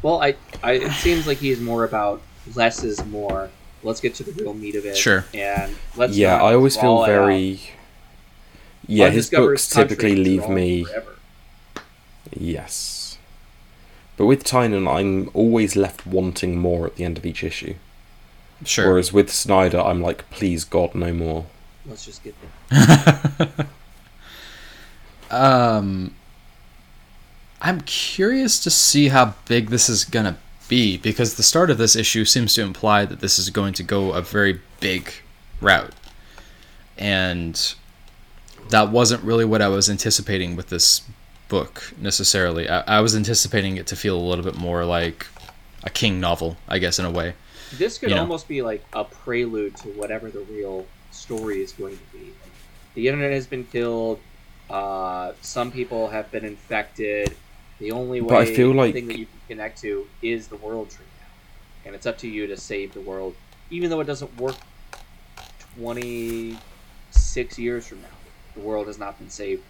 well, I, I it seems like he's more about less is more. Let's get to the real meat of it. Sure. And let's yeah, not I always feel draw it out. very. Yeah, his Undiscovered books country typically is leave drawn me. forever. Yes. But with Tynan, I'm always left wanting more at the end of each issue. sure. Whereas with Snyder, I'm like, please God, no more. Let's just get there. um, I'm curious to see how big this is gonna be because the start of this issue seems to imply that this is going to go a very big route, and that wasn't really what I was anticipating with this book necessarily. I, I was anticipating it to feel a little bit more like a King novel, I guess, in a way. This could You know. almost be like a prelude to whatever the real story is going to be. Like, the internet has been killed. Uh, some people have been infected. The only way But I feel like- thing that you can connect to is the world tree now, and it's up to you to save the world, even though it doesn't work. Twenty six years from now, the world has not been saved,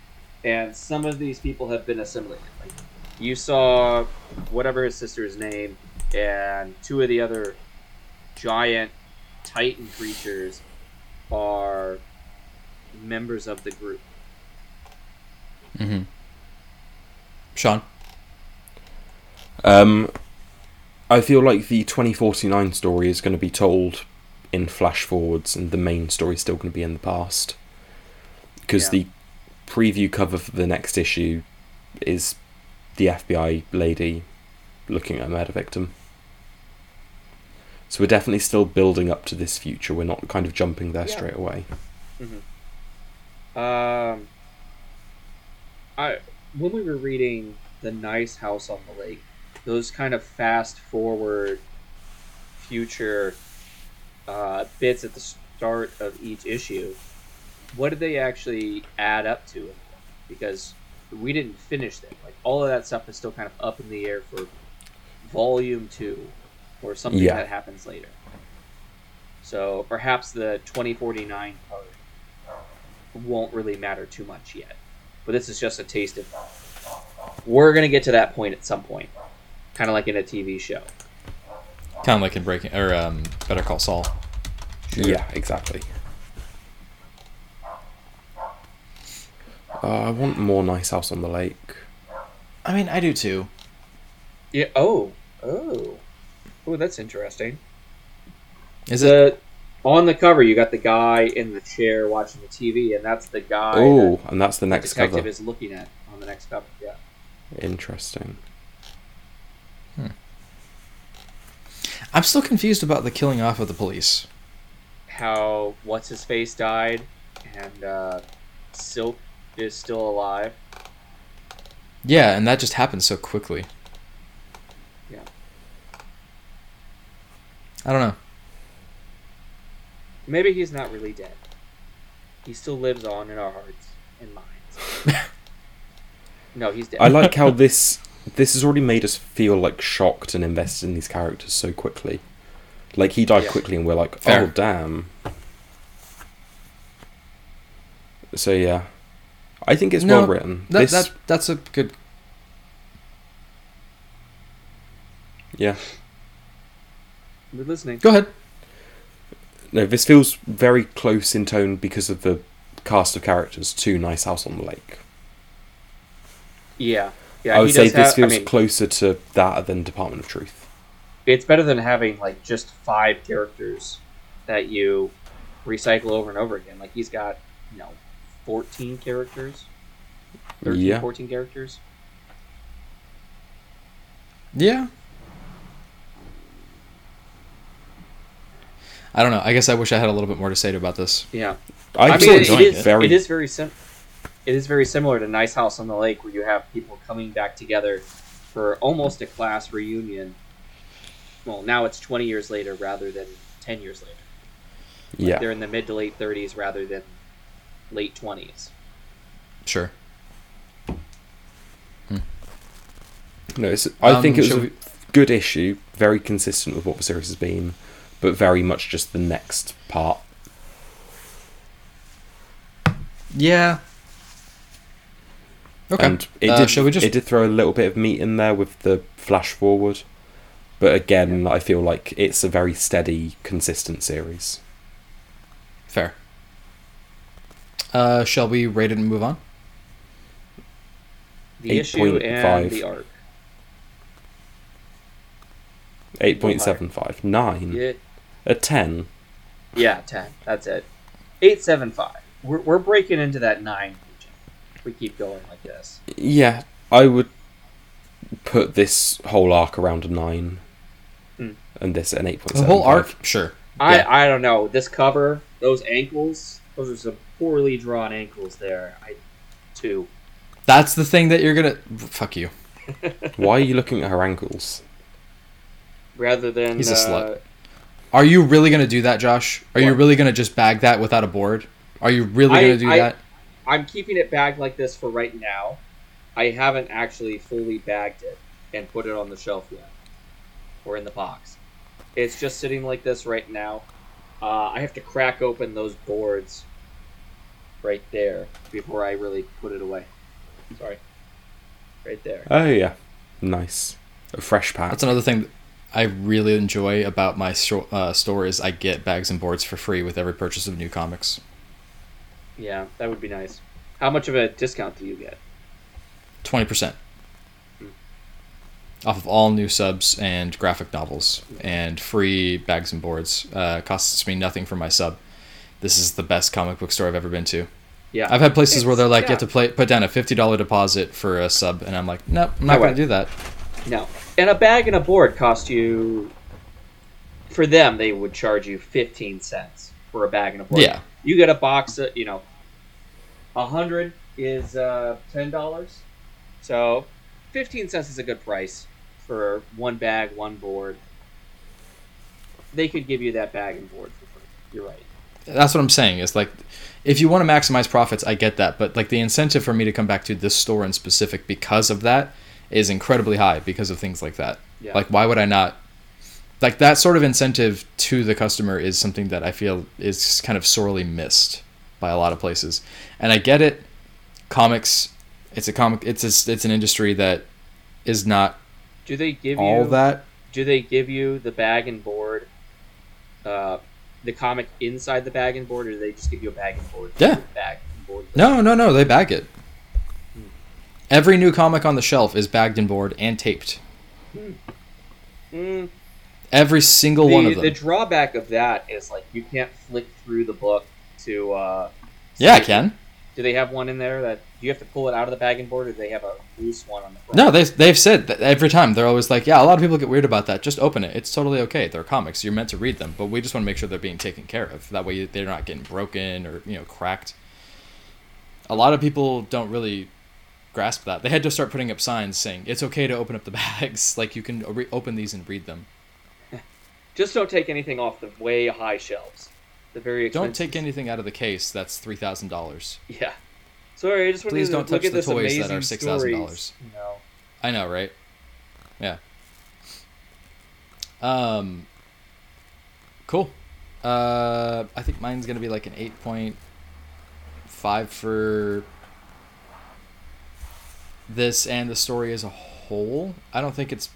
and some of these people have been assimilated. Like you saw, whatever his sister's name, and two of the other giant titan creatures are members of the group. Mm-hmm. Sean, Um, I feel like the 2049 story is going to be told in flash forwards, and the main story is still going to be in the past. Because Yeah. the preview cover for the next issue is the FBI lady looking at a murder victim. So we're definitely still building up to this future. We're not kind of jumping there Yeah. straight away. Um, I when we were reading the nice house on the lake, those kind of fast forward future uh, bits at the start of each issue, what did they actually add up to? Because we didn't finish them. Like all of that stuff is still kind of up in the air for volume two or something Yeah. that happens later. So perhaps the 2049 part won't really matter too much yet. But this is just a taste of. We're gonna get to that point at some point, kind of like in a TV show. kind of like in Breaking or um, Better Call Saul. Yeah, exactly. Uh, I want more Nice House on the Lake. I mean, I do too. Yeah. Oh. Oh. Oh, that's interesting. Is it? The on the cover, you got the guy in the chair watching the TV, and that's the guy Oh, that and that's the the next detective cover. is looking at on the next cover. Yeah. Interesting. I'm still confused about the killing off of the police. How what's his face died, and uh, Silk is still alive. Yeah, and that just happened so quickly. Yeah. I don't know. Maybe he's not really dead. He still lives on in our hearts and minds. no, he's dead. I like how this this has already made us feel like shocked and invested in these characters so quickly. Like he died Yeah. quickly, and we're like, Fair. oh damn. So yeah, I think it's No, well written. That, this, that that's a good. yeah, We're listening. Go ahead. no, this feels very close in tone because of the cast of characters to Nice House on the Lake. Yeah, yeah. I would he say does this have, feels I mean, closer to that than Department of Truth. it's better than having like just five characters that you recycle over and over again. Like he's got, you know, fourteen characters. 13, Yeah. 14 characters. Yeah. I don't know. I guess I wish I had a little bit more to say about this. Yeah. I, I am mean, still it, it enjoying it. is Very, it is very sim- It is very similar to Nice House on the Lake, where you have people coming back together for almost a class reunion. Well, now it's twenty years later rather than ten years later. Like, yeah. they're in the mid to late thirties rather than late twenties. Sure. No, it's, I Um, think it was a shall we- good issue, very consistent with what the series has been, but very much just the next part. Yeah. Okay. And it Uh, did. shall we just? It did throw a little bit of meat in there with the flash forward, but again, I feel like it's a very steady, consistent series. Fair. Uh, shall we rate it and move on? The issue and 8.5. the arc. Eight point seven five nine Yeah, a ten. yeah, ten. That's it. Eight seven five. We're we're breaking into that nine region. If we keep going like this. Yeah, I would put this whole arc around a nine, Hmm. Mm. and this an eight point The seven. whole arc? Sure. Yeah. I I don't know. This cover, those ankles, those are some poorly drawn ankles there. I two. That's the thing that you're gonna. Fuck you. Why are you looking at her ankles? Rather than He's a uh, slut. Are you really gonna do that, Josh? Are you What? really gonna just bag that without a board? Are you really I- gonna do I- that? I'm keeping it bagged like this for right now. I haven't actually fully bagged it and put it on the shelf yet, or in the box. It's just sitting like this right now. Uh, I have to crack open those boards right there before I really put it away. Sorry, right there. Oh yeah, nice. A fresh pack. That's another thing that I really enjoy about my sto- uh, store is I get bags and boards for free with every purchase of new comics. Yeah, that would be nice. How much of a discount do you get? Twenty percent off of all new subs and graphic novels and free bags and boards. Uh, costs me nothing for my sub. This is the best comic book store I've ever been to. Yeah, I've had places where It's- they're like, you yeah. have to play, put down a fifty dollar deposit for a sub, and I'm like, nope, I'm No not going way. to do that. No. And a bag and a board cost you. For them, they would charge you 15 cents for a bag and a board. Yeah. You get a box of, you know, a 100 is uh, $10. So 15 cents is a good price for one bag, one board. They could give you that bag and board for free. You're right. That's what I'm saying. Is like, if you want to maximize profits, I get that, but like the incentive for me to come back to this store in specific because of that is incredibly high because of things like that. Yeah. Like, why would I not? Like that sort of incentive to the customer is something that I feel is kind of sorely missed by a lot of places, and I get it. Comics, it's a comic. It's a, it's an industry that is not Do they give all you. that. Do they give you the bag and board, uh, the comic inside the bag and board, or do they just give you a bag and board? Yeah. Bag and board. No, no, no. They bag it. Every new comic on the shelf is bagged and board and taped. Mm, Every single one the, of them. the drawback of that is like you can't flick through the book to. Uh, yeah, I see- can. Do they have one in there that do you have to pull it out of the bag and board, or do they have a loose one on the front? No, they've, they've said that every time. They're always like, yeah, a lot of people get weird about that. Just open it. It's totally okay. They're comics. You're meant to read them. But we just want to make sure they're being taken care of. That way they're not getting broken or, you know, cracked. a lot of people don't really grasp that. They had to start putting up signs saying it's okay to open up the bags. Like you can re- open these and read them. Just don't take anything off the way high shelves. The very expensive. Don't take anything out of the case that's three thousand dollars. Yeah. Sorry, I just wanted Please to don't look touch at the this toys amazing that are six $6,000. thousand dollars. No. I know, right? Yeah. Um. Cool. Uh, I think mine's gonna be like an eight point five for this and the story as a whole. I don't think it's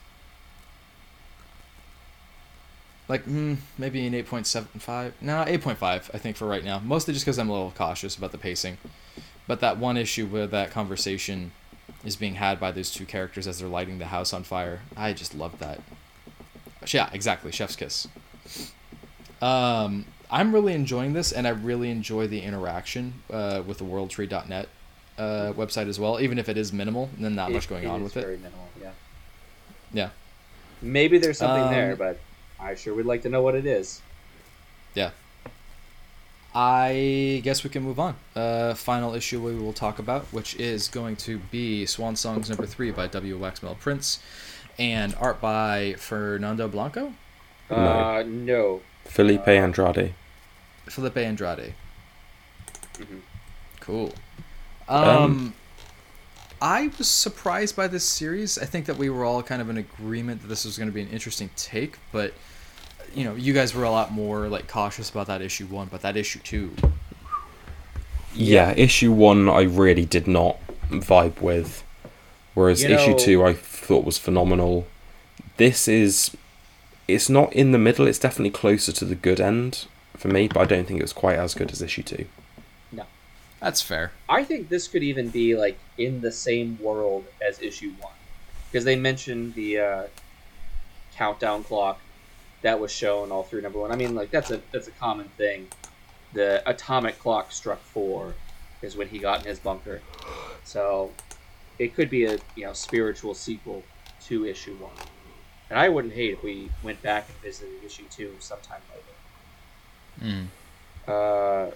like mm, maybe an eight point seven five. No, eight point five. I think for right now, mostly just because I'm a little cautious about the pacing. But that one issue with that conversation is being had by those two characters as they're lighting the house on fire. I just love that. Yeah, exactly. Chef's kiss. Um, I'm really enjoying this, and I really enjoy the interaction uh, with the WorldTree.net uh, website as well. Even if it is minimal, and then not much It- going on is with very it. minimal, yeah. Yeah, Maybe there's something Um, there, but I sure would like to know what it is. yeah. I guess we can move on. Uh, final issue we will talk about, which is going to be Swan Songs Number Three by W. Waxmill Prince, and art by Fernando Blanco. No. Uh, no. Felipe Andrade. Felipe Andrade. Cool. Um, Um, I was surprised by this series. I think that we were all kind of in agreement that this was going to be an interesting take, but you know, you guys were a lot more like cautious about that issue one, but that issue two, Yeah, issue one I really did not vibe with, whereas You issue know- two I thought was phenomenal. This is, it's not in the middle. It's definitely closer to the good end for me, but I don't think it was quite as good as issue two. that's fair. I think this could even be like in the same world as issue one, because they mentioned the uh, countdown clock that was shown all through number one. I mean, like that's a that's a common thing. The atomic clock struck four, is when he got in his bunker. So it could be a you know spiritual sequel to issue one, and I wouldn't hate if we went back and visited issue two sometime later. Uh,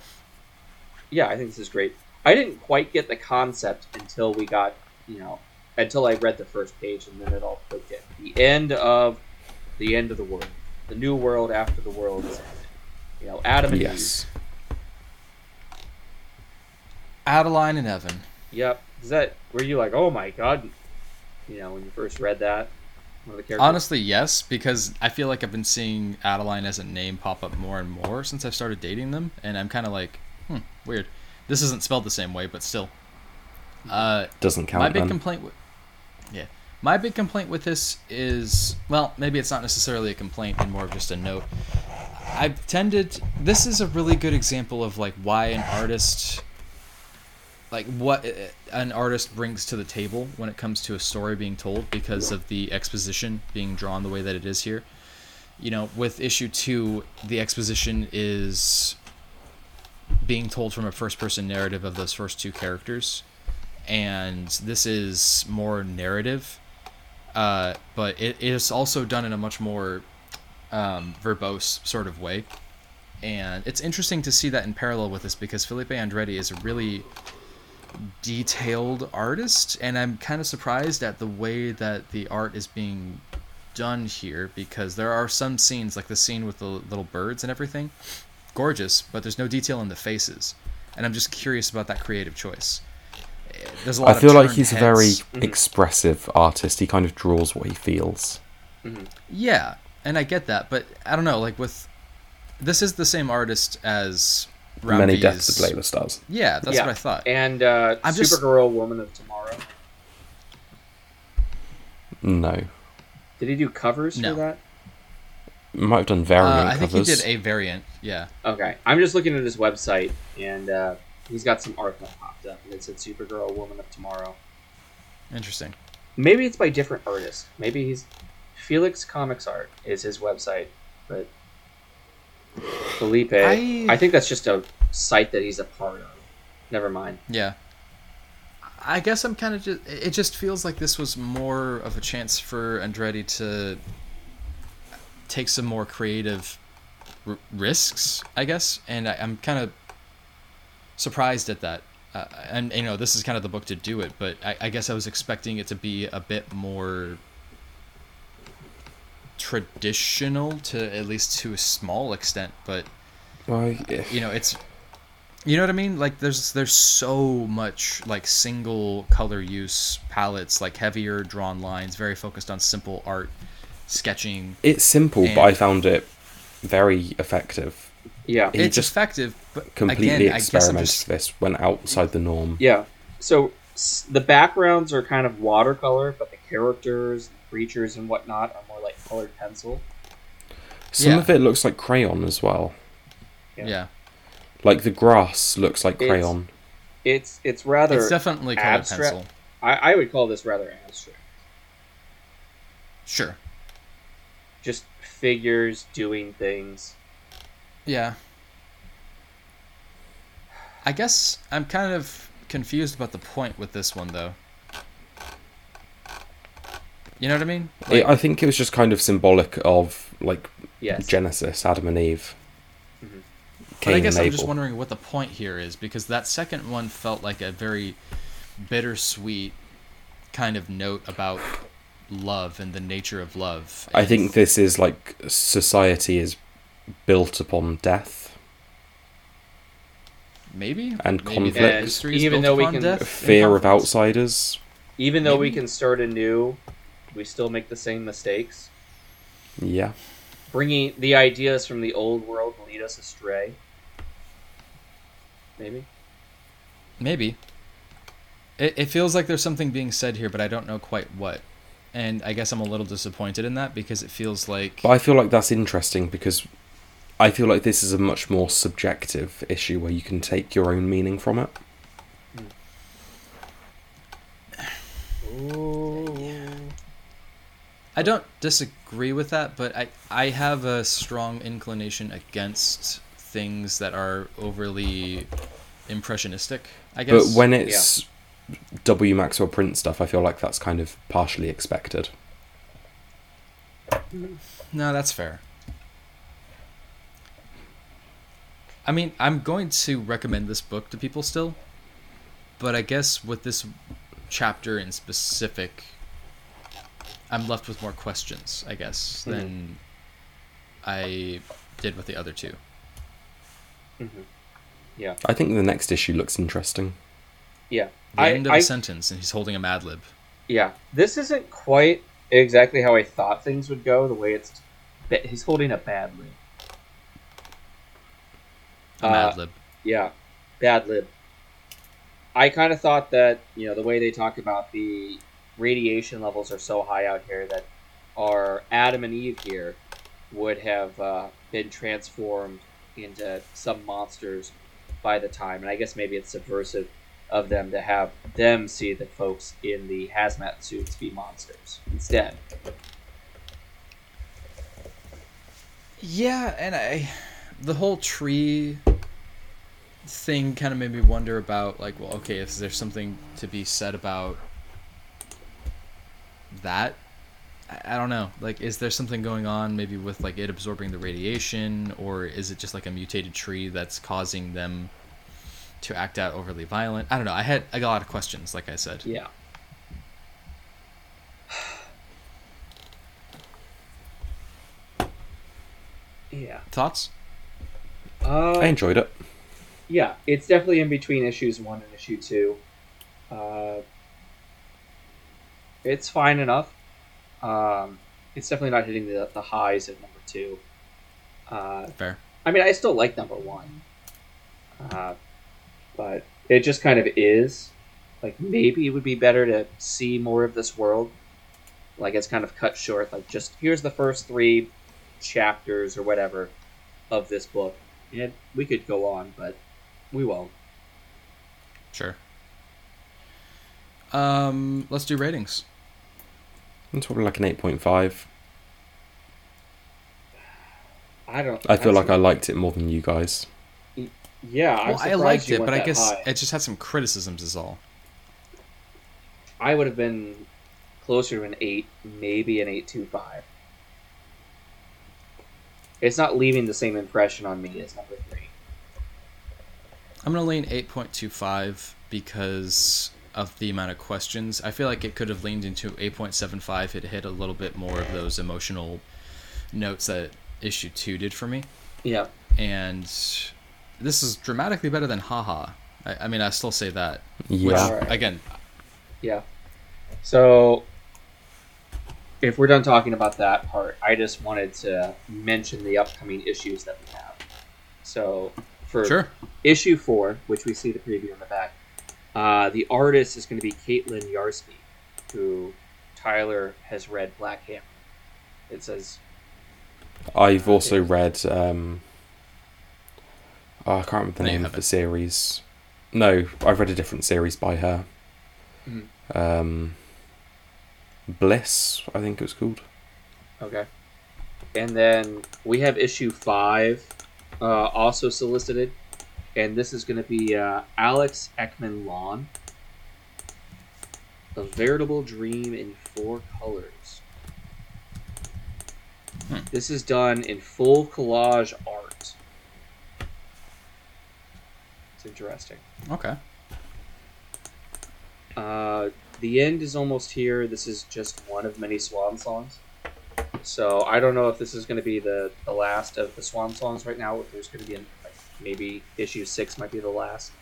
yeah, I think this is great. I didn't quite get the concept until we got, you know, until I read the first page and then it all clicked in. The end of the end of the world. The new world after the world is ended. You know, Adam and Yes, Adeline and Evan. Eve. Yep. Is that were you like, oh my god you know, when you first read that? One of the characters Honestly, yes, because I feel like I've been seeing Adeline as a name pop up more and more since I've started dating them, and I'm kind of like, hmm, weird. This isn't spelled the same way, but still. Uh, doesn't my count. big Then. complaint with yeah my big complaint with this is well maybe it's not necessarily a complaint and more of just a note i've tended this is a really good example of like why an artist like what uh, an artist brings to the table when it comes to a story being told because of the exposition being drawn the way that it is here you know with issue two the exposition is being told from a first person narrative of those first two characters and this is more narrative uh, but it is also done in a much more um, verbose sort of way and it's interesting to see that in parallel with this because felipe andretti is a really detailed artist and i'm kind of surprised at the way that the art is being done here because there are some scenes like the scene with the little birds and everything gorgeous but there's no detail in the faces and i'm just curious about that creative choice Eh, there's a lot I of feel like turned he's a heads. Mm-hmm. very expressive artist. He kind of draws what he feels. Yeah, and I get that, but I don't know. Like with this is the same artist as Round Many B's- deaths of Layla Stars. Yeah, that's Yeah. what I thought. and uh I'm just- Supergirl Woman of Tomorrow. No, Did he do covers No. for that? might have done variant Uh, I think covers. he did a variant. Yeah, Okay, I'm just looking at his website, and uh, he's got some art that popped up, and it said Supergirl, Woman of Tomorrow. interesting. Maybe it's by different artists. Maybe he's Felix Comics Art is his website, but Felipe, I- I, think that's just a site that he's a part of. Never mind. Yeah. I guess I'm kind of just. It just feels like this was more of a chance for Andretti to take some more creative r- risks, I guess, and I, I'm kind of surprised at that. uh, and you know this is kind of the book to do it but I, I guess i was expecting it to be a bit more traditional to at least to a small extent but Well, yeah. you know it's you know what i mean like there's there's so much like single color use palettes like heavier drawn lines very focused on simple art sketching It's simple, And- but I found it very effective. Yeah. He it's just effective but completely again i guess i'm experimented just this, went outside the norm. Yeah. So s- the backgrounds are kind of watercolor, but the characters, creatures, and whatnot are more like colored pencil. Some Yeah. of it looks like crayon as well. Yeah. yeah Like the grass looks like It's- crayon. It's it's rather. it's definitely colored abstract- pencil I, I would call this rather abstract. sure Just figures doing things. Yeah. I guess I'm kind of confused about the point with this one, though. You know what I mean? It- I think it was just kind of symbolic of like Yes. Genesis, Adam and Eve, Mm-hmm. But I Cain and guess I'm just Abel. wondering what the point here is because that second one felt like a very bittersweet kind of note about love and the nature of love. I and- think this is like society is built upon death, maybe and Maybe conflict. that And history is even built though we upon can- death and fear of conflict. outsiders. Even though we can start anew, we still make the same mistakes. Yeah, Bringing the ideas from the old world lead us astray. Maybe. Maybe. It, it feels like there's something being said here, but I don't know quite what. And I guess I'm a little disappointed in that because it feels like. but I feel like that's interesting because I feel like this is a much more subjective issue where you can take your own meaning from it. I don't disagree with that, but I, I have a strong inclination against things that are overly impressionistic, I guess. But when it's W Maxwell print stuff, I feel like that's kind of partially expected. No, that's fair. I mean, I'm going to recommend this book to people still, but I guess with this chapter in specific, I'm left with more questions, I guess, Hmm. than I did with the other two. I think the next issue looks interesting. Yeah. The I, end of a I sentence, and he's holding a Mad Lib. yeah. This isn't quite exactly how I thought things would go. The way it's, but he's holding it badly. A Uh, Mad Lib. Yeah, bad lib. I kind of thought that you know the way they talk about the radiation levels are so high out here that our Adam and Eve here would have uh, been transformed into some monsters by the time, and I guess maybe it's subversive of them to have them see the folks in the hazmat suits be monsters instead. Yeah, and I, the whole tree thing kind of made me wonder about like, well, okay, is there something to be said about that? I, I don't know. Like, is there something going on maybe with like it absorbing the radiation, or is it just like a mutated tree that's causing them to act out overly violent? I don't know. I had I got a lot of questions, like I said. Yeah. Yeah. Thoughts? Uh, I enjoyed it. yeah, it's definitely in between issues one and issue two. Uh, it's fine enough. Um, it's definitely not hitting the, the highs of number two. Uh, Fair. I mean, I still like number one, uh, but it just kind of is. Like maybe it would be better to see more of this world. Like it's kind of cut short. Like just here's the first three chapters or whatever of this book, and we could go on, but we won't. Sure. Um, let's do ratings. It's probably like an 8.5. I don't. I feel I'm like I sur- liked it more than you guys. Yeah, I'm Well, I surprised liked you it, went but I that guess high. it just had some criticisms, is all. I would have been closer to an eight, maybe an eight two five. It's not leaving the same impression on me as number three. I'm gonna lean 8.25 because of the amount of questions. I feel like it could have leaned into 8.75. It hit a little bit more of those emotional notes that issue two did for me. Yeah. And this is dramatically better than Haha. I, I mean, I still say that. Yeah. Which, again, Yeah. So, if we're done talking about that part, I just wanted to mention the upcoming issues that we have. So, for sure. issue four, which we see the preview on the back, uh, the artist is going to be Caitlin Yarsky, who Tyler has read Black Hammer. It says I've also read. Um, oh, I can't remember the No, you name of the haven't. series. No, I've read a different series by her. Mm. Um, Bliss, I think it was called. Okay. And then we have issue five, uh, also solicited, and this is going to be uh, Alex Ekman Lawn, a veritable dream in four colors. This is done in full collage art. It's interesting. okay. Uh, the end is almost here. This is just one of many swan songs. So I don't know if this is going to be the, the last of the swan songs right now. If there's going to be an, like, maybe issue six might be the last.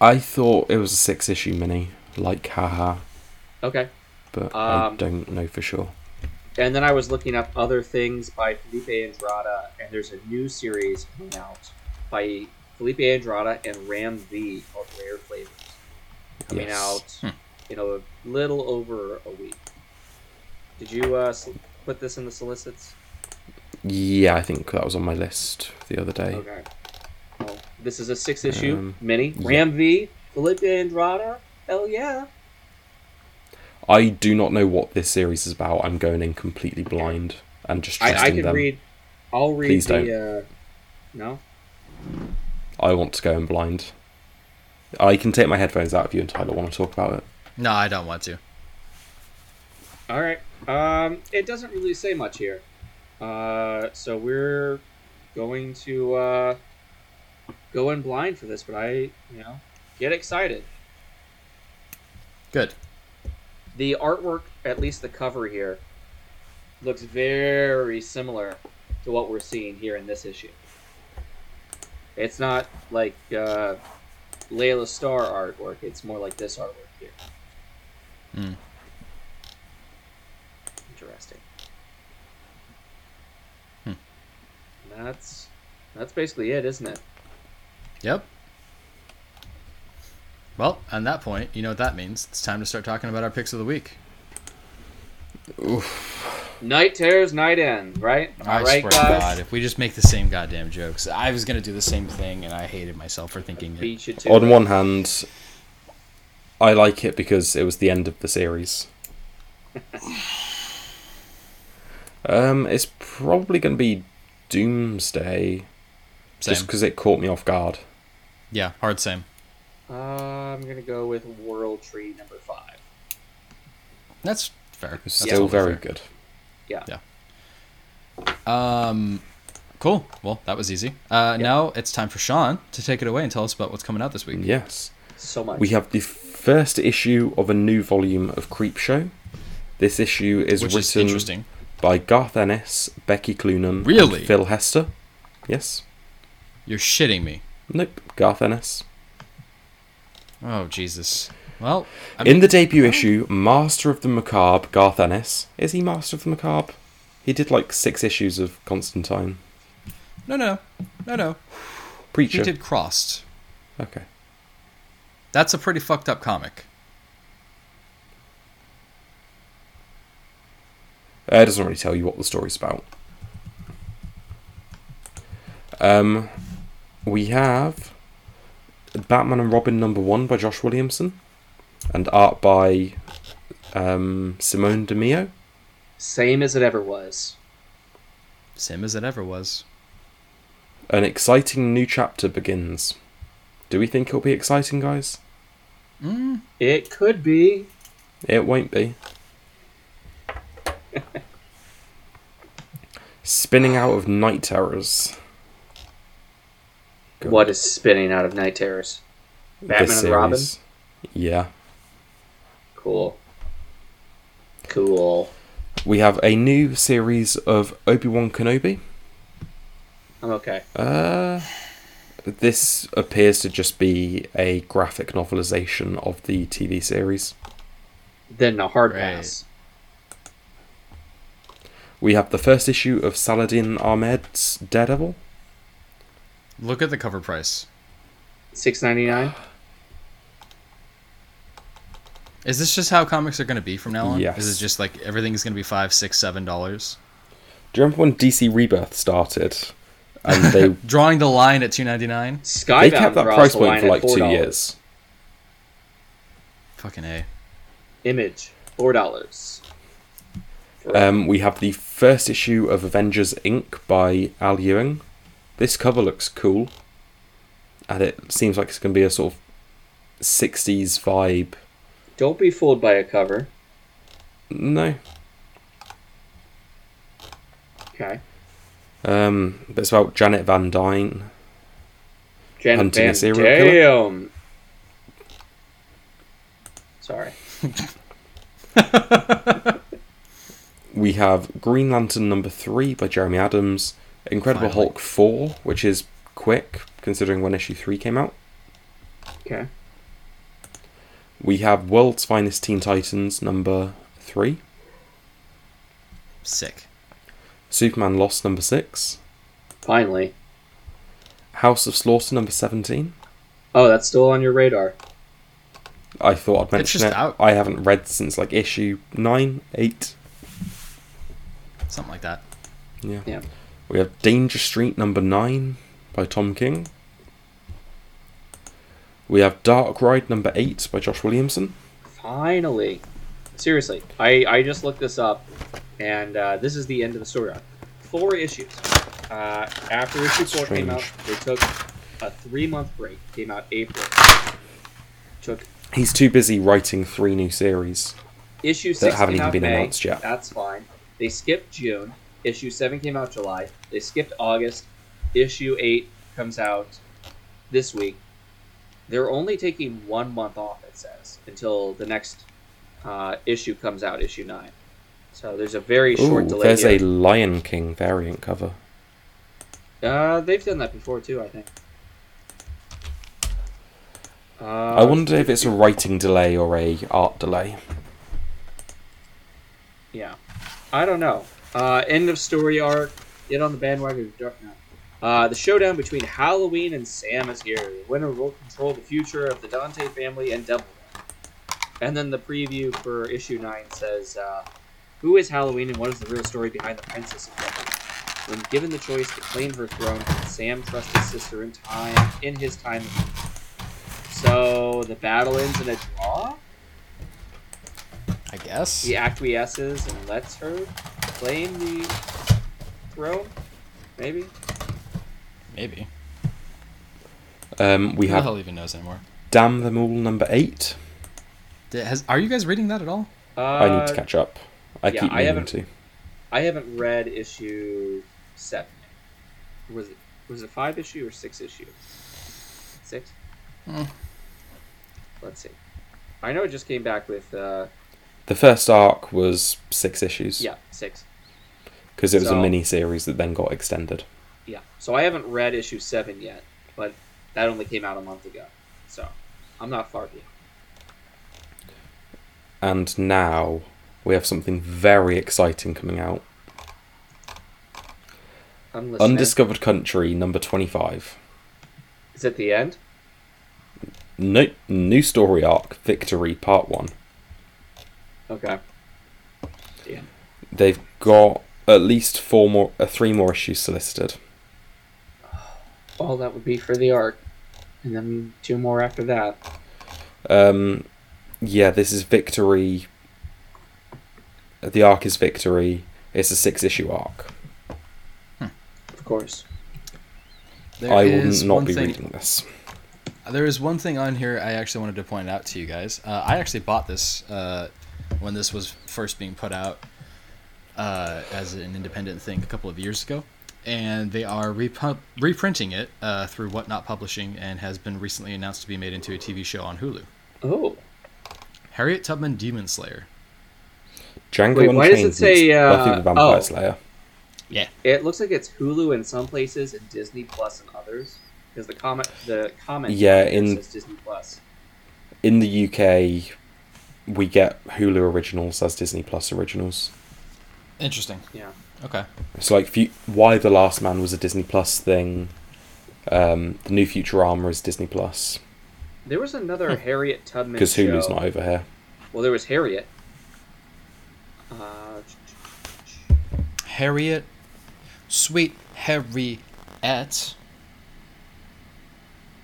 I thought it was a six issue mini, like haha, Okay. but I Um, don't know for sure. And then I was looking up other things by Felipe Andrada, and there's a new series coming out by Felipe Andrada and Ram V called Rare Flavors. Coming Yes. out, you know, a little over a week. Did you uh, s- put this in the solicits? Yeah, I think that was on my list the other day. Okay. Well, this is a six issue Um, mini. Ram V, Felipe Andrada. Hell yeah. I do not know what this series is about. I'm going in completely blind and just trusting I, I can them. read. I'll read Please the. don't. Uh, no? I want to go in blind. I can take my headphones out if you and Tyler want to talk about it. No, I don't want to. Alright. Um, it doesn't really say much here. Uh, so we're going to uh, go in blind for this, but I, you know, get excited. Good. The artwork, at least the cover here, looks very similar to what we're seeing here in this issue. It's not like uh, Layla Star artwork, it's more like this artwork here. Hmm. Interesting. Hmm. That's that's basically it, isn't it? Yep. Well, on that point, you know what that means. It's time to start talking about our picks of the week. Night tears, night end, right? I All right, swear to guys. God, if we just make the same goddamn jokes, I was gonna do the same thing, and I hated myself for thinking it. Beat you to On it. one hand, I like it because it was the end of the series. um, it's probably going to be Doomsday, just Same. because it caught me off guard. Yeah, hard same. Uh, I'm gonna go with World Tree number five. That's fair. It's That's still totally very good. Yeah. Yeah. Um, cool. Well, that was easy. Uh, Now it's time for Sean to take it away and tell us about what's coming out this week. Mm-hmm. Yes. So much. We have the first issue of a new volume of Creep Show. This issue is Which written is interesting. by Garth Ennis, Becky Cloonan, and Really? Phil Hester. Yes. You're shitting me. Nope. Garth Ennis. Oh Jesus. Well, I oh. In the debut issue, Master of the Macabre, Garth Ennis. Is he Master of the Macabre? He did like six issues of Constantine. no, no, no, no. He Preacher. did Crossed. Okay. That's a pretty fucked up comic. Uh, it doesn't really tell you what the story's about. Um, we have Batman and Robin number one by Josh Williamson, and art by um, Simone DeMio. Same as it ever was. Same as it ever was. An exciting new chapter begins. Do we think it'll be exciting, guys? It could be. It won't be. Spinning out of night terrors. Good. What is spinning out of Night Terrors? Batman this and Robin? series. Yeah. Cool. Cool. We have a new series of Obi Wan Kenobi. I'm okay. Uh, this appears to just be a graphic novelization of the TV series. Then a hard Right. pass. We have the first issue of Saladin Ahmed's Daredevil. Look at the cover price. Six ninety nine. Is this just how comics are going to be from now on? Yes. Is it just like everything's going to be five, six, seven dollars? Do you remember when DC Rebirth started? And they Drawing the line at two ninety nine. Skybound they kept that draws price the point line for at like two $4. years. Fucking a. Image four dollars. Um, we have the first issue of Avengers Inc. by Al Ewing. This cover looks cool, and it seems like it's going to be a sort of 60s vibe. Don't be fooled by a cover. No, Okay. um, it's about Janet Van Dyne. Janet Hunting a Van serial killer? Dam. Sorry. We have Green Lantern number three by Jeremy Adams, Incredible Finally. Hulk four, which is quick considering when issue three came out. Okay. We have World's Finest Teen Titans number three, Sick. Superman Lost number six, Finally. House of Slaughter number seventeen. Oh, that's still on your radar. I thought I'd mention It's just it. out. I haven't read since like issue nine, eight. Something like that. Yeah. Yeah. We have Danger Street number nine by Tom King. We have Dark Ride number eight by Josh Williamson. Finally. Seriously, I, I just looked this up, and uh, this is the end of the story arc. Four issues. Uh, after issue four came out, they took a three month break. Came out April. Took He's too busy writing three new series. issue six haven't came even out been May. announced yet. That's fine. They skipped June. Issue seven came out July. They skipped August. Issue eight comes out this week. They're only taking one month off. It says until the next uh, issue comes out, issue nine. So there's a very short Ooh, delay. there's a here. Lion King variant cover. Uh, they've done that before too, I think. Uh, I wonder if it's a writing delay or a art delay. Yeah, I don't know. Uh, end of story arc. Get on the bandwagon of dark Knight. Uh, the showdown between Halloween and Sam is here. The winner will control the future of the Dante family and Devil. And then the preview for issue nine says, uh, "Who is Halloween and what is the real story behind the Princess of Devil?" When given the choice to claim her throne, Sam trusts his sister in time in his time. of need. So the battle ends in a draw I guess. he acquiesces and lets her claim the throne. Maybe Maybe. Um, we Who the have hell even knows anymore? Damn Them All number eight. Did- Has, are you guys reading that at all? uh, I need to catch up. I yeah, keep I meaning haven't- to. I haven't read issue seven. Was it was it five issue or six issue? Six. Hmm. Let's see. I know it just came back with uh, The first arc was six issues. yeah six. because it was So- a mini series that then got extended. Yeah. So I haven't read issue seven yet, but that only came out a month ago, so I'm not far behind. And now we have something very exciting coming out: I'm listening. Undiscovered Country number twenty-five. Is it the end? No, new story arc: Victory Part One. Okay. They've got at least four more, uh, three more issues solicited. all that would be for the arc, and then two more after that. Um, yeah, this is Victory. The arc is Victory. It's a six-issue arc. Of course, There I will is not one be thing, reading this. There is one thing on here I actually wanted to point out to you guys. Uh, I actually bought this uh, when this was first being put out uh, as an independent thing a couple of years ago. and they are repu- reprinting it uh, through Whatnot Publishing and has been recently announced to be made into a TV show on Hulu. Oh, Harriet Tubman Demon Slayer. Django Wait, Unchained. why does it say, meets uh, Buffy the Vampire oh. Slayer. Yeah. it looks like it's Hulu in some places and Disney Plus in others because the comment the comment Yeah, here in- says Disney Plus. In the UK, we get Hulu originals as Disney Plus originals. Interesting. Yeah, Okay. It's like fu- why the Last Man was a Disney Plus thing. Um, the new Futurama is Disney Plus there was another Harriet Tubman because Hmm. Hulu's show. not over here. Well, there was Harriet. Uh, Harriet, sweet Harriet.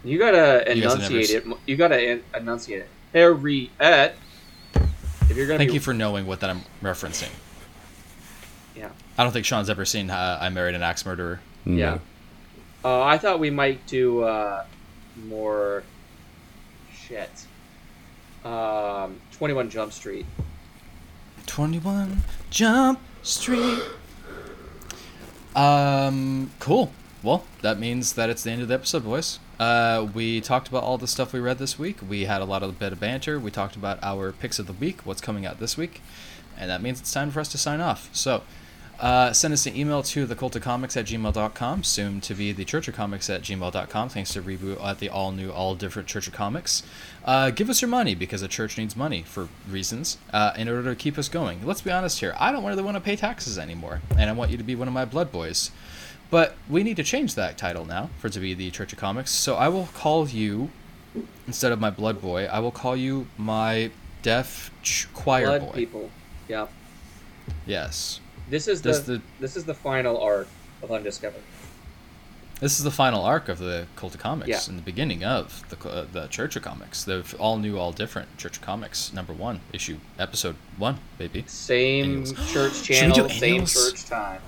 you gotta You guys have never enunciate s- it. mo- You gotta en- enunciate it. Harriet. If you're gonna Thank be, you for knowing what that I'm referencing. yeah. I don't think Sean's ever seen uh, I Married an Axe Murderer. No. Yeah. Uh, I thought we might do uh, more shit. Um, 21 Jump Street. 21 Jump Street. Um, cool. Well, that means that it's the end of the episode, boys. Uh, we talked about all the stuff we read this week. We had a lot of bit of banter. We talked about our picks of the week, what's coming out this week, and that means it's time for us to sign off. So, uh, send us an email to thecultocomics at gmail.com, soon to be the Church of Comics at gmail.com, thanks to Reboot at the all new, all different Church of Comics. Uh, give us your money because the church needs money for reasons uh, in order to keep us going. Let's be honest here. I don't really want to pay taxes anymore, and I want you to be one of my blood boys. But we need to change that title now for it to be the Church of Comics. So I will call you, instead of my blood boy, I will call you my deaf ch- choir Blood boy. People. Yeah. Yes. This is the, Does the- this is the final arc of Undiscovered. This is the final arc of the Cult of Comics Yeah. and the beginning of the, uh, the Church of Comics. The f- all new, all different Church of Comics, number one, issue, episode one, baby. Same Annuals. church Should we channel, do same annuals? church time.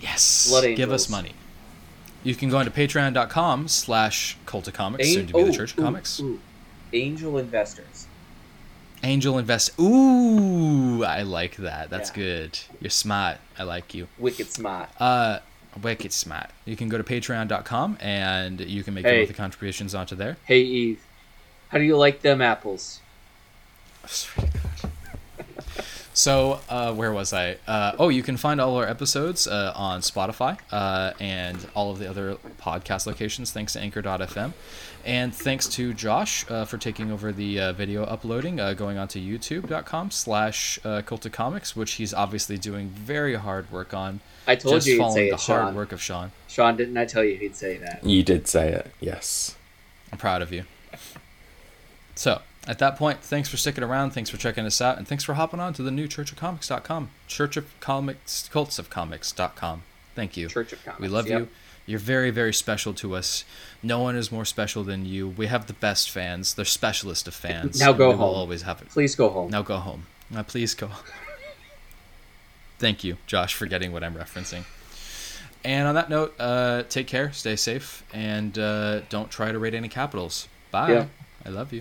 Yes. Blood Give us Angels. money. You can go into patreon.com slash Cult of Comics, An- soon to be ooh, the Church of ooh, Comics. oh, ooh. Angel investors. Angel Invest. Ooh, I like that. That's Yeah. good. You're smart. I like you. Wicked smart. Uh, Wicked smart. You can go to patreon.com and you can make Hey. your monthly contributions onto there. Hey Eve, how do you like them apples? So, uh, where was I? Uh, oh, you can find all our episodes uh, on Spotify uh, and all of the other podcast locations, thanks to Anchor.fm. And thanks to Josh uh, for taking over the uh, video uploading, uh, going onto YouTube.com slash uh, Cult of Comics, which he's obviously doing very hard work on. I told just you he'd following say the it, hard Sean. work of Sean. Sean, didn't I tell you he'd say that? You did say it. Yes. I'm proud of you. So, at that point, thanks for sticking around, thanks for checking us out, and thanks for hopping on to the new Church of Comics.com, Church of Comics, Cults of Comics.com. Thank you. Church of Comics. we love yep. you. You're very, very special to us. No one is more special than you. We have the best fans. They're specialist of fans. Now and go we home. Will always have it. Please go home. Now go home. Now please go. home. Thank you, Josh, for getting what I'm referencing. And on that note, uh, take care, stay safe, and uh, don't try to raid any capitals. Bye. Yeah. I love you.